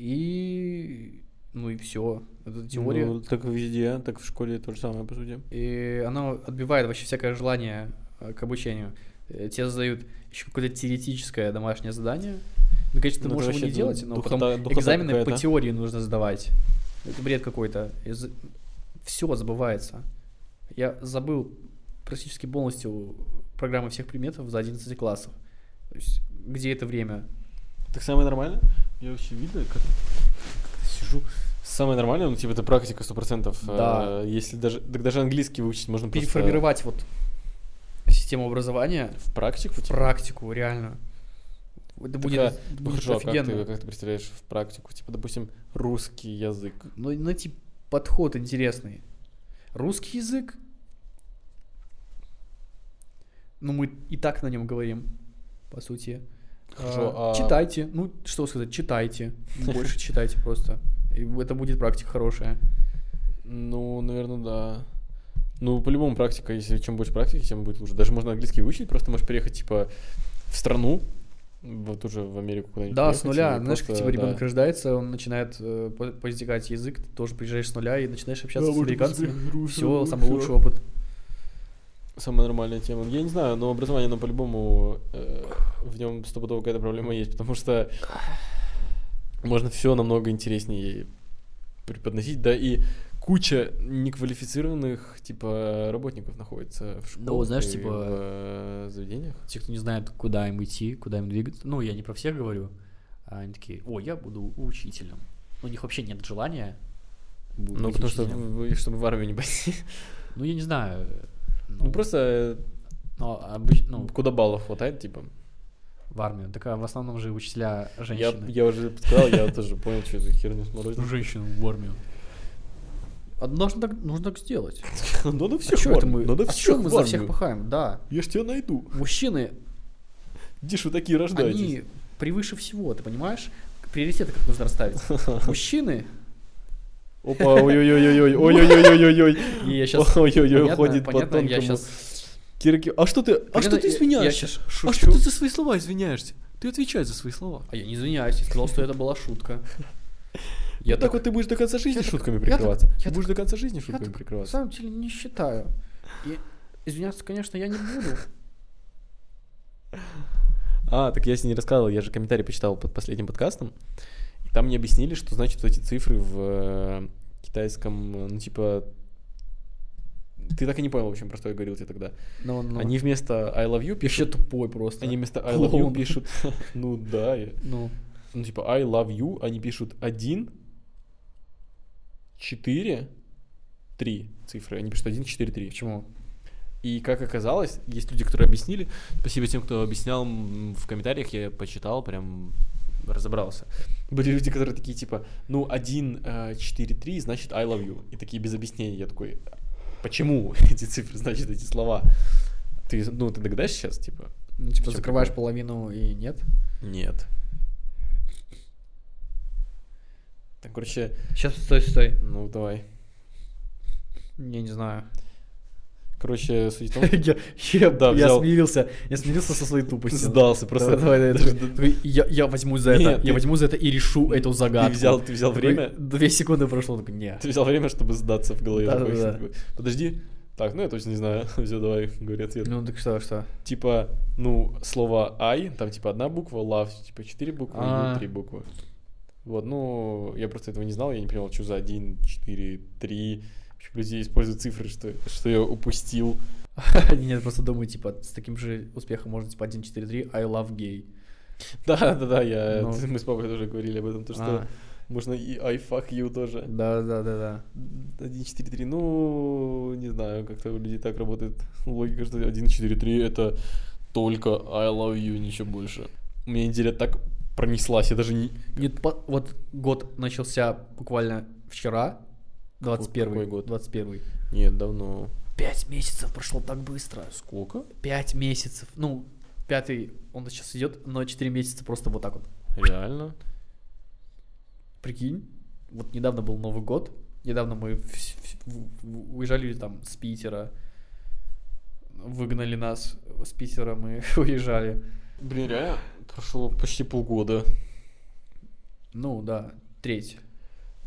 [SPEAKER 2] И... Ну и все. Это теория.
[SPEAKER 1] Ну, так везде, так в школе то же самое, по сути.
[SPEAKER 2] И оно отбивает вообще всякое желание э, к обучению. Э, Тебе задают еще какое-то теоретическое домашнее задание. Ну, конечно, ты
[SPEAKER 1] Ну, это
[SPEAKER 2] можешь его не
[SPEAKER 1] вообще
[SPEAKER 2] делать, но
[SPEAKER 1] духота-
[SPEAKER 2] потом
[SPEAKER 1] духота
[SPEAKER 2] экзамены по
[SPEAKER 1] какая-то.
[SPEAKER 2] теории нужно сдавать. Это бред какой-то. Все забывается. Я забыл практически полностью программы всех предметов за 11 классов. То есть, где это время?
[SPEAKER 1] Ну, Так самое нормальное? Я вообще видно, как, как-то сижу. Самое нормальное, ну, типа, это практика 100%.
[SPEAKER 2] Да.
[SPEAKER 1] Э, Если даже, так даже английский выучить можно просто
[SPEAKER 2] Переформировать вот систему образования
[SPEAKER 1] В практику,
[SPEAKER 2] в
[SPEAKER 1] типа?
[SPEAKER 2] практику, реально. Это
[SPEAKER 1] Так,
[SPEAKER 2] будет,
[SPEAKER 1] а,
[SPEAKER 2] это
[SPEAKER 1] ну,
[SPEAKER 2] будет
[SPEAKER 1] хорошо, а как ты,
[SPEAKER 2] офигенно.
[SPEAKER 1] как ты представляешь в практику? Типа, допустим, русский язык.
[SPEAKER 2] Ну, ну, типа, подход интересный. Русский язык. Ну, мы и так на нем говорим, по сути.
[SPEAKER 1] Хорошо,
[SPEAKER 2] А,
[SPEAKER 1] а-
[SPEAKER 2] Читайте. Ну, что сказать, читайте.
[SPEAKER 1] <laughs>
[SPEAKER 2] Больше читайте просто. И это будет практика хорошая.
[SPEAKER 1] Ну, наверное, да. Ну, по-любому практика, если чем больше практики, тем будет лучше. Даже можно английский выучить, просто можешь переехать, типа, в страну, вот уже в Америку куда-нибудь
[SPEAKER 2] Да, с
[SPEAKER 1] приехать
[SPEAKER 2] нуля.
[SPEAKER 1] и
[SPEAKER 2] Знаешь, как
[SPEAKER 1] просто,
[SPEAKER 2] типа ребенок
[SPEAKER 1] да.
[SPEAKER 2] рождается, он начинает э, по- поиздекать язык, ты тоже приезжаешь с нуля и начинаешь общаться
[SPEAKER 1] Да,
[SPEAKER 2] с
[SPEAKER 1] вот,
[SPEAKER 2] американцами.
[SPEAKER 1] русский, русский,
[SPEAKER 2] Все,
[SPEAKER 1] русский,
[SPEAKER 2] самый
[SPEAKER 1] всё.
[SPEAKER 2] лучший опыт.
[SPEAKER 1] Самая нормальная тема. Я не знаю, но образование, оно по-любому э, в нем стопудово какая-то проблема есть, потому что можно все намного интереснее преподносить, да, и куча неквалифицированных, типа, работников находится в школах
[SPEAKER 2] вот знаешь,
[SPEAKER 1] и
[SPEAKER 2] типа,
[SPEAKER 1] в э, заведениях.
[SPEAKER 2] Те, кто не знает, куда им идти, куда им двигаться. Ну, я не про всех говорю. а они такие, о, я буду учителем. У них вообще нет желания. бу-
[SPEAKER 1] Ну,
[SPEAKER 2] быть
[SPEAKER 1] потому что,
[SPEAKER 2] учителем.
[SPEAKER 1] в- чтобы в армию не пойти.
[SPEAKER 2] Ну, я не знаю.
[SPEAKER 1] Ну, просто
[SPEAKER 2] но обыч-
[SPEAKER 1] э,
[SPEAKER 2] ну,
[SPEAKER 1] куда баллов хватает, типа.
[SPEAKER 2] в армию. Так а в основном же учителя
[SPEAKER 1] Я,
[SPEAKER 2] женщины.
[SPEAKER 1] я уже сказал, я тоже понял, что за херню сморозил.
[SPEAKER 2] Женщину в армию. нужно, А так, нужно так
[SPEAKER 1] <laughs>
[SPEAKER 2] сделать.
[SPEAKER 1] Надо
[SPEAKER 2] А
[SPEAKER 1] всех
[SPEAKER 2] чё
[SPEAKER 1] Ну, в
[SPEAKER 2] это
[SPEAKER 1] армию,
[SPEAKER 2] мы,
[SPEAKER 1] надо
[SPEAKER 2] а
[SPEAKER 1] всех
[SPEAKER 2] чё мы
[SPEAKER 1] в
[SPEAKER 2] за всех
[SPEAKER 1] армию.
[SPEAKER 2] пахаем? Да.
[SPEAKER 1] Я ж тебя найду.
[SPEAKER 2] Мужчины,
[SPEAKER 1] Где ж вы такие рождаетесь?
[SPEAKER 2] они превыше всего, ты понимаешь? Приоритеты как нужно расставить.
[SPEAKER 1] <laughs>
[SPEAKER 2] Мужчины,
[SPEAKER 1] Опа, ой-ой-ой-ой, ой-ой-ой-ой-ой.
[SPEAKER 2] И я щас-
[SPEAKER 1] Ой-ой-ой,
[SPEAKER 2] понятно,
[SPEAKER 1] уходит по
[SPEAKER 2] понятно, я
[SPEAKER 1] тонкому.
[SPEAKER 2] щас-
[SPEAKER 1] Кирки- А что ты, а
[SPEAKER 2] Понятно,
[SPEAKER 1] что ты
[SPEAKER 2] я- я
[SPEAKER 1] извиняешься?
[SPEAKER 2] щас
[SPEAKER 1] А
[SPEAKER 2] шучу.
[SPEAKER 1] что ты за свои слова извиняешься? Ты отвечай за свои слова.
[SPEAKER 2] А я не извиняюсь, я сказал, что это была шутка.
[SPEAKER 1] Я так вот ты будешь до конца жизни
[SPEAKER 2] я так-
[SPEAKER 1] шутками
[SPEAKER 2] я
[SPEAKER 1] прикрываться.
[SPEAKER 2] так-
[SPEAKER 1] Ты
[SPEAKER 2] я
[SPEAKER 1] будешь до конца жизни
[SPEAKER 2] я
[SPEAKER 1] шутками
[SPEAKER 2] так на
[SPEAKER 1] прикрываться.
[SPEAKER 2] самом деле не считаю. И извиняться, конечно, я не буду.
[SPEAKER 1] А, так я с ней рассказывал, я же комментарий почитал под последним подкастом. И там мне объяснили, что значит вот эти цифры в э, китайском, э, ну типа... Ты так и не понял, в общем, про что я говорил тебе тогда.
[SPEAKER 2] Но, но...
[SPEAKER 1] Они вместо I love you
[SPEAKER 2] вообще
[SPEAKER 1] пишут...
[SPEAKER 2] Ну, тупой просто.
[SPEAKER 1] Они вместо I love you
[SPEAKER 2] Клоун. <laughs>
[SPEAKER 1] пишут... Ну да, я-
[SPEAKER 2] Ну,
[SPEAKER 1] ну типа I love you, они пишут 1, 4, 3 цифры. Они пишут 1, 4, 3.
[SPEAKER 2] почему?
[SPEAKER 1] И как оказалось, есть люди, которые объяснили. Спасибо тем, кто объяснял м, в комментариях, я почитал, прям разобрался. Были люди, которые такие типа, ну, 1-4-3 значит I love you. И такие без объяснений. Я такой, почему <laughs> эти цифры значат эти слова? Ты, ну, ты догадаешься сейчас, типа?
[SPEAKER 2] Ну, типа,
[SPEAKER 1] Всё
[SPEAKER 2] закрываешь
[SPEAKER 1] прикольно.
[SPEAKER 2] половину и нет.
[SPEAKER 1] Нет. Так, короче,
[SPEAKER 2] Сейчас, стой, стой.
[SPEAKER 1] ну давай.
[SPEAKER 2] Я не <laughs> знаю.
[SPEAKER 1] Короче, суть в <laughs> том, что
[SPEAKER 2] Я, я-
[SPEAKER 1] Да,
[SPEAKER 2] я
[SPEAKER 1] взял.
[SPEAKER 2] смирился. Я смирился со своей тупостью.
[SPEAKER 1] сдался просто.
[SPEAKER 2] Давай, давай,
[SPEAKER 1] Даже
[SPEAKER 2] <laughs> давай. Такой, Я, я возьму за это.
[SPEAKER 1] Нет,
[SPEAKER 2] я
[SPEAKER 1] ты-
[SPEAKER 2] возьму за это и решу эту загадку.
[SPEAKER 1] Ты взял, ты взял
[SPEAKER 2] Такой,
[SPEAKER 1] время,
[SPEAKER 2] Две секунды прошло, такой, не.
[SPEAKER 1] ты взял время, чтобы сдаться в голове.
[SPEAKER 2] Да-да-да.
[SPEAKER 1] Такой, такой, Подожди. Так, ну я точно не знаю. <laughs> Все, давай, говори ответ.
[SPEAKER 2] Ну так что, что?
[SPEAKER 1] Типа, ну, слово I, там типа одна буква, love, типа четыре буквы,
[SPEAKER 2] А.
[SPEAKER 1] и три буквы. Вот, ну, я просто этого не знал, я не понимал, что за один, четыре, три. Почему люди используют цифры, что, что я упустил. <laughs>
[SPEAKER 2] <laughs> Нет, просто думаю, типа, с таким же успехом можно, типа, 1-4-3, I love gay.
[SPEAKER 1] Да, да, да, я.
[SPEAKER 2] Ну.
[SPEAKER 1] Мы с папой тоже говорили об этом, то, что
[SPEAKER 2] А,
[SPEAKER 1] можно и I fuck you тоже.
[SPEAKER 2] Да, да, да, да.
[SPEAKER 1] 1-4-3, ну, не знаю, как-то у людей так работает логика, что 1-4-3 это только I love you, ничего больше. У меня неделя так пронеслась, я даже не...
[SPEAKER 2] Нет, по- вот год начался буквально вчера, 21
[SPEAKER 1] какой год?
[SPEAKER 2] 21
[SPEAKER 1] Нет, давно.
[SPEAKER 2] Пять месяцев прошло так быстро.
[SPEAKER 1] Сколько?
[SPEAKER 2] Пять месяцев. Ну, пятый, он сейчас идет, но четыре месяца просто вот так вот.
[SPEAKER 1] Реально?
[SPEAKER 2] Прикинь, вот недавно был Новый год, недавно мы вс- вс- в- в- уезжали там с Питера, выгнали нас с Питера, мы <laughs> уезжали.
[SPEAKER 1] Блин, реально? Прошло почти полгода.
[SPEAKER 2] Ну да, треть.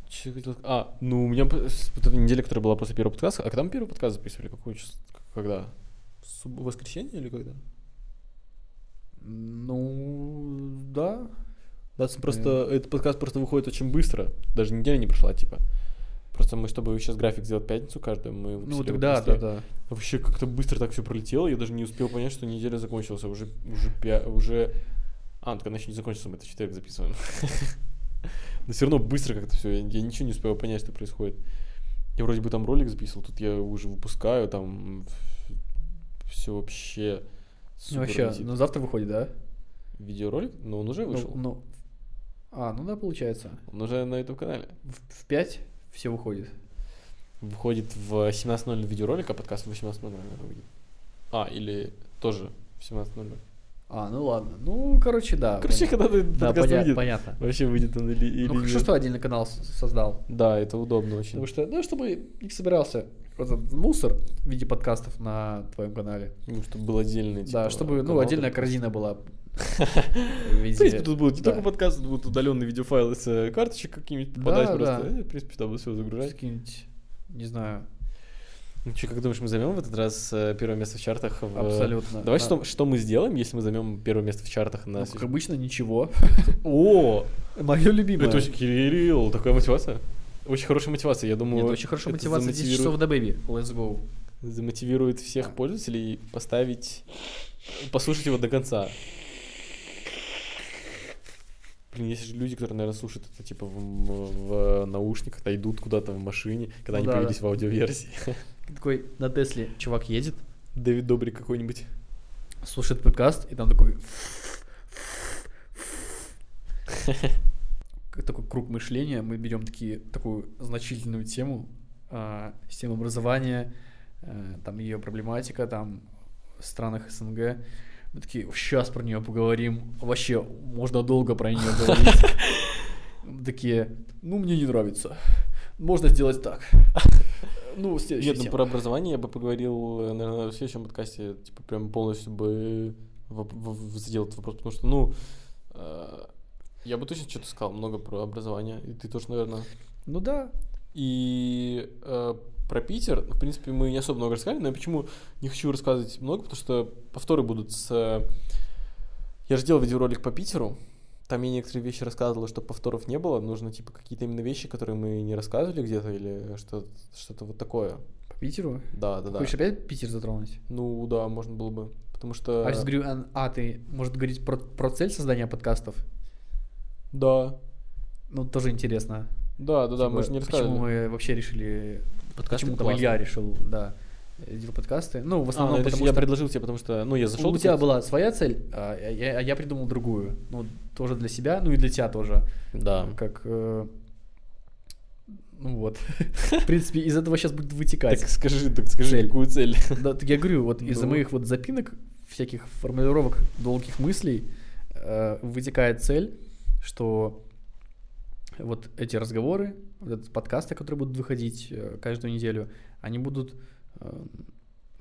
[SPEAKER 1] Чё я хотел- А, ну у меня п- с- вот эта неделя, которая была после первого подкаста, а когда мы первый подкаст записывали? Какое число? к- Когда? В суб- Воскресенье или когда?
[SPEAKER 2] Ну да.
[SPEAKER 1] Да, с- просто этот подкаст просто выходит очень быстро. Даже неделя не прошла, типа. Просто мы, чтобы сейчас график сделать пятницу каждую, мы
[SPEAKER 2] Ну
[SPEAKER 1] выпустили его
[SPEAKER 2] тогда, да,
[SPEAKER 1] быстрее.
[SPEAKER 2] да. Ну,
[SPEAKER 1] Вообще как-то быстро так все пролетело, я даже не успел понять, что неделя закончилась, а уже, уже, пя- уже... А, так она еще не закончится, мы это в четверг записываем. <laughs> Но все равно быстро как-то все, я, я ничего не успел понять, что происходит. Я вроде бы там ролик записывал, тут я уже выпускаю, там все вообще
[SPEAKER 2] Ну,
[SPEAKER 1] супер
[SPEAKER 2] вообще,
[SPEAKER 1] летит.
[SPEAKER 2] ну завтра выходит, да?
[SPEAKER 1] Видеоролик? Но он уже
[SPEAKER 2] Ну,
[SPEAKER 1] вышел.
[SPEAKER 2] ну, а, ну да, получается.
[SPEAKER 1] Он уже на этом канале.
[SPEAKER 2] В, в 5 все выходит.
[SPEAKER 1] Выходит в 17.00 видеоролик, а подкаст в 18.00, наверное, выйдет. А, или тоже в 17.00.
[SPEAKER 2] А, ну ладно. Ну, короче, да.
[SPEAKER 1] Короче,
[SPEAKER 2] понятно.
[SPEAKER 1] когда ты
[SPEAKER 2] да,
[SPEAKER 1] подкаст
[SPEAKER 2] поня-
[SPEAKER 1] выйдет,
[SPEAKER 2] понятно.
[SPEAKER 1] Вообще выйдет он или, или
[SPEAKER 2] ну, хорошо,
[SPEAKER 1] нет.
[SPEAKER 2] что отдельный канал с- создал.
[SPEAKER 1] Да, это удобно очень.
[SPEAKER 2] Потому что, ну, чтобы не собирался вот этот мусор в виде подкастов на твоем канале.
[SPEAKER 1] Ну, чтобы был отдельный,
[SPEAKER 2] да,
[SPEAKER 1] типа,
[SPEAKER 2] чтобы, ну,
[SPEAKER 1] канал,
[SPEAKER 2] отдельная
[SPEAKER 1] да. <laughs>
[SPEAKER 2] корзина была. В
[SPEAKER 1] В
[SPEAKER 2] виде-
[SPEAKER 1] принципе, тут будут не
[SPEAKER 2] да.
[SPEAKER 1] только подкасты, тут будут удаленные видеофайлы с э, карточек какими-нибудь
[SPEAKER 2] Да,
[SPEAKER 1] попадать
[SPEAKER 2] да.
[SPEAKER 1] просто. Э, В принципе, там будет все загружать.
[SPEAKER 2] Какие-нибудь, не знаю,
[SPEAKER 1] Ну, что, как думаешь, мы займем в этот раз э, первое место в чартах? в-
[SPEAKER 2] абсолютно.
[SPEAKER 1] Давай
[SPEAKER 2] Да.
[SPEAKER 1] что, что мы сделаем, если мы займем первое место в чартах
[SPEAKER 2] Ну,
[SPEAKER 1] на...
[SPEAKER 2] как обычно, ничего. <laughs>
[SPEAKER 1] О!
[SPEAKER 2] Мое любимое.
[SPEAKER 1] Это очень Ну, Кирилл, такая мотивация. Очень хорошая мотивация, я думаю.
[SPEAKER 2] Нет, очень хорошая
[SPEAKER 1] это
[SPEAKER 2] мотивация 10 часов
[SPEAKER 1] замотивирует-
[SPEAKER 2] до бэби. Let's go.
[SPEAKER 1] замотивирует всех пользователей поставить, послушать его до конца. Блин, есть же люди, которые, наверное, слушают это типа в, м- в наушниках, а идут куда-то в машине, когда
[SPEAKER 2] Ну
[SPEAKER 1] они
[SPEAKER 2] да,
[SPEAKER 1] появились
[SPEAKER 2] да.
[SPEAKER 1] в аудиоверсии. <laughs>
[SPEAKER 2] Такой на Тесле чувак едет,
[SPEAKER 1] Дэвид Добрик какой-нибудь.
[SPEAKER 2] слушает подкаст, и там такой... <laughs> Как такой круг мышления, мы берем такие, такую значительную тему, а, систему образования, э, там ее проблематика, там в странах СНГ. Мы такие, сейчас про нее поговорим. Вообще, можно долго про нее
[SPEAKER 1] <laughs>
[SPEAKER 2] говорить. Мы Такие, ну, мне не нравится. Можно сделать
[SPEAKER 1] <laughs>
[SPEAKER 2] так. Ну, следующая
[SPEAKER 1] Нет, ну
[SPEAKER 2] тема.
[SPEAKER 1] про образование я бы поговорил, э, наверное, в следующем подкасте, типа, прям полностью бы э, воп- в- в- задел этот вопрос, потому что, ну, э, я бы точно что-то сказал много про образование, и ты тоже, наверное,
[SPEAKER 2] Ну да,
[SPEAKER 1] И э, про Питер, в принципе, мы не особо много рассказали, но я почему не хочу рассказывать много, потому что повторы будут с... э, Я же делал видеоролик по Питеру, там я некоторые вещи рассказывал, чтобы повторов не было, нужно, типа, какие-то именно вещи, которые мы не рассказывали где-то или что- что-то вот такое.
[SPEAKER 2] по Питеру.
[SPEAKER 1] Да, да, да.
[SPEAKER 2] Хочешь опять Питер затронуть?
[SPEAKER 1] Ну, да, можно было бы, потому что...
[SPEAKER 2] А я сейчас говорю, а, а, ты, может, говорить про, про цель создания подкастов?
[SPEAKER 1] Да,
[SPEAKER 2] Ну, тоже интересно.
[SPEAKER 1] Ну да, да, да,
[SPEAKER 2] Типа,
[SPEAKER 1] мы же не рассказывали.
[SPEAKER 2] Почему мы вообще решили...
[SPEAKER 1] Подкасты
[SPEAKER 2] почему там
[SPEAKER 1] классные.
[SPEAKER 2] Илья решил, да, э, делал подкасты. Ну,
[SPEAKER 1] А,
[SPEAKER 2] в
[SPEAKER 1] ну,
[SPEAKER 2] основном,
[SPEAKER 1] А, это ж
[SPEAKER 2] потому
[SPEAKER 1] я
[SPEAKER 2] что
[SPEAKER 1] предложил тебе, потому что, ну, я зашел.
[SPEAKER 2] у
[SPEAKER 1] такой,
[SPEAKER 2] тебя была своя цель, а я- я, а я придумал другую. Ну, тоже для себя, ну и для тебя тоже.
[SPEAKER 1] Да.
[SPEAKER 2] Как... э, ну вот. <laughs> В принципе, из этого сейчас будет
[SPEAKER 1] Так
[SPEAKER 2] вытекать.
[SPEAKER 1] скажи, так скажи,
[SPEAKER 2] Цель.
[SPEAKER 1] какую цель?
[SPEAKER 2] Да, так я говорю, вот из-за
[SPEAKER 1] Ну.
[SPEAKER 2] моих вот запинок, всяких формулировок, долгих мыслей э, вытекает цель, что вот эти разговоры, вот этот подкасты, которые будут выходить э, каждую неделю, они будут э,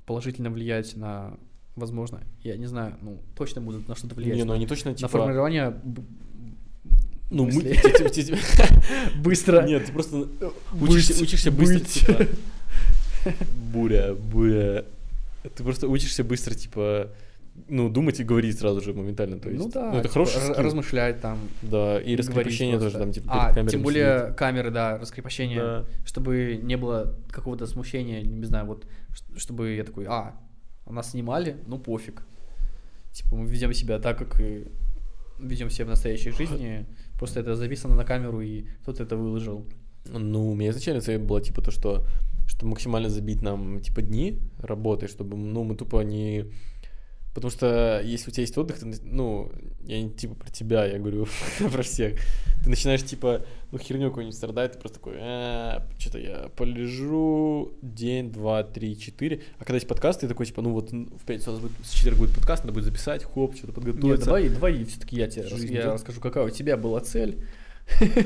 [SPEAKER 2] положительно влиять на, возможно, я не знаю, ну, точно будут на что-то влиять.
[SPEAKER 1] Не, ну
[SPEAKER 2] на,
[SPEAKER 1] они точно
[SPEAKER 2] на
[SPEAKER 1] типа...
[SPEAKER 2] формирование б-
[SPEAKER 1] Ну, мы... <laughs>
[SPEAKER 2] мыслей.
[SPEAKER 1] те- те- те- те-
[SPEAKER 2] быстро.
[SPEAKER 1] Нет, ты просто
[SPEAKER 2] быть,
[SPEAKER 1] учишься, учишься быстро,
[SPEAKER 2] быть.
[SPEAKER 1] типа... <laughs> Буря, буря. Ты просто учишься быстро, типа, ну, думать и говорить сразу же моментально, то есть.
[SPEAKER 2] ну да,
[SPEAKER 1] это
[SPEAKER 2] типа,
[SPEAKER 1] хороший
[SPEAKER 2] р-
[SPEAKER 1] скилл.
[SPEAKER 2] размышлять там.
[SPEAKER 1] Да, и
[SPEAKER 2] говорить
[SPEAKER 1] раскрепощение тоже
[SPEAKER 2] просто.
[SPEAKER 1] там, типа, перед
[SPEAKER 2] А,
[SPEAKER 1] камерами
[SPEAKER 2] тем более
[SPEAKER 1] сидеть.
[SPEAKER 2] камеры, да, раскрепощение.
[SPEAKER 1] Да.
[SPEAKER 2] чтобы не было какого-то смущения, не знаю, вот, ш- чтобы я такой, а, нас снимали, ну пофиг. Типа мы ведем себя так, как и ведем себя в настоящей жизни, просто это записано на камеру, и кто-то это выложил.
[SPEAKER 1] Ну, у меня изначально цель была, типа, то, что, что максимально забить нам, типа, дни работы, чтобы, ну, мы тупо не... Потому что если у тебя есть отдых, ты, на- ну, я не, типа, про тебя, я говорю <laughs> про всех. Ты начинаешь, типа, ну, херню какую-нибудь страдать, ты просто такой, «Э, что-то я полежу день, два, три, четыре. А когда есть подкаст, ты такой, типа, ну, вот м, в пятницу у нас будет, с четверг будет подкаст, надо будет записать, хоп, что-то
[SPEAKER 2] Нет,
[SPEAKER 1] подготовиться.
[SPEAKER 2] давай, давай, все-таки я тебе рас-
[SPEAKER 1] Жизнь
[SPEAKER 2] я
[SPEAKER 1] идёт.
[SPEAKER 2] расскажу, какая у тебя была цель.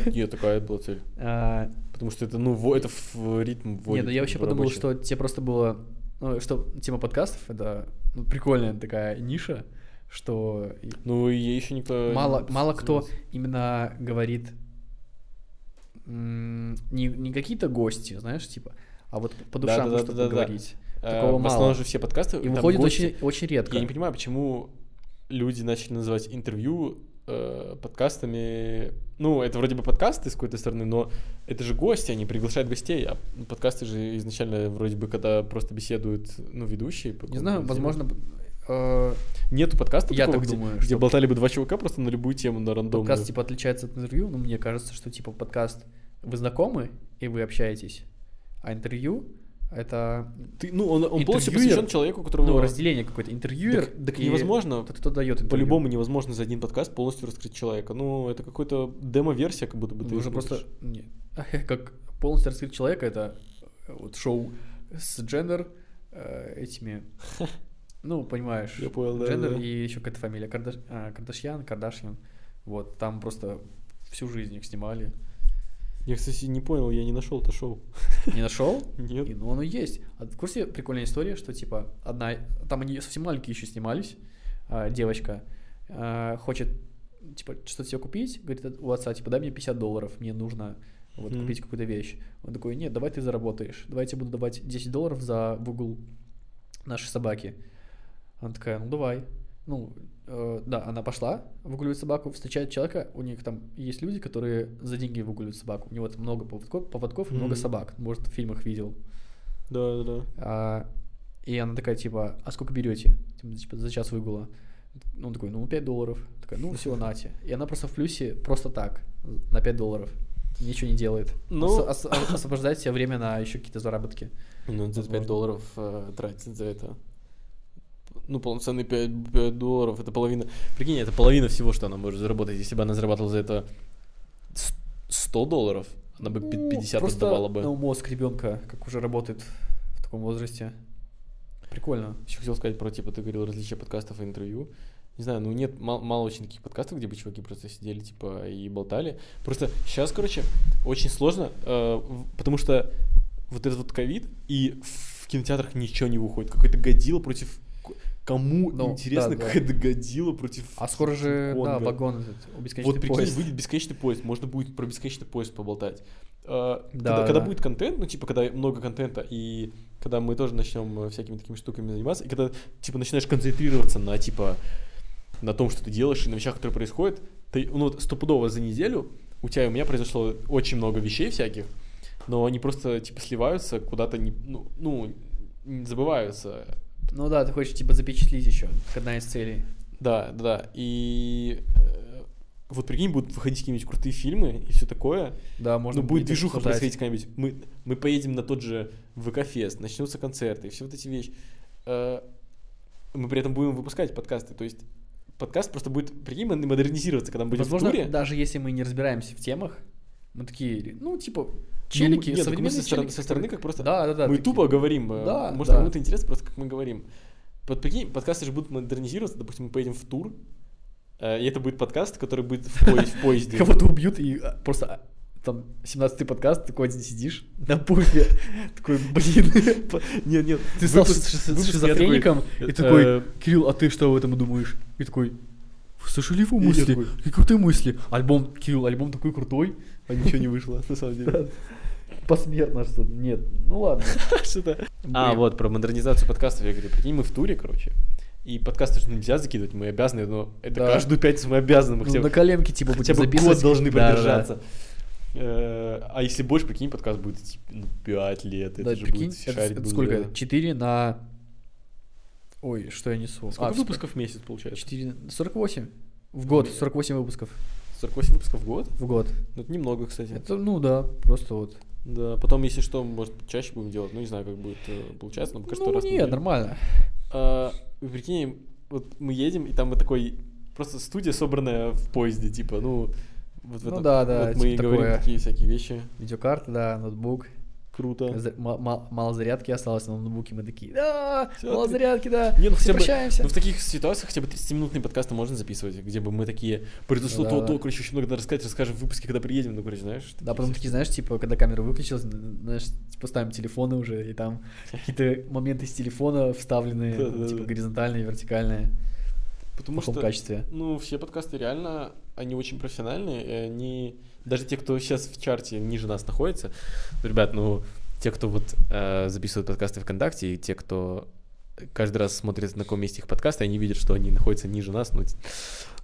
[SPEAKER 1] Нет, такая была цель.
[SPEAKER 2] А,
[SPEAKER 1] Потому что это, ну, во- это в ритм
[SPEAKER 2] Нет,
[SPEAKER 1] вводит
[SPEAKER 2] ну я вообще
[SPEAKER 1] в
[SPEAKER 2] подумал,
[SPEAKER 1] рабочий.
[SPEAKER 2] что тебе просто было... ну, что тема подкастов — это ну, прикольная такая ниша, что и-
[SPEAKER 1] Ну, и еще никто...
[SPEAKER 2] мало,
[SPEAKER 1] не
[SPEAKER 2] мало кто
[SPEAKER 1] занимался.
[SPEAKER 2] именно говорит м, не, не какие-то гости, знаешь, типа, а вот по душам
[SPEAKER 1] Да-да-да-да-да-да.
[SPEAKER 2] чтобы говорить.
[SPEAKER 1] Э,
[SPEAKER 2] такого
[SPEAKER 1] В основном
[SPEAKER 2] мало.
[SPEAKER 1] же все подкасты...
[SPEAKER 2] И
[SPEAKER 1] там
[SPEAKER 2] выходит
[SPEAKER 1] гости.
[SPEAKER 2] очень, очень редко.
[SPEAKER 1] Я не понимаю, почему э, люди начали называть интервью э, подкастами... Ну, это вроде бы подкасты с какой-то стороны, но это же гости, они приглашают гостей, а подкасты же изначально вроде бы, когда просто беседуют, ну, ведущие. по
[SPEAKER 2] Не
[SPEAKER 1] какому-то
[SPEAKER 2] знаю,
[SPEAKER 1] делу.
[SPEAKER 2] возможно, э,
[SPEAKER 1] Нету подкаста
[SPEAKER 2] я
[SPEAKER 1] такого,
[SPEAKER 2] так
[SPEAKER 1] где,
[SPEAKER 2] думаю,
[SPEAKER 1] где
[SPEAKER 2] что-
[SPEAKER 1] болтали бы два чувака просто на любую тему, на рандомную.
[SPEAKER 2] подкаст типа отличается от интервью, но мне кажется, что типа подкаст вы знакомы и вы общаетесь, а интервью это
[SPEAKER 1] Ты- ну, он, он полностью
[SPEAKER 2] Интервьюер.
[SPEAKER 1] посвящен человеку, которого...
[SPEAKER 2] ну, разделение какое-то интервьюер.
[SPEAKER 1] Так- так
[SPEAKER 2] и
[SPEAKER 1] невозможно.
[SPEAKER 2] тот, кто дает интервью.
[SPEAKER 1] По-любому невозможно за один подкаст полностью раскрыть человека. Ну, это какой-то демо-версия, как будто бы ты
[SPEAKER 2] Нужно
[SPEAKER 1] смотришь.
[SPEAKER 2] просто... не, <laughs> Как полностью раскрыть человека, это э, вот шоу с джендер э,
[SPEAKER 1] <laughs>
[SPEAKER 2] этими... Ну, понимаешь.
[SPEAKER 1] Я понял, да,
[SPEAKER 2] Джендер
[SPEAKER 1] да, да.
[SPEAKER 2] и еще какая-то фамилия. Кардаш- а, Кардашьян, Кардашьян. Вот, там просто всю жизнь
[SPEAKER 1] <laughs>
[SPEAKER 2] их снимали.
[SPEAKER 1] Я, кстати, не понял, я не нашел это шоу.
[SPEAKER 2] Не нашел?
[SPEAKER 1] Нет.
[SPEAKER 2] И, ну, оно есть. А в курсе прикольная история, что, типа, одна... Там они совсем маленькие еще снимались. а, девочка а, хочет, типа, что-то себе купить. Говорит от- у отца, типа, дай мне 50 долларов, мне нужно вот
[SPEAKER 1] Мгм.
[SPEAKER 2] купить какую-то вещь. Он такой, нет, давай ты заработаешь. Давай я тебе буду давать 10 долларов за в угол нашей собаки. Она такая, ну, давай. Ну, э, да, она пошла, выгуливает собаку, встречает человека, у них там есть люди, которые за деньги выгуливают собаку. У него там много поводков, поводков и много
[SPEAKER 1] Мгм.
[SPEAKER 2] собак. Может, в фильмах видел.
[SPEAKER 1] Да, да, да.
[SPEAKER 2] А, и она такая, типа, а сколько берете? Типа, за час выгула. Ну, он такой, ну, 5 долларов. Такая, ну, все, нате. И она просто в плюсе просто так, на 5 долларов. Ничего не делает.
[SPEAKER 1] Ну.
[SPEAKER 2] Ос- ос- освобождает себе время на еще какие-то заработки.
[SPEAKER 1] Ну, за 5
[SPEAKER 2] Возможно.
[SPEAKER 1] долларов э, тратить за это. Ну, полноценные 5, 5 долларов, это половина. Прикинь, это половина всего, что она может заработать. Если бы она зарабатывала за это с- 100 долларов, она бы пи-
[SPEAKER 2] Ну,
[SPEAKER 1] 50
[SPEAKER 2] просто,
[SPEAKER 1] отдавала бы.
[SPEAKER 2] ну, мозг ребенка, как уже работает в таком возрасте. Прикольно.
[SPEAKER 1] Еще хотел сказать про, типа, ты говорил различия подкастов и интервью. Не знаю, ну нет, мал- мало, очень таких подкастов, где бы чуваки просто сидели, типа, и болтали. Просто сейчас, короче, очень сложно, э, в- потому что вот этот вот ковид, и в кинотеатрах ничего не выходит. Какой-то годил против... к- Кому
[SPEAKER 2] Ну,
[SPEAKER 1] интересно,
[SPEAKER 2] да, да.
[SPEAKER 1] какая-то годила против...
[SPEAKER 2] А скоро же, да,
[SPEAKER 1] Кинг-Конга?
[SPEAKER 2] вагон этот, бесконечный
[SPEAKER 1] Вот прикинь,
[SPEAKER 2] поезд.
[SPEAKER 1] выйдет бесконечный поезд, можно будет про бесконечный поезд поболтать. Э,
[SPEAKER 2] Да,
[SPEAKER 1] когда, когда
[SPEAKER 2] да.
[SPEAKER 1] будет контент, ну, типа, когда много контента, и когда мы тоже начнем э, всякими такими штуками заниматься, и когда, типа, начинаешь концентрироваться на, типа, на том, что ты делаешь, и на вещах, которые происходят, ты, ну, вот стопудово за неделю у тебя и у меня произошло очень много вещей всяких, но они просто, типа, сливаются куда-то, не, ну, ну, не забываются.
[SPEAKER 2] Ну да, ты хочешь, типа, запечатлить еще, как одна из целей.
[SPEAKER 1] Да, да, и э, Вот прикинь, будут выходить какие-нибудь крутые фильмы и все такое.
[SPEAKER 2] Да, можно
[SPEAKER 1] ну, будет
[SPEAKER 2] это
[SPEAKER 1] движуха
[SPEAKER 2] обсуждать.
[SPEAKER 1] происходить какая-нибудь. Мы, мы поедем на тот же ВК-фест, начнутся концерты, все вот эти вещи. Э, Мы при этом будем выпускать подкасты. То есть подкаст просто будет, прикинь, мод- модернизироваться, когда мы будем
[SPEAKER 2] Возможно,
[SPEAKER 1] в туре.
[SPEAKER 2] даже если мы не разбираемся в темах, мы такие, ну, типа,
[SPEAKER 1] Ну,
[SPEAKER 2] челики,
[SPEAKER 1] нет, так мы со
[SPEAKER 2] современные
[SPEAKER 1] стороны,
[SPEAKER 2] челики,
[SPEAKER 1] со стороны
[SPEAKER 2] которые-
[SPEAKER 1] как просто...
[SPEAKER 2] Да, да, да.
[SPEAKER 1] мы
[SPEAKER 2] такие.
[SPEAKER 1] тупо говорим. э,
[SPEAKER 2] Да,
[SPEAKER 1] Может,
[SPEAKER 2] да.
[SPEAKER 1] кому-то интересно просто, как мы говорим. Вот прикинь, подкасты же будут модернизироваться. Допустим, мы поедем в тур, э, и это будет подкаст, который будет в поезд- в поезде.
[SPEAKER 2] <laughs> Кого-то убьют и а, просто а, там 17-й подкаст, такой один сидишь на пуфе, <laughs> такой, блин, <laughs>
[SPEAKER 1] Нет, нет.
[SPEAKER 2] ты стал
[SPEAKER 1] выпуск-
[SPEAKER 2] ши- ши-
[SPEAKER 1] выпуск я
[SPEAKER 2] шизофреником,
[SPEAKER 1] такой,
[SPEAKER 2] и такой,
[SPEAKER 1] э,
[SPEAKER 2] Кирилл, а ты что об этом думаешь? И такой, слушали его
[SPEAKER 1] И я
[SPEAKER 2] мысли,
[SPEAKER 1] такой,
[SPEAKER 2] какие крутые мысли. Альбом, Кирилл, альбом такой крутой, а ничего не вышло, на самом деле. Посмертно что-то, нет, ну ладно.
[SPEAKER 1] <laughs> Что-то. А, вот, про модернизацию подкастов я говорю. Прикинь, мы в туре, короче. И подкасты же нельзя закидывать, мы обязаны, но это
[SPEAKER 2] Да.
[SPEAKER 1] каждую пятницу мы обязаны. Мы
[SPEAKER 2] Ну,
[SPEAKER 1] хотя, бы-
[SPEAKER 2] на коленке типа
[SPEAKER 1] хотя
[SPEAKER 2] будем
[SPEAKER 1] бы
[SPEAKER 2] записывать.
[SPEAKER 1] год должны
[SPEAKER 2] Да, да, да.
[SPEAKER 1] продержаться. Э, А если больше, прикинь, подкаст будет типа, ну, пять лет,
[SPEAKER 2] Да,
[SPEAKER 1] это же
[SPEAKER 2] прикинь,
[SPEAKER 1] будет
[SPEAKER 2] это,
[SPEAKER 1] шарить
[SPEAKER 2] это
[SPEAKER 1] буду,
[SPEAKER 2] сколько?
[SPEAKER 1] да.
[SPEAKER 2] 4 на... Ой, что я несу?
[SPEAKER 1] Сколько
[SPEAKER 2] А,
[SPEAKER 1] выпусков в месяц получается?
[SPEAKER 2] 4... 48. В год,
[SPEAKER 1] Блин.
[SPEAKER 2] 48 выпусков
[SPEAKER 1] 48 выпусков в год?
[SPEAKER 2] в год.
[SPEAKER 1] Ну, это немного, кстати.
[SPEAKER 2] Это, ну да, просто вот.
[SPEAKER 1] Да, потом, если что, может, чаще будем делать, ну, не знаю, как будет э, получаться, но пока что
[SPEAKER 2] ну,
[SPEAKER 1] раз в
[SPEAKER 2] не,
[SPEAKER 1] неделю.
[SPEAKER 2] нормально.
[SPEAKER 1] А, вы прикинь, вот мы едем, и там мы такой, просто студия собранная в поезде, типа, ну, вот в
[SPEAKER 2] Ну
[SPEAKER 1] этом.
[SPEAKER 2] да, да,
[SPEAKER 1] Вот мы и
[SPEAKER 2] типа
[SPEAKER 1] говорим
[SPEAKER 2] такое.
[SPEAKER 1] такие всякие вещи.
[SPEAKER 2] Видеокарта, да, ноутбук.
[SPEAKER 1] Круто.
[SPEAKER 2] Зар- ма- ма- Мало зарядки осталось на ноутбуке, мы такие, да,
[SPEAKER 1] Всё,
[SPEAKER 2] мало
[SPEAKER 1] ты-
[SPEAKER 2] зарядки, да,
[SPEAKER 1] Не, ну хотя
[SPEAKER 2] все
[SPEAKER 1] бы-
[SPEAKER 2] прощаемся.
[SPEAKER 1] Ну, в таких ситуациях хотя бы 30-минутные подкасты можно записывать, где бы мы такие, произошло
[SPEAKER 2] Да,
[SPEAKER 1] то,
[SPEAKER 2] да.
[SPEAKER 1] то, короче, очень много надо рассказать, расскажем в выпуске, когда приедем, ну, короче, знаешь.
[SPEAKER 2] <laughs> Да, потом такие, знаешь, типа, когда камера выключилась, н- н- знаешь, типа ставим телефоны уже, и там какие-то моменты с
[SPEAKER 1] <laughs>
[SPEAKER 2] телефона вставлены,
[SPEAKER 1] Да-да-да.
[SPEAKER 2] типа горизонтальные, вертикальные, в
[SPEAKER 1] потому
[SPEAKER 2] плохом
[SPEAKER 1] что,
[SPEAKER 2] качестве.
[SPEAKER 1] ну, все подкасты реально, они очень профессиональные, и они, даже те, кто сейчас в чарте ниже нас находится, ребят, ну, те, кто вот э, записывает подкасты ВКонтакте, и те, кто каждый раз смотрит, на каком месте их подкасты, они видят, что они находятся ниже нас, ну, т-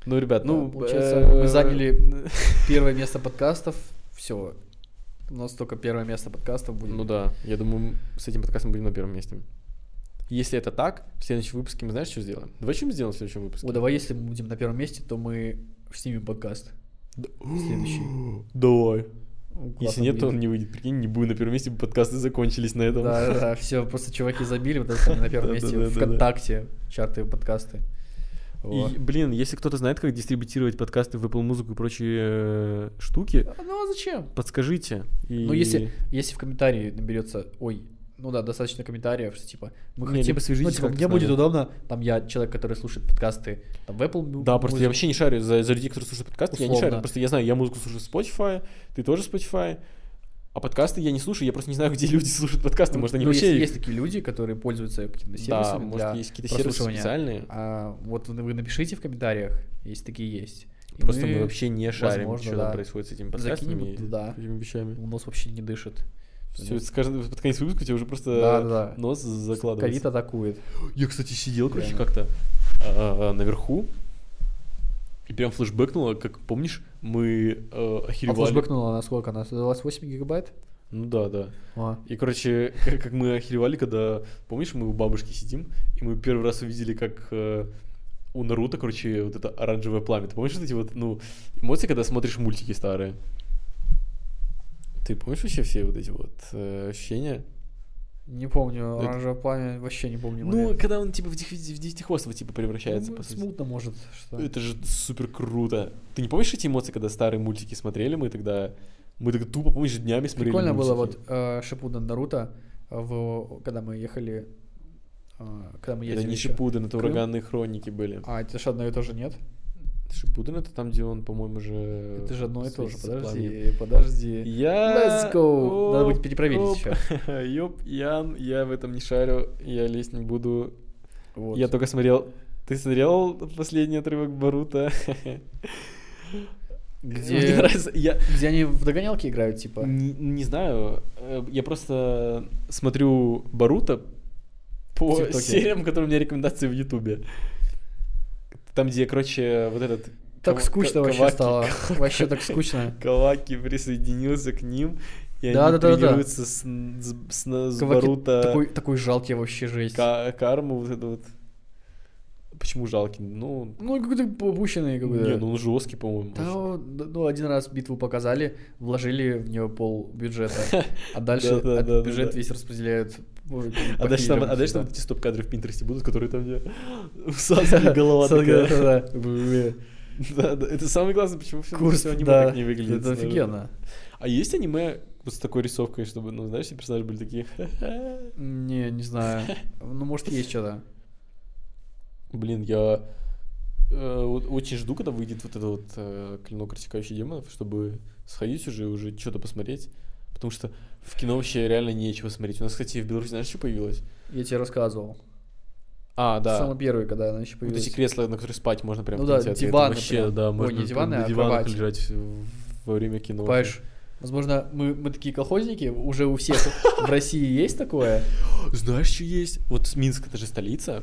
[SPEAKER 1] ну ребят, ну...
[SPEAKER 2] Да, получается,
[SPEAKER 1] э,
[SPEAKER 2] мы заняли первое место подкастов, все. У нас только первое место подкастов будет.
[SPEAKER 1] <laughs> Ну да, я думаю, с этим подкастом будем на первом месте. Если это так, в следующем выпуске мы знаешь, что сделаем? Давай что мы сделаем в следующем выпуске?
[SPEAKER 2] О, давай, если мы будем на первом месте, то мы снимем подкаст. Следующий.
[SPEAKER 1] Давай.
[SPEAKER 2] Ну,
[SPEAKER 1] Если
[SPEAKER 2] классно
[SPEAKER 1] нет, то
[SPEAKER 2] будет.
[SPEAKER 1] он не выйдет. Прикинь, не будет на первом месте, подкасты закончились на этом.
[SPEAKER 2] Да, да, все, просто чуваки забили, вот это
[SPEAKER 1] <laughs>
[SPEAKER 2] на первом месте
[SPEAKER 1] Да-да-да-да-да.
[SPEAKER 2] ВКонтакте, чарты, подкасты. Во.
[SPEAKER 1] И, блин, если кто-то знает, как дистрибутировать подкасты в Apple Music и прочие э, штуки,
[SPEAKER 2] А, Ну а зачем?
[SPEAKER 1] подскажите. И...
[SPEAKER 2] Ну, если, если в комментарии наберется, ой, ну да, достаточно комментариев, что типа, мы
[SPEAKER 1] Не,
[SPEAKER 2] хотим,
[SPEAKER 1] либо свяжитесь
[SPEAKER 2] ну, типа,
[SPEAKER 1] как-то
[SPEAKER 2] мне
[SPEAKER 1] с
[SPEAKER 2] будет
[SPEAKER 1] нами.
[SPEAKER 2] удобно, там я человек, который слушает подкасты, там в Apple Mu-
[SPEAKER 1] Да, просто я
[SPEAKER 2] Music.
[SPEAKER 1] вообще не шарю за, за людей, которые слушают подкасты. Я не
[SPEAKER 2] Условно.
[SPEAKER 1] шарю, просто я знаю, я музыку слушаю в Spotify, ты тоже Spotify, а подкасты я не слушаю, я просто не знаю, <laughs> где люди слушают подкасты.
[SPEAKER 2] Ну,
[SPEAKER 1] Может, они
[SPEAKER 2] ну, есть,
[SPEAKER 1] вообще...
[SPEAKER 2] есть такие люди, которые пользуются какими-то
[SPEAKER 1] Да,
[SPEAKER 2] сервисами
[SPEAKER 1] может,
[SPEAKER 2] для
[SPEAKER 1] есть какие-то сервисы
[SPEAKER 2] прослушивания.
[SPEAKER 1] специальные.
[SPEAKER 2] А, вот вы вы напишите в комментариях, если такие есть. И
[SPEAKER 1] Просто мы вообще не шарим,
[SPEAKER 2] возможно,
[SPEAKER 1] что
[SPEAKER 2] да,
[SPEAKER 1] там происходит с этими подкастами
[SPEAKER 2] закинем
[SPEAKER 1] и
[SPEAKER 2] туда.
[SPEAKER 1] этими вещами.
[SPEAKER 2] У нас вообще не дышит.
[SPEAKER 1] Все, с каждым- под конец выпуска тебе уже просто
[SPEAKER 2] Да, да, да.
[SPEAKER 1] нос закладывается.
[SPEAKER 2] Ковид атакует.
[SPEAKER 1] Я, кстати, сидел, короче,
[SPEAKER 2] Реально.
[SPEAKER 1] как-то а, наверху. И прям флешбэкнуло, как помнишь, мы э,
[SPEAKER 2] А
[SPEAKER 1] охеревали.
[SPEAKER 2] флешбэкнула на сколько? На 128 гигабайт?
[SPEAKER 1] Ну да, да.
[SPEAKER 2] А.
[SPEAKER 1] И, короче, <laughs> как, как мы охеревали, когда, помнишь, мы у бабушки сидим, и мы первый раз увидели, как э, у Наруто, короче, вот это оранжевое пламя. Ты помнишь вот эти вот, ну, эмоции, когда смотришь мультики старые? Ты помнишь вообще все вот эти вот э, ощущения?
[SPEAKER 2] Не помню,
[SPEAKER 1] Это-
[SPEAKER 2] оранжевое пламя, вообще не помню.
[SPEAKER 1] Ну,
[SPEAKER 2] момент.
[SPEAKER 1] когда он типа в, дих, в десятихвостого типа превращается,
[SPEAKER 2] Ну,
[SPEAKER 1] по сути. Ну,
[SPEAKER 2] Смутно, может, что.
[SPEAKER 1] Это же супер круто. Ты не помнишь эти эмоции, когда старые мультики смотрели мы тогда? Мы так тупо, помнишь, днями смотрели
[SPEAKER 2] Прикольно было вот
[SPEAKER 1] мультики.
[SPEAKER 2] э, Шипудан Наруто, э, в, когда мы ехали, э, когда мы ездили.
[SPEAKER 1] Это не
[SPEAKER 2] ещё.
[SPEAKER 1] Шипуден, это
[SPEAKER 2] Крым.
[SPEAKER 1] ураганные хроники были.
[SPEAKER 2] А, это же одно и то же, нет?
[SPEAKER 1] Шипуден это там, где он, по-моему, же...
[SPEAKER 2] Это же одно и то же.
[SPEAKER 1] встретится с пламенем.
[SPEAKER 2] Подожди, подожди.
[SPEAKER 1] Я...
[SPEAKER 2] Let's go. Надо будет
[SPEAKER 1] Оп,
[SPEAKER 2] перепроверить
[SPEAKER 1] оп.
[SPEAKER 2] еще.
[SPEAKER 1] <laughs> Ёп, Ян, я в этом не шарю, я лезть не буду.
[SPEAKER 2] Вот.
[SPEAKER 1] Я только смотрел... Ты смотрел последний отрывок Барута?
[SPEAKER 2] Где-
[SPEAKER 1] Мне нравится, я...
[SPEAKER 2] Где они в догонялки играют, типа?
[SPEAKER 1] Не, не знаю, э, я просто смотрю Барута по
[SPEAKER 2] В ТикТоке.
[SPEAKER 1] сериям, которые у меня рекомендации в Ютубе. Там, где, короче, вот этот...
[SPEAKER 2] Так
[SPEAKER 1] Кава-
[SPEAKER 2] скучно
[SPEAKER 1] Ка-
[SPEAKER 2] вообще
[SPEAKER 1] Каваки-
[SPEAKER 2] стало. Вообще так скучно.
[SPEAKER 1] Каваки присоединился к ним, и они
[SPEAKER 2] Да-да-да-да.
[SPEAKER 1] тренируются с, н- с, с на- <laughs> с
[SPEAKER 2] Каваки
[SPEAKER 1] Барута
[SPEAKER 2] Такой, такой жалкий вообще жесть.
[SPEAKER 1] ка- карму, вот эту вот. Почему жалкий? Ну,
[SPEAKER 2] Ну, какой-то попущенный какой-то.
[SPEAKER 1] не, ну он жесткий, по-моему.
[SPEAKER 2] Да,
[SPEAKER 1] очень.
[SPEAKER 2] он- да, ну, один раз битву показали, вложили в нее пол бюджета, а дальше
[SPEAKER 1] Да-да-да-да-да.
[SPEAKER 2] этот бюджет весь распределяют. по- по
[SPEAKER 1] А дальше там,
[SPEAKER 2] фильмам
[SPEAKER 1] а дальше
[SPEAKER 2] всегда.
[SPEAKER 1] там эти стоп-кадры в Пинтересте будут, которые там где <laughs>
[SPEAKER 2] <laughs>
[SPEAKER 1] всасывали, типа, голова
[SPEAKER 2] Садка,
[SPEAKER 1] такая. <laughs>
[SPEAKER 2] да-да. Бля,
[SPEAKER 1] Да, да, это самое главное, почему все
[SPEAKER 2] Курс,
[SPEAKER 1] аниме
[SPEAKER 2] да.
[SPEAKER 1] так не выглядит.
[SPEAKER 2] Это
[SPEAKER 1] наверное.
[SPEAKER 2] офигенно.
[SPEAKER 1] А есть аниме вот с такой рисовкой, чтобы, ну, знаешь, все персонажи были такие... <laughs>
[SPEAKER 2] Не, не знаю. Ну, может, есть что-то.
[SPEAKER 1] Блин, я э, вот очень жду, когда выйдет вот этот вот э, клинок рассекающий демонов, чтобы сходить уже и уже что-то посмотреть. Потому что в кино вообще реально нечего смотреть. У нас, кстати, в Беларуси, знаешь, что появилось?
[SPEAKER 2] Я тебе рассказывал.
[SPEAKER 1] А, да.
[SPEAKER 2] Самый первый, когда она еще
[SPEAKER 1] Вот
[SPEAKER 2] появилась.
[SPEAKER 1] эти кресла, на которых спать можно прям
[SPEAKER 2] Ну
[SPEAKER 1] в
[SPEAKER 2] да,
[SPEAKER 1] кинотеатре. Это
[SPEAKER 2] диваны
[SPEAKER 1] вообще,
[SPEAKER 2] прям.
[SPEAKER 1] да,
[SPEAKER 2] Ой,
[SPEAKER 1] можно
[SPEAKER 2] не
[SPEAKER 1] прям
[SPEAKER 2] диваны,
[SPEAKER 1] на
[SPEAKER 2] а
[SPEAKER 1] диванах
[SPEAKER 2] кровати.
[SPEAKER 1] лежать в- во время кино.
[SPEAKER 2] Паш, возможно, мы, мы такие колхозники, уже у всех <laughs> в России есть такое?
[SPEAKER 1] Знаешь, что есть? Вот с Минск это же столица,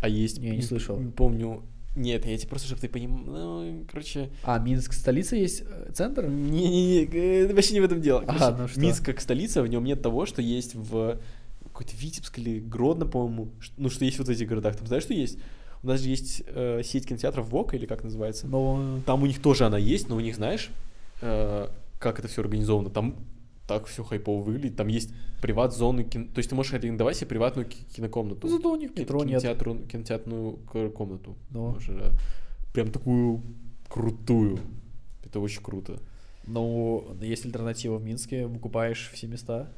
[SPEAKER 1] а есть...
[SPEAKER 2] Не, не слышал.
[SPEAKER 1] Не помню. Нет, я тебе просто, чтобы ты понимал... Ну, короче...
[SPEAKER 2] А, Минск столица есть э, центр?
[SPEAKER 1] Не-не-не, э, это вообще не в этом дело.
[SPEAKER 2] Ага,
[SPEAKER 1] Короче,
[SPEAKER 2] ну что?
[SPEAKER 1] Минск как столица, в нем нет того, что есть в какой-то Витебск или Гродно, по-моему. Ш- Ну, что есть вот в этих городах. Там знаешь, что есть? У нас же есть э, сеть кинотеатров ВОК, или как называется?
[SPEAKER 2] Но...
[SPEAKER 1] Там у них тоже она есть, но у них, знаешь, э, как это все организовано. Там так все хайпово выглядит. Там есть приват-зоны, кин- то есть ты можешь арендовать себе приватную ки- кинокомнату.
[SPEAKER 2] Ну, зато у них
[SPEAKER 1] Кин-
[SPEAKER 2] метро нет.
[SPEAKER 1] кинотеатру- кинотеатрную к- комнату.
[SPEAKER 2] Да.
[SPEAKER 1] Можешь, да. Прям такую крутую. Это очень круто.
[SPEAKER 2] Ну, есть альтернатива в Минске, выкупаешь все места.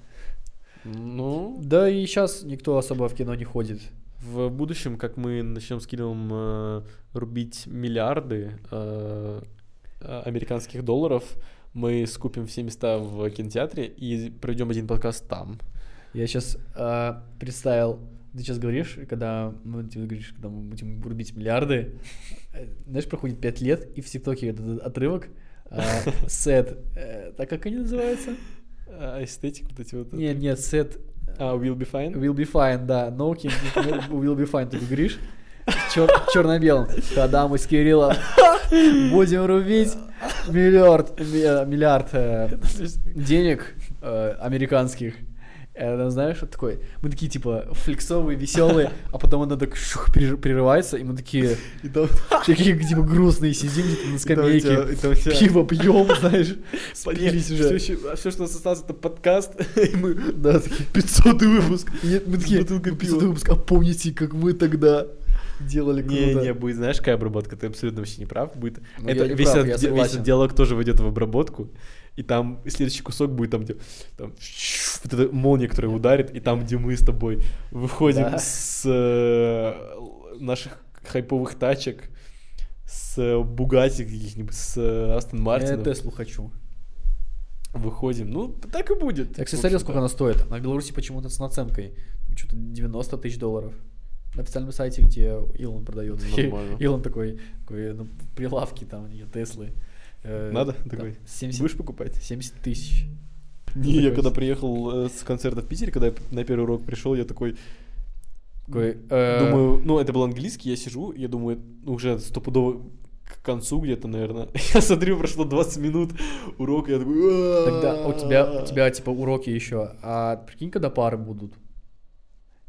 [SPEAKER 1] Ну,
[SPEAKER 2] Да и сейчас никто особо в кино не ходит.
[SPEAKER 1] в будущем, как мы начнем с Кириллом э, рубить миллиарды э, э, американских долларов, мы скупим все места в кинотеатре и проведем один подкаст там.
[SPEAKER 2] Я сейчас представил, ты сейчас говоришь, когда ну, ты говоришь, когда мы будем рубить миллиарды, э, знаешь, проходит 5 лет, и в ТикТоке этот отрывок э, <laughs> сет, э, так как они называются?
[SPEAKER 1] А эстетик вот эти вот...
[SPEAKER 2] Нет, нет, сет
[SPEAKER 1] А, Will Be Fine?
[SPEAKER 2] Will be fine, да. No Kim, <laughs> will be fine, ты говоришь? черно-белым. Когда мы
[SPEAKER 1] <laughs>
[SPEAKER 2] с Кириллом будем рубить миллиард, ми- э, миллиард э, денег э, американских. Э, ну, знаешь, вот такой, мы такие, типа, флексовые, веселые, а потом она так шух, перер- прерывается, и мы такие,
[SPEAKER 1] И
[SPEAKER 2] <laughs>
[SPEAKER 1] там-
[SPEAKER 2] такие, типа, грустные сидим где-то на
[SPEAKER 1] и там у тебя-
[SPEAKER 2] скамейке,
[SPEAKER 1] и там у тебя- <laughs>
[SPEAKER 2] пиво пьем, знаешь, спились
[SPEAKER 1] Все,
[SPEAKER 2] уже.
[SPEAKER 1] все, а что у нас осталось, это подкаст, <laughs> и мы...
[SPEAKER 2] Да, такие,
[SPEAKER 1] 500 выпуск!
[SPEAKER 2] И мы такие,
[SPEAKER 1] Бутылка
[SPEAKER 2] «Ну,
[SPEAKER 1] пива».
[SPEAKER 2] пиздатый выпуск, а помните, как мы тогда делали круто?
[SPEAKER 1] Не, не, будет, знаешь, какая обработка, ты абсолютно вообще не прав, будет.
[SPEAKER 2] Ну,
[SPEAKER 1] Это
[SPEAKER 2] я не
[SPEAKER 1] весь,
[SPEAKER 2] прав,
[SPEAKER 1] этот,
[SPEAKER 2] я
[SPEAKER 1] ди- весь
[SPEAKER 2] согласен.
[SPEAKER 1] этот диалог тоже войдет в обработку, и там следующий кусок будет там, где там, вот эта молния, которая ударит, и там, где мы с тобой выходим
[SPEAKER 2] Да.
[SPEAKER 1] с э, л- наших хайповых тачек, с Бугати каких-нибудь, с Астон
[SPEAKER 2] Я
[SPEAKER 1] Мартином.
[SPEAKER 2] Теслу хочу.
[SPEAKER 1] Выходим. Ну, так и будет.
[SPEAKER 2] Я, кстати, смотрел,
[SPEAKER 1] В общем-то.
[SPEAKER 2] сколько она стоит. На Беларуси почему-то с наценкой. Ну, Что-то 90 тысяч долларов. На официальном сайте, где Илон продает.
[SPEAKER 1] <laughs> Нормально.
[SPEAKER 2] Илон такой, такой ну, прилавки там, её Теслы. Э,
[SPEAKER 1] Надо?
[SPEAKER 2] да,
[SPEAKER 1] Такой,
[SPEAKER 2] 70,
[SPEAKER 1] Будешь покупать?
[SPEAKER 2] 70 тысяч.
[SPEAKER 1] Не, я
[SPEAKER 2] Такой-
[SPEAKER 1] когда приехал э, с концерта в Питере, когда я п- на первый урок пришел, я такой...
[SPEAKER 2] Такой, э,
[SPEAKER 1] Думаю, ну, это был английский, я сижу, я думаю, ну, уже стопудово к концу где-то, наверное. <laughs> Я смотрю, прошло 20 минут урок, я такой... «А-а-а».
[SPEAKER 2] Тогда у тебя, у тебя типа уроки еще. А прикинь, когда пары будут.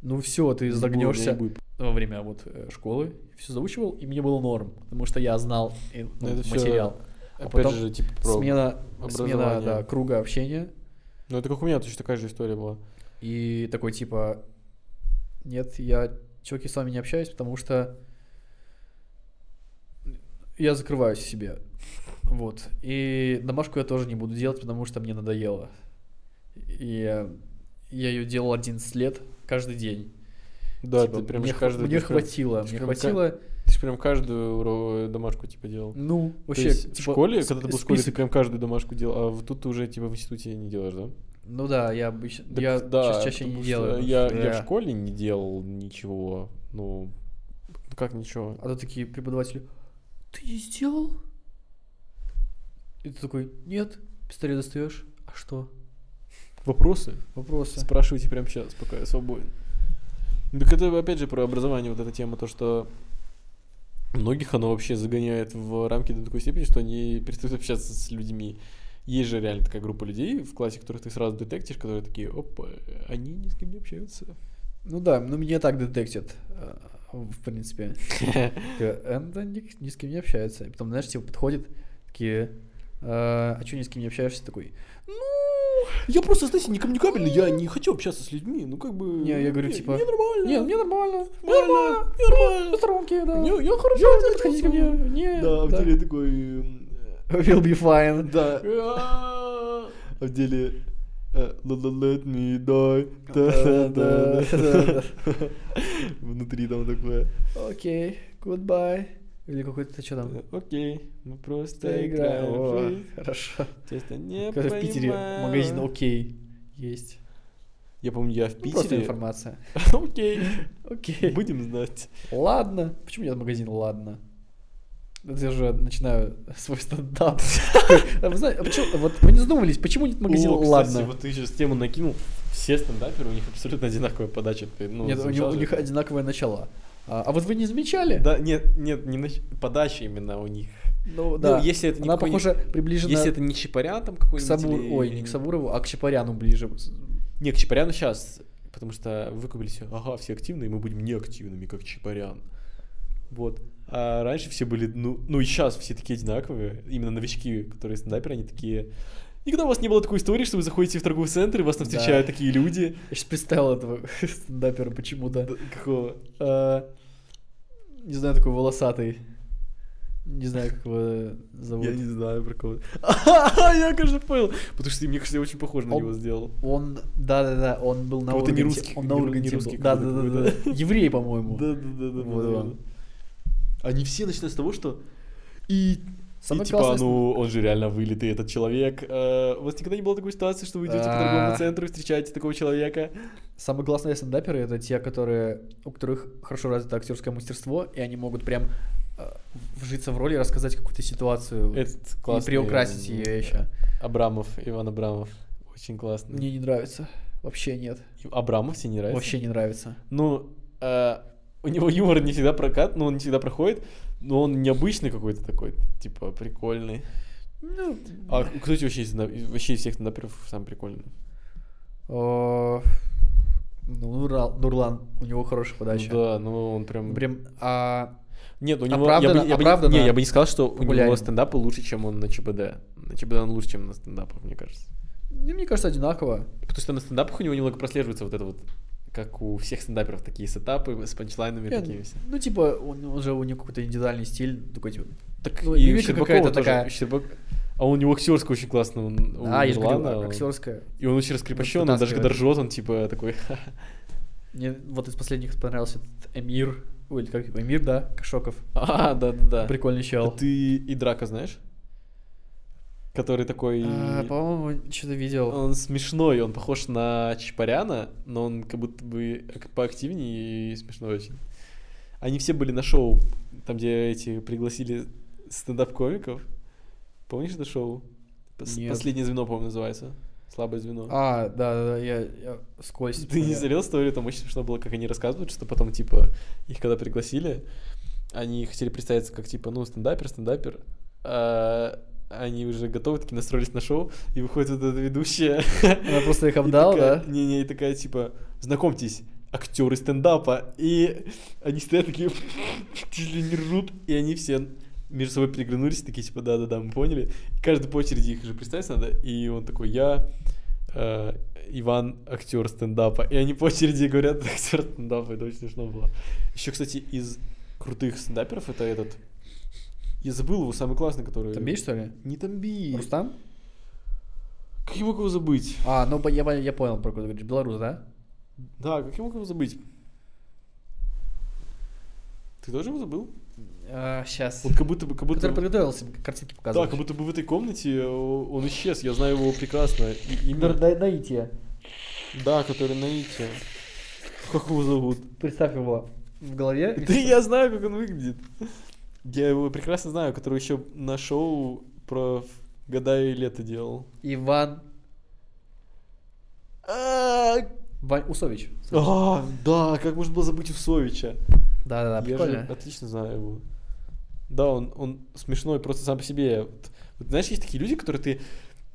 [SPEAKER 2] Ну все, ты
[SPEAKER 1] Не будет,
[SPEAKER 2] загнешься.
[SPEAKER 1] не будет.
[SPEAKER 2] во время вот э, школы все заучивал, и мне было норм, потому что я знал э, ну,
[SPEAKER 1] Но это всё
[SPEAKER 2] материал. А
[SPEAKER 1] Опять
[SPEAKER 2] потом
[SPEAKER 1] же, типа, про...
[SPEAKER 2] смена, смена
[SPEAKER 1] образование.
[SPEAKER 2] да, круга общения
[SPEAKER 1] Ну, это как у меня точно такая же история была.
[SPEAKER 2] и такой типа нет, я чуваки с вами не общаюсь, потому что я закрываюсь в себе. Вот. И домашку я тоже не буду делать, потому что мне надоело. И я, ее делал 11 лет каждый день.
[SPEAKER 1] Да,
[SPEAKER 2] Типа,
[SPEAKER 1] ты прям
[SPEAKER 2] мне,
[SPEAKER 1] же
[SPEAKER 2] хва-
[SPEAKER 1] каждый...
[SPEAKER 2] мне
[SPEAKER 1] ты ж прям-
[SPEAKER 2] хватило,
[SPEAKER 1] ты ж
[SPEAKER 2] мне
[SPEAKER 1] прям ка-
[SPEAKER 2] хватило.
[SPEAKER 1] Ты же прям каждую уро- домашку, типа, делал.
[SPEAKER 2] Ну, вообще,
[SPEAKER 1] То есть в
[SPEAKER 2] типа,
[SPEAKER 1] школе,
[SPEAKER 2] сп-
[SPEAKER 1] когда ты был в школе, ты
[SPEAKER 2] список-
[SPEAKER 1] прям каждую домашку делал, а вот тут ты уже типа в институте не делаешь, да?
[SPEAKER 2] Ну да, я обычно,
[SPEAKER 1] Так
[SPEAKER 2] я
[SPEAKER 1] да,
[SPEAKER 2] ча- чаще
[SPEAKER 1] потому
[SPEAKER 2] не
[SPEAKER 1] что
[SPEAKER 2] делаю. потому
[SPEAKER 1] Я,
[SPEAKER 2] что
[SPEAKER 1] я в
[SPEAKER 2] я-
[SPEAKER 1] школе не делал ничего, ну, ну как ничего.
[SPEAKER 2] А то такие преподаватели, ты не сделал? И ты такой, нет, пистолет достаешь, а что?
[SPEAKER 1] Вопросы?
[SPEAKER 2] Вопросы.
[SPEAKER 1] Спрашивайте прямо сейчас, пока я свободен. Ну, Так это опять же про образование вот эта тема, то что многих оно вообще загоняет в рамки до такой степени, что они перестают общаться с людьми. Есть же реально такая группа людей в классе, которых ты сразу детектишь, которые такие, опа, они ни с кем не общаются.
[SPEAKER 2] Ну да, ну меня так детектят. э, в <laughs> принципе. Такая, «Э, Да ни, ни с кем не общается. И потом, знаешь, типа подходит, такие, «А, а что ни с кем не общаешься? Такой, ну,
[SPEAKER 3] Я просто, знаете, не коммуникабельный, я не хочу общаться с людьми, ну как бы...
[SPEAKER 2] Не, я говорю,
[SPEAKER 3] мне-
[SPEAKER 2] типа,
[SPEAKER 3] Мне нормально.
[SPEAKER 2] не, мне нормально, мне
[SPEAKER 3] нормально,
[SPEAKER 2] нормально,
[SPEAKER 3] мне нормально.
[SPEAKER 2] посторонки, да.
[SPEAKER 3] Не, я хорошо.
[SPEAKER 2] Жёлтый,
[SPEAKER 3] отношусь
[SPEAKER 2] подходите ко
[SPEAKER 3] нему».
[SPEAKER 2] мне, не,
[SPEAKER 3] Да, а в
[SPEAKER 2] да.
[SPEAKER 3] деле такой... эм,
[SPEAKER 2] Will be fine.
[SPEAKER 1] <laughs>
[SPEAKER 3] Да. А в деле... э, «La- la- Let me die.
[SPEAKER 2] Да-да-да.
[SPEAKER 3] Та-та-та. <laughs> Внутри там такое.
[SPEAKER 2] Окей, goodbye. Или какой-то, что там?
[SPEAKER 3] Окей, мы
[SPEAKER 2] Да,
[SPEAKER 3] просто
[SPEAKER 2] игра. О,
[SPEAKER 3] играем.
[SPEAKER 2] Хорошо.
[SPEAKER 3] Честно, не
[SPEAKER 2] Когда в Питере
[SPEAKER 3] понимаю.
[SPEAKER 2] магазин «Окей» есть.
[SPEAKER 3] Я помню, я в
[SPEAKER 2] Ну, Просто
[SPEAKER 3] Питере.
[SPEAKER 1] <laughs>
[SPEAKER 2] информация.
[SPEAKER 3] Окей.
[SPEAKER 2] <laughs> Окей.
[SPEAKER 3] Будем знать.
[SPEAKER 2] Ладно. Почему нет магазина «Ладно»? Это я же начинаю свой
[SPEAKER 1] <laughs>
[SPEAKER 2] стендап. А вы знаете, а почему- вот мы не задумывались, почему нет магазина
[SPEAKER 1] О, кстати,
[SPEAKER 2] «Ладно»?
[SPEAKER 1] вот ты сейчас тему накинул. Все стендаперы, у них абсолютно одинаковая подача. Ты, ну,
[SPEAKER 2] Нет, у него-
[SPEAKER 1] замечал
[SPEAKER 2] у
[SPEAKER 1] же?
[SPEAKER 2] них одинаковое начало. А а вот вы не замечали?
[SPEAKER 1] Да, нет, нет, не нач- подача именно у них.
[SPEAKER 2] Ну, да.
[SPEAKER 1] если это не
[SPEAKER 2] Она,
[SPEAKER 1] какой-нибудь-
[SPEAKER 2] похоже, приближена
[SPEAKER 1] Если это не Чапарян там
[SPEAKER 2] к
[SPEAKER 1] какой-нибудь...
[SPEAKER 2] Сабуру...
[SPEAKER 1] или-
[SPEAKER 2] Ой, не к Сабурову, а к Чапаряну ближе.
[SPEAKER 1] Не, к Чапаряну сейчас, потому что выкупились, ага, все активные, мы будем неактивными, как Чапарян. Вот. А раньше все были, ну, ну и сейчас все такие одинаковые, именно новички, которые стендаперы, они такие... Никогда у вас не было такой истории, что вы заходите в торговый центр, и вас там
[SPEAKER 2] Да.
[SPEAKER 1] встречают такие люди.
[SPEAKER 2] Я сейчас представил этого <laughs> стендапера почему-то.
[SPEAKER 1] Да, Какого?
[SPEAKER 2] А, Не знаю, такой волосатый. Не знаю, как его зовут.
[SPEAKER 1] Я не знаю про кого. Я, конечно, понял. Потому что, мне кажется, я очень похож на
[SPEAKER 2] Он-
[SPEAKER 1] него сделал.
[SPEAKER 2] Он, да-да-да, он был на
[SPEAKER 1] Кого-то
[SPEAKER 2] Урганте.
[SPEAKER 1] не русский,
[SPEAKER 2] он на
[SPEAKER 1] не ру-
[SPEAKER 2] Урганте
[SPEAKER 1] не
[SPEAKER 2] был.
[SPEAKER 1] русский какой-то
[SPEAKER 2] Да-да-да.
[SPEAKER 1] такой, да.
[SPEAKER 2] Еврей, по-моему.
[SPEAKER 1] Да, да, да, да,
[SPEAKER 2] Вот
[SPEAKER 1] да,
[SPEAKER 2] он.
[SPEAKER 1] да. Они все начинают с того, что и,
[SPEAKER 2] Самое
[SPEAKER 1] и типа,
[SPEAKER 2] классное-
[SPEAKER 1] ну, он же реально вылитый, этот человек. Э, у вас никогда не было такой ситуации, что вы идете по торговому
[SPEAKER 2] Да.
[SPEAKER 1] центру и встречаете такого человека?
[SPEAKER 2] Самые классные стендаперы это те, которые, у которых хорошо развито актерское мастерство, и они могут прям э, вжиться в роли, рассказать какую-то ситуацию
[SPEAKER 1] Этот
[SPEAKER 2] и
[SPEAKER 1] классный...
[SPEAKER 2] приукрасить
[SPEAKER 1] м,
[SPEAKER 2] ее еще.
[SPEAKER 1] Абрамов, Иван Абрамов. Очень классный.
[SPEAKER 2] Мне не нравится. Вообще нет.
[SPEAKER 1] И Абрамов тебе не нравится?
[SPEAKER 2] Вообще не нравится.
[SPEAKER 1] Ну, э, у него юмор не всегда прокат, но он не всегда проходит, но он необычный какой-то такой, типа, прикольный.
[SPEAKER 2] Ну,
[SPEAKER 1] А, кстати, вообще, из стендап- из- вообще из всех стендаперов сам прикольный.
[SPEAKER 2] О, Ну, Э, Нурал- Нурлан, у него хорошая
[SPEAKER 1] Ну
[SPEAKER 2] подача.
[SPEAKER 1] да, ну он прям...
[SPEAKER 2] Прям, а,
[SPEAKER 1] Нет, у него... я,
[SPEAKER 2] Оправданно-
[SPEAKER 1] бы, я, бы не,
[SPEAKER 2] оправданно
[SPEAKER 1] не, я бы не сказал, что у него
[SPEAKER 2] популярен.
[SPEAKER 1] стендапы лучше, чем он на ЧБД. На ЧБД он лучше, чем на стендапах, мне кажется.
[SPEAKER 2] ну, мне кажется, одинаково.
[SPEAKER 1] Потому что на стендапах у него немного прослеживается вот это вот, как у всех стендаперов, такие сетапы с панчлайнами
[SPEAKER 2] Я-
[SPEAKER 1] такими все.
[SPEAKER 2] ну, типа, он уже у него какой-то индивидуальный стиль, такой, типа,
[SPEAKER 1] Так
[SPEAKER 2] Ну,
[SPEAKER 1] и у
[SPEAKER 2] Юрика
[SPEAKER 1] Щербакова
[SPEAKER 2] какая-то
[SPEAKER 1] тоже.
[SPEAKER 2] такая.
[SPEAKER 1] Щербак- А у него актерская очень классная. Он, у
[SPEAKER 2] а, я же говорю,
[SPEAKER 1] Нурлана,
[SPEAKER 2] а-
[SPEAKER 1] он-
[SPEAKER 2] актерская. Ну,
[SPEAKER 1] И он очень раскрепощен, он даже когда
[SPEAKER 2] вытаскивает.
[SPEAKER 1] ржет, он типа такой...
[SPEAKER 2] Мне вот из последних понравился этот Эмир, ой, или как его, Эмир, да, Кашоков.
[SPEAKER 1] А, да-да-да.
[SPEAKER 2] Прикольный чел.
[SPEAKER 1] А Ты и Драка знаешь? Который такой...
[SPEAKER 2] А, по-моему, что-то видел.
[SPEAKER 1] Он смешной, он похож на Чапаряна, но он как будто бы ак- поактивнее и смешной очень. Они все были на шоу, там, где эти пригласили стендап-комиков. Помнишь это шоу? Пос-
[SPEAKER 2] Нет.
[SPEAKER 1] Последнее звено, по-моему, называется. Слабое звено.
[SPEAKER 2] А, да, да, да, я, я скользь.
[SPEAKER 1] Ты не
[SPEAKER 2] понял.
[SPEAKER 1] смотрел историю, там очень смешно было, как они рассказывают, что потом, типа, их когда пригласили, они хотели представиться как, типа, ну, стендапер, стендапер, а они уже готовы, такие настроились на шоу, и выходит вот эта ведущая. <laughs>
[SPEAKER 2] Она просто их обдала, да?
[SPEAKER 1] Не-не, и такая, типа, знакомьтесь, актеры стендапа. И они стоят такие, <laughs> чуть ли не ржут, и они все между собой переглянулись, такие, типа, да-да-да, мы поняли. И каждый по очереди их же представить надо, и он такой, я э, Иван, актер стендапа. И они по очереди говорят, <laughs> актер стендапа, это очень смешно было. Еще, кстати, из крутых стендаперов это этот... Я забыл его, самый классный, который...
[SPEAKER 2] Тамби, что ли?
[SPEAKER 1] Не Тамби.
[SPEAKER 2] Рустам?
[SPEAKER 1] Как я мог его забыть?
[SPEAKER 2] А, ну, по- я, пон- я понял, про кого ты говоришь. Белорус, да?
[SPEAKER 1] Да, как я мог его забыть? Ты тоже его забыл?
[SPEAKER 2] сейчас.
[SPEAKER 1] Вот как будто бы, как будто
[SPEAKER 2] А, Который
[SPEAKER 1] бы...
[SPEAKER 2] подготовился, картинки
[SPEAKER 1] Да,
[SPEAKER 2] показывал.
[SPEAKER 1] как будто бы в этой комнате э, он исчез, я знаю его прекрасно. И имя-
[SPEAKER 2] Наития.
[SPEAKER 1] Да, который на Ите. Как его зовут?
[SPEAKER 2] Представь его в голове. и
[SPEAKER 1] Да
[SPEAKER 2] всё.
[SPEAKER 1] я знаю, как он выглядит. Я его прекрасно знаю, который еще на шоу про в- года и лето делал.
[SPEAKER 2] Иван
[SPEAKER 1] А,
[SPEAKER 2] Вань Усович.
[SPEAKER 1] а, да, как можно было забыть Усовича?
[SPEAKER 2] Да-да-да,
[SPEAKER 1] я же
[SPEAKER 2] А, прикольно.
[SPEAKER 1] отлично знаю его. Да, он, он смешной просто сам по себе. Вот, вот знаешь, есть такие люди, которые ты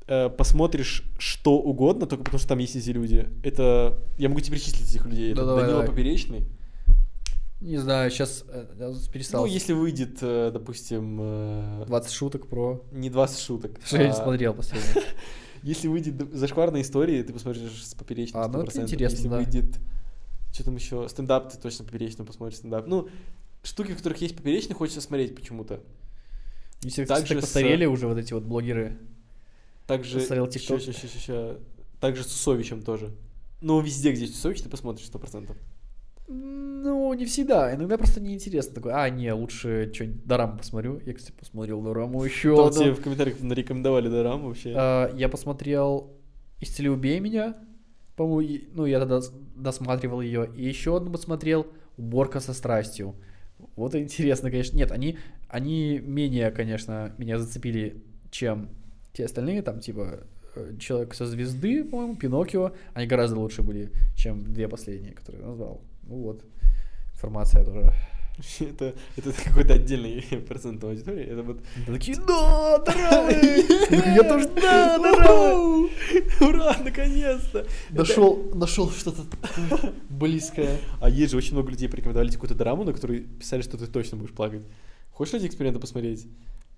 [SPEAKER 1] э, посмотришь что угодно, только потому что там есть эти люди. Это... Я могу тебе перечислить этих людей.
[SPEAKER 2] Да,
[SPEAKER 1] Это
[SPEAKER 2] давай,
[SPEAKER 1] Данила
[SPEAKER 2] давай.
[SPEAKER 1] Поперечный.
[SPEAKER 2] Не знаю, сейчас перестал.
[SPEAKER 1] Ну, если выйдет, э, допустим, э,
[SPEAKER 2] 20 шуток про...
[SPEAKER 1] не 20 шуток.
[SPEAKER 2] Что я не
[SPEAKER 1] а
[SPEAKER 2] смотрел последний.
[SPEAKER 1] Если выйдет д- зашкварные истории, ты посмотришь с поперечным
[SPEAKER 2] А, ну это
[SPEAKER 1] 100%.
[SPEAKER 2] интересно,
[SPEAKER 1] Если
[SPEAKER 2] да.
[SPEAKER 1] выйдет, что там еще, стендап, ты точно поперечным посмотришь стендап. Ну, штуки, в которых есть поперечный, хочется смотреть почему-то.
[SPEAKER 2] Если
[SPEAKER 1] Также
[SPEAKER 2] кстати,
[SPEAKER 1] с-
[SPEAKER 2] постарели уже вот эти вот блогеры.
[SPEAKER 1] Также...
[SPEAKER 2] Смотрел
[SPEAKER 1] ща-
[SPEAKER 2] TikTok.
[SPEAKER 1] ща- ща- ща- ща. Также с Усовичем тоже. Ну, везде, где есть Усович, ты посмотришь 100%.
[SPEAKER 2] Ну, не всегда. Иногда просто неинтересно. Такой, а, не, лучше что-нибудь Дораму посмотрю. Я, кстати, посмотрел Дораму еще.
[SPEAKER 1] Там тебе в комментариях нарекомендовали Дораму вообще.
[SPEAKER 2] Э, Я посмотрел «Исцели, убей меня». По-моему, и- ну, я тогда с- досматривал ее. И еще одну посмотрел «Уборка со страстью». Вот интересно, конечно. Нет, они, они менее, конечно, меня зацепили, чем те остальные, там, типа, э, «Человек со звезды», по-моему, «Пиноккио». Они гораздо лучше были, чем две последние, которые я назвал. Ну вот, информация тоже.
[SPEAKER 1] <laughs> Это, это какой-то отдельный <laughs> процент там аудитории. Это вот...
[SPEAKER 2] Да такие, <laughs> да, Дорамы! <laughs> Я тоже, <laughs> да, Дорамы!
[SPEAKER 1] Ура, наконец-то!
[SPEAKER 2] Нашел, нашел что-то близкое.
[SPEAKER 1] А есть же очень много людей порекомендовали тебе какую-то драму, на которой писали, что ты точно будешь плакать. Хочешь эти эксперименты посмотреть?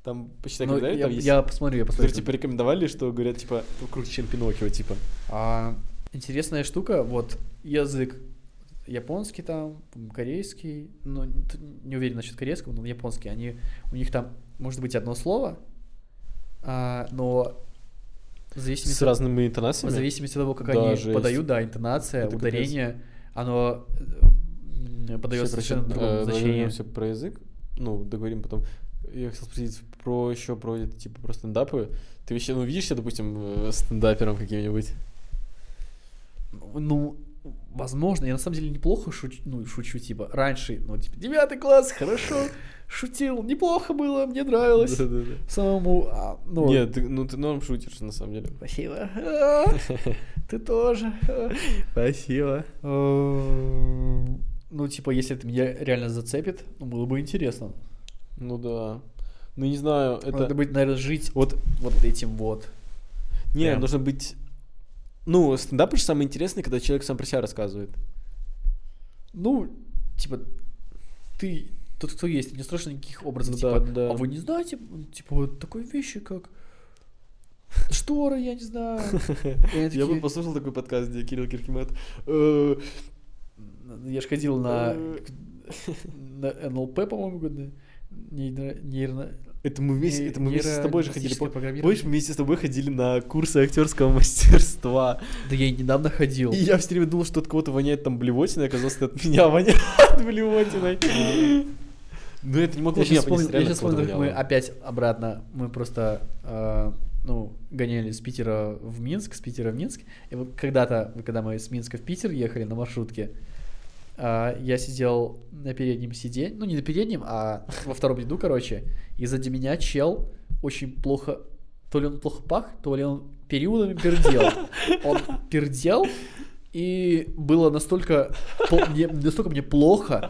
[SPEAKER 1] Там почитай,
[SPEAKER 2] Ну,
[SPEAKER 1] когда
[SPEAKER 2] я,
[SPEAKER 1] там есть...
[SPEAKER 2] я посмотрю, я посмотрю.
[SPEAKER 1] Которые тебе порекомендовали, что говорят, типа, «Ну, круче, чем Пиноккио, типа.
[SPEAKER 2] А, интересная штука, вот язык японский там, корейский, ну н- т- не уверен насчет корейского, но японский, они у них там может быть одно слово, а, но в
[SPEAKER 1] С
[SPEAKER 2] зависимости, от-
[SPEAKER 1] разными
[SPEAKER 2] в
[SPEAKER 1] интонациями?
[SPEAKER 2] зависимости от того, как
[SPEAKER 1] Да,
[SPEAKER 2] они
[SPEAKER 1] жесть.
[SPEAKER 2] подают, да, интонация,
[SPEAKER 1] Это капец.
[SPEAKER 2] ударение, оно э, подается совершенно в другом значении.
[SPEAKER 1] Вернемся про язык. Ну, договорим потом. Я хотел спросить про еще про это, типа про стендапы. Ты вообще, ну, видишься, допустим, э, стендапером каким-нибудь?
[SPEAKER 2] Ну, возможно, я на самом деле неплохо шучу, ну, шучу, типа, раньше, ну, типа, девятый класс, хорошо, шутил, неплохо было, мне нравилось.
[SPEAKER 1] Да-да-да.
[SPEAKER 2] Самому, а, ну...
[SPEAKER 1] Нет, ты- ну ты норм шутишь на самом
[SPEAKER 2] <laughs>
[SPEAKER 1] деле.
[SPEAKER 2] Спасибо. А, Ты тоже. А.
[SPEAKER 1] Спасибо.
[SPEAKER 2] Эм, Ну, типа, если это меня реально зацепит, ну, было бы интересно.
[SPEAKER 1] Ну да. Ну не знаю, это...
[SPEAKER 2] Надо быть, наверное, жить вот, вот этим вот.
[SPEAKER 1] Не,
[SPEAKER 2] прям.
[SPEAKER 1] нужно быть... Ну, стендапы же самое интересное, когда человек сам про себя рассказывает.
[SPEAKER 2] Ну, типа, ты тот, кто есть, не страшно никаких образов.
[SPEAKER 1] Ну
[SPEAKER 2] типа,
[SPEAKER 1] да, да.
[SPEAKER 2] а вы не знаете, м, типа, вот такой вещи, как шторы, я не
[SPEAKER 1] <laughs>
[SPEAKER 2] знаю. И они
[SPEAKER 1] Я бы
[SPEAKER 2] такие,
[SPEAKER 1] послушал такой подкаст, где Кирилл Киркимат. «Э,
[SPEAKER 2] Я же ходил
[SPEAKER 1] <laughs> э,
[SPEAKER 2] на, на НЛП, по-моему, годы. Нейро... нейро-
[SPEAKER 1] Это мы вместе,
[SPEAKER 2] не-
[SPEAKER 1] это мы вместе с тобой же ходили.
[SPEAKER 2] нейролингвистическое
[SPEAKER 1] пом-
[SPEAKER 2] программирование.
[SPEAKER 1] Помнишь, мы вместе с тобой ходили на курсы актерского мастерства.
[SPEAKER 2] Да я и недавно ходил.
[SPEAKER 1] И я все время думал, что от кого-то воняет там блевотиной, а оказалось, это от меня воняет <laughs> блевотиной. Ну, это не могло
[SPEAKER 2] Я
[SPEAKER 1] меня
[SPEAKER 2] сейчас
[SPEAKER 1] понять,
[SPEAKER 2] вспомнил, я
[SPEAKER 1] реально
[SPEAKER 2] щас
[SPEAKER 1] от кого-то
[SPEAKER 2] вспомнил, как мы
[SPEAKER 1] воняло.
[SPEAKER 2] опять обратно, мы просто, э, ну, гоняли с Питера в Минск, с Питера в Минск, и вот когда-то, когда мы с Минска в Питер ехали на маршрутке, а, я сидел на переднем сиденье, ну, не на переднем, а во втором ряду, короче, и сзади меня чел очень плохо, то ли он плохо пах, то ли он периодами пердел. Он пердел, и было настолько, пл- мне- настолько мне плохо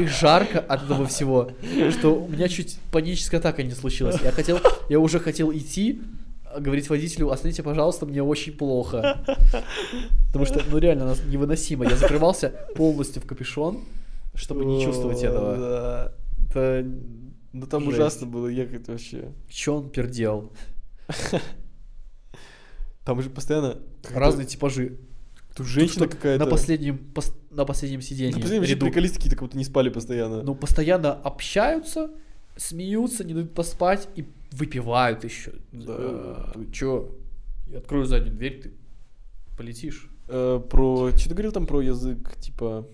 [SPEAKER 2] и жарко от этого всего, что у меня чуть паническая атака не случилась. Я хотел, я уже хотел идти, а, говорить водителю, остановите, пожалуйста, мне очень плохо. Потому что, ну реально, нас- невыносимо. Я закрывался полностью в капюшон, чтобы не чувствовать
[SPEAKER 1] О,
[SPEAKER 2] этого.
[SPEAKER 1] да.
[SPEAKER 2] Это...
[SPEAKER 1] Ну, там
[SPEAKER 2] Жесть.
[SPEAKER 1] ужасно было ехать вообще.
[SPEAKER 2] Чё он пердел?
[SPEAKER 1] Там же постоянно...
[SPEAKER 2] Разные типажи.
[SPEAKER 1] Тут женщина
[SPEAKER 2] Кто-то
[SPEAKER 1] какая-то...
[SPEAKER 2] На последнем, пос- на последнем
[SPEAKER 1] Да,
[SPEAKER 2] сиденье.
[SPEAKER 1] последние вообще
[SPEAKER 2] ряду.
[SPEAKER 1] приколисты какие-то как будто не спали постоянно.
[SPEAKER 2] Ну, постоянно общаются, смеются, не дают поспать и выпивают еще.
[SPEAKER 1] Да.
[SPEAKER 2] Ты чё? Я открою заднюю дверь, ты полетишь.
[SPEAKER 1] Э, про... Что ты говорил там про язык? Типа...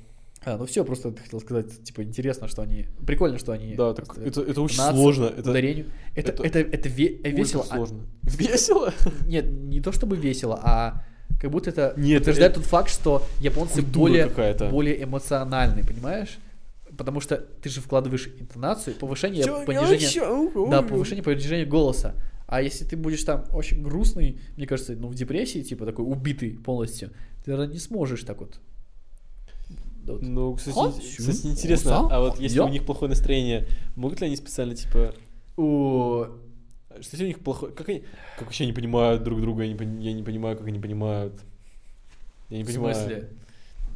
[SPEAKER 2] А, ну все, просто хотел сказать, типа, интересно, что они... Прикольно, что они...
[SPEAKER 1] Да, так,
[SPEAKER 2] просто
[SPEAKER 1] это, это очень
[SPEAKER 2] нации,
[SPEAKER 1] сложно. Это
[SPEAKER 2] ударению. Это,
[SPEAKER 1] это
[SPEAKER 2] это, это, ве-
[SPEAKER 1] ультра
[SPEAKER 2] весело. а-
[SPEAKER 1] сложно. Весело?
[SPEAKER 2] нет, не то чтобы весело, а как будто это
[SPEAKER 1] Нет,
[SPEAKER 2] подтверждает
[SPEAKER 1] это-
[SPEAKER 2] тот факт, что японцы
[SPEAKER 1] Культура
[SPEAKER 2] более,
[SPEAKER 1] какая-то.
[SPEAKER 2] более эмоциональны, понимаешь? Потому что ты же вкладываешь интонацию, повышение,
[SPEAKER 1] Чё,
[SPEAKER 2] понижение...
[SPEAKER 1] чё?
[SPEAKER 2] Да, повышение понижение голоса. А если ты будешь там очень грустный, мне кажется, ну в депрессии, типа такой убитый полностью, ты, наверное, не сможешь так вот. Да вот.
[SPEAKER 1] Ну, кстати,
[SPEAKER 2] Ха?
[SPEAKER 1] кстати,
[SPEAKER 2] Чё?
[SPEAKER 1] интересно,
[SPEAKER 2] Оса?
[SPEAKER 1] а вот если
[SPEAKER 2] Я?
[SPEAKER 1] у них плохое настроение, могут ли они специально, типа,
[SPEAKER 2] О,
[SPEAKER 1] что если у них плохое, как они, как вообще они понимают друг друга, я не, пон- я не понимаю, как они понимают, я не
[SPEAKER 2] в
[SPEAKER 1] понимаю.
[SPEAKER 2] смысле?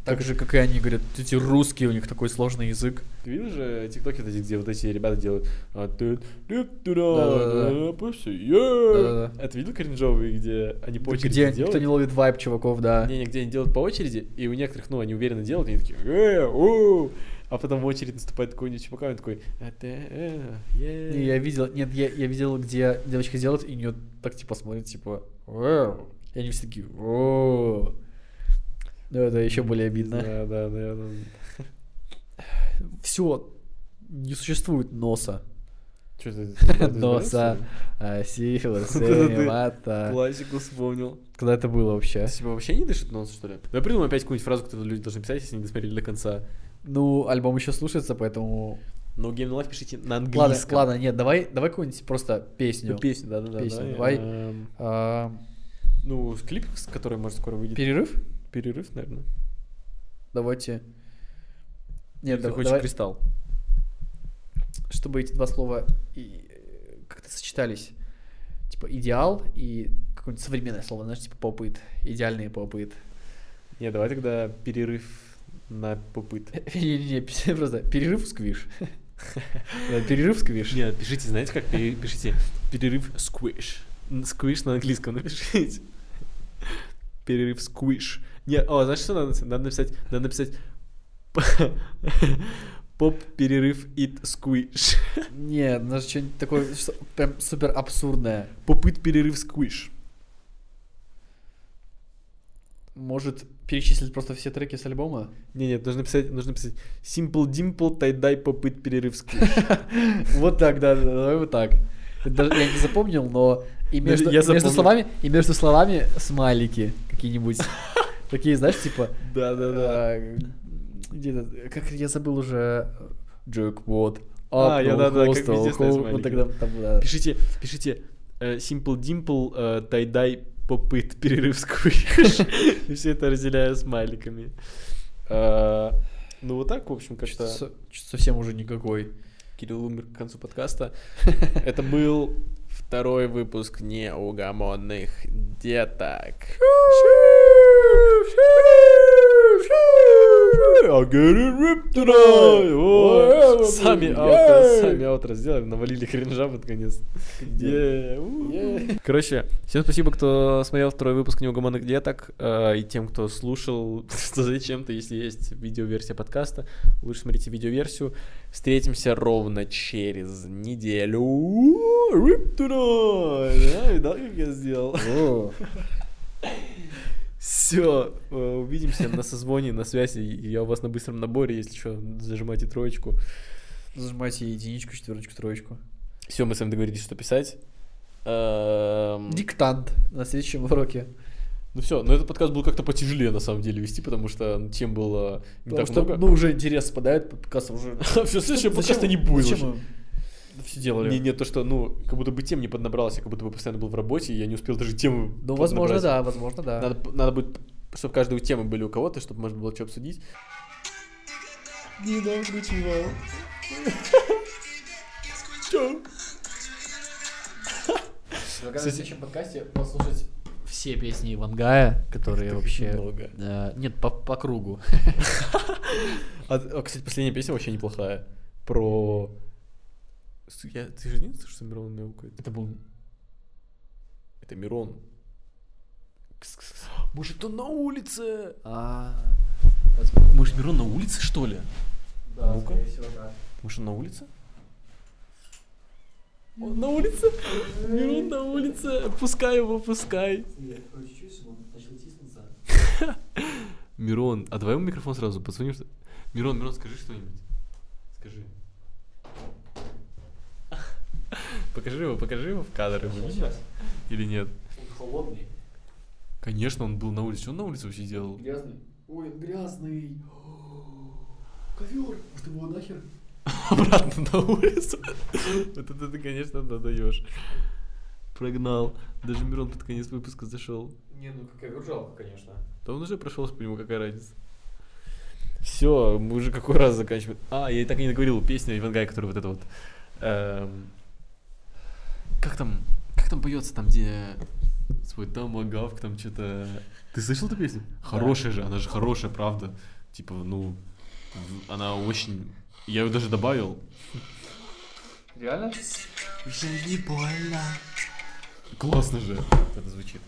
[SPEAKER 2] Так же, как и они говорят, эти русские, у них такой сложный язык.
[SPEAKER 1] Ты видел же тиктоки вот эти, где вот эти ребята делают... а, ты-
[SPEAKER 2] Да-да-да.
[SPEAKER 1] пусть-
[SPEAKER 2] Да-да-да.
[SPEAKER 1] А ты видел кринжовые, где они по очереди
[SPEAKER 2] Типа, Где
[SPEAKER 1] делают?
[SPEAKER 2] никто не ловит вайп чуваков, да.
[SPEAKER 1] Не, не, где они делают по очереди, и у некоторых, ну, они уверенно делают, и они такие, «Э, у». а потом в очередь наступает какой-нибудь чувак, и он такой, «А, тэ, э, е».
[SPEAKER 2] Не, я видел, нет, я, я видел, где девочка делает, и нее так типа смотрит, типа, «Вау». и они все такие, «Вау». ну это еще более обидно.
[SPEAKER 1] Да, да, наверное.
[SPEAKER 2] Все, не существует носа.
[SPEAKER 1] Что ты? <laughs> ты
[SPEAKER 2] Носа,
[SPEAKER 1] разбираешься? <laughs>
[SPEAKER 2] а сила
[SPEAKER 1] ты-
[SPEAKER 2] синевата.
[SPEAKER 1] Классику вспомнил.
[SPEAKER 2] Когда это было вообще?
[SPEAKER 1] Ты, Типа вообще не дышит нос, что ли? Ну, я придумал опять какую-нибудь фразу, которую люди должны писать, если не досмотрели до конца.
[SPEAKER 2] Ну, альбом еще слушается, поэтому...
[SPEAKER 1] Но Game No Life пишите на
[SPEAKER 2] Ладно,
[SPEAKER 1] английском.
[SPEAKER 2] ладно, нет, давай, давай какую-нибудь просто песню.
[SPEAKER 1] Ну, песню, да, да, да.
[SPEAKER 2] Песню, давай.
[SPEAKER 1] Эм,
[SPEAKER 2] А,
[SPEAKER 1] Ну, с клип, с который, может, скоро выйдет.
[SPEAKER 2] Перерыв?
[SPEAKER 1] Перерыв, наверное.
[SPEAKER 2] Давайте.
[SPEAKER 1] Или
[SPEAKER 2] Нет, да-
[SPEAKER 1] ты хочешь
[SPEAKER 2] давай,
[SPEAKER 1] кристалл?
[SPEAKER 2] чтобы эти два слова и, э, как-то сочетались. Типа идеал и какое-нибудь современное слово, знаешь, типа попыт, идеальные попыт. <laughs>
[SPEAKER 1] Не, давай тогда перерыв на попыт.
[SPEAKER 2] Не-не-не, просто перерыв сквиш. <laughs> Да, Перерыв сквиш.
[SPEAKER 1] Нет, пишите, знаете как? Пере- Пишите перерыв squish. Н- Squish на английском <laughs> напишите. Перерыв squish. Не, о, знаешь, что надо написать? Надо написать, надо написать <laughs> поп перерыв it squish.
[SPEAKER 2] Нет, у нас что-нибудь такое что прям супер абсурдное.
[SPEAKER 1] Попыт перерыв squish.
[SPEAKER 2] Может перечислить просто все треки с альбома?
[SPEAKER 1] Не, нет, нужно писать, нужно писать simple dimple тайдай попыт перерыв squish.
[SPEAKER 2] Вот так, да, да, давай вот так. Это даже я не запомнил, но и
[SPEAKER 1] Ну, я
[SPEAKER 2] между, и между
[SPEAKER 1] запомнил.
[SPEAKER 2] словами, и между словами смайлики
[SPEAKER 1] <laughs>
[SPEAKER 2] какие-нибудь. Такие, знаешь, типа...
[SPEAKER 1] Да, да, да.
[SPEAKER 2] э, где этот- Как я забыл уже... Джекпот.
[SPEAKER 1] А, я- да-да, как везде ставят
[SPEAKER 2] Вот
[SPEAKER 1] смайлики,
[SPEAKER 2] тогда
[SPEAKER 1] да.
[SPEAKER 2] там, да.
[SPEAKER 1] Пишите, пишите э, simple dimple э, тайдай попыт перерыв squish. И все это разделяю смайликами. Э, Ну вот так, в общем,
[SPEAKER 2] Чё-то
[SPEAKER 1] как-то
[SPEAKER 2] со- чё-то совсем уже никакой.
[SPEAKER 1] Кирилл умер к концу подкаста. Это был второй выпуск неугомонных деток.
[SPEAKER 4] I get it ripped tonight.
[SPEAKER 1] О,
[SPEAKER 4] Ой,
[SPEAKER 1] Сами
[SPEAKER 4] ой,
[SPEAKER 1] аутро,
[SPEAKER 4] ей.
[SPEAKER 1] сами аутро сделали, навалили кринжа под конец. Е, у. Короче, всем спасибо, кто смотрел второй выпуск «Неугомонных деток», э, и тем, кто слушал, что зачем-то, если есть видеоверсия подкаста, лучше смотрите видеоверсию. Встретимся ровно через неделю. Rip tonight. Да, видал, как я сделал?
[SPEAKER 2] О,
[SPEAKER 1] Все, э, увидимся на созвоне, на связи. Я у вас на быстром наборе, если что, зажимайте троечку.
[SPEAKER 2] <laughs> Зажимайте единичку, четверочку, троечку.
[SPEAKER 1] Все, мы с вами договорились, что писать. Эм,
[SPEAKER 2] Диктант на следующем уроке.
[SPEAKER 1] Ну все, но этот подкаст был как-то потяжелее на самом деле вести, потому что тем было не так
[SPEAKER 2] Потому что,
[SPEAKER 1] много. <laughs>
[SPEAKER 2] ну, уже интерес спадает, подкаст уже...
[SPEAKER 1] все, следующего
[SPEAKER 2] Зачем-
[SPEAKER 1] подкаста не будет.
[SPEAKER 2] Зачем
[SPEAKER 1] уже.
[SPEAKER 2] мы все делали?
[SPEAKER 1] Не, не, то, что, ну, как будто бы тем не поднабралось, я как будто бы постоянно был в работе, и я не успел даже тему
[SPEAKER 2] Ну, возможно,
[SPEAKER 1] поднабрать.
[SPEAKER 2] да, возможно, да.
[SPEAKER 1] Надо, надо будет, чтобы каждую тему были у кого-то, чтобы можно было что обсудить.
[SPEAKER 4] Не нам включила.
[SPEAKER 2] Предлагаю в следующем подкасте послушать все песни Ивангая, которые вообще...
[SPEAKER 1] много.
[SPEAKER 2] э, Нет, по, по кругу.
[SPEAKER 1] А, а, кстати, последняя песня вообще неплохая. Про... С- Я, ты же не слышал, что Мирон мяукает?
[SPEAKER 2] Это был...
[SPEAKER 1] Это Мирон. Кс-кс-кс. Может, он на улице?
[SPEAKER 2] А,
[SPEAKER 1] Может, Мирон на улице, что ли?
[SPEAKER 2] да,
[SPEAKER 1] Ну-ка.
[SPEAKER 2] скорее всего, да.
[SPEAKER 1] Может, он на улице? Он на улице? Мирон на улице. Пускай его, пускай. Мирон, а давай ему микрофон сразу позвоним. что- Мирон, Мирон, скажи что-нибудь. Скажи. Покажи его, покажи его в кадр. его видно? Или нет?
[SPEAKER 2] Холодный,
[SPEAKER 1] Конечно, он был на улице. Что он на улице вообще делал? <laughs>
[SPEAKER 2] грязный. Ой, он грязный. <gasps> Ковер. Может, его нахер?
[SPEAKER 1] обратно на улицу. Вот это ты, конечно, додаешь. Прогнал. Даже Мирон под конец выпуска зашел.
[SPEAKER 2] Не, ну ковер жалко, конечно.
[SPEAKER 1] Да он уже прошелся по нему, какая разница. Все, мы уже какой раз заканчиваем. А, я и так и не договорил, песня Ивангая, которая вот эта вот. эм, как там, как там поется там, где свой тамагавк, там что-то... Ты слышал эту песню? Хорошая же, она же хорошая, правда. Типа, ну, в- она очень... Я ее даже добавил.
[SPEAKER 5] Реально?
[SPEAKER 1] Классно же это звучит.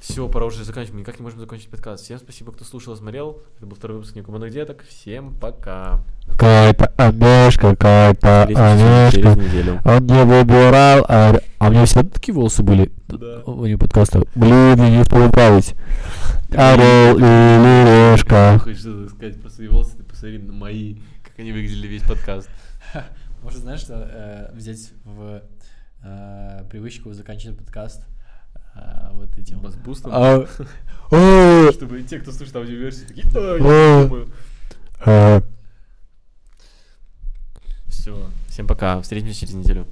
[SPEAKER 1] Все, пора уже заканчивать. Мы никак не можем закончить подкаст. Всем спасибо, кто слушал, смотрел. Это был второй выпуск Никоманных деток. Всем пока.
[SPEAKER 2] Какая-то одежка, какая-то одежка.
[SPEAKER 1] неделю.
[SPEAKER 2] Он не выбирал, а... а у меня всегда такие волосы были во время подкаста. Блин, мне не поправить. Орел и решка.
[SPEAKER 1] Хочешь что-то сказать про свои волосы, ты посмотри на мои, как они выглядели весь подкаст.
[SPEAKER 6] Может, знаешь, что э, взять в э, привычку заканчивать подкаст э, вот этим.
[SPEAKER 1] Бас бустом.
[SPEAKER 2] А, э,
[SPEAKER 1] Чтобы те, кто слушает аудиоверсию, такие, да, я
[SPEAKER 2] Э.
[SPEAKER 1] думаю.
[SPEAKER 2] э.
[SPEAKER 1] Все, всем пока, встретимся через неделю.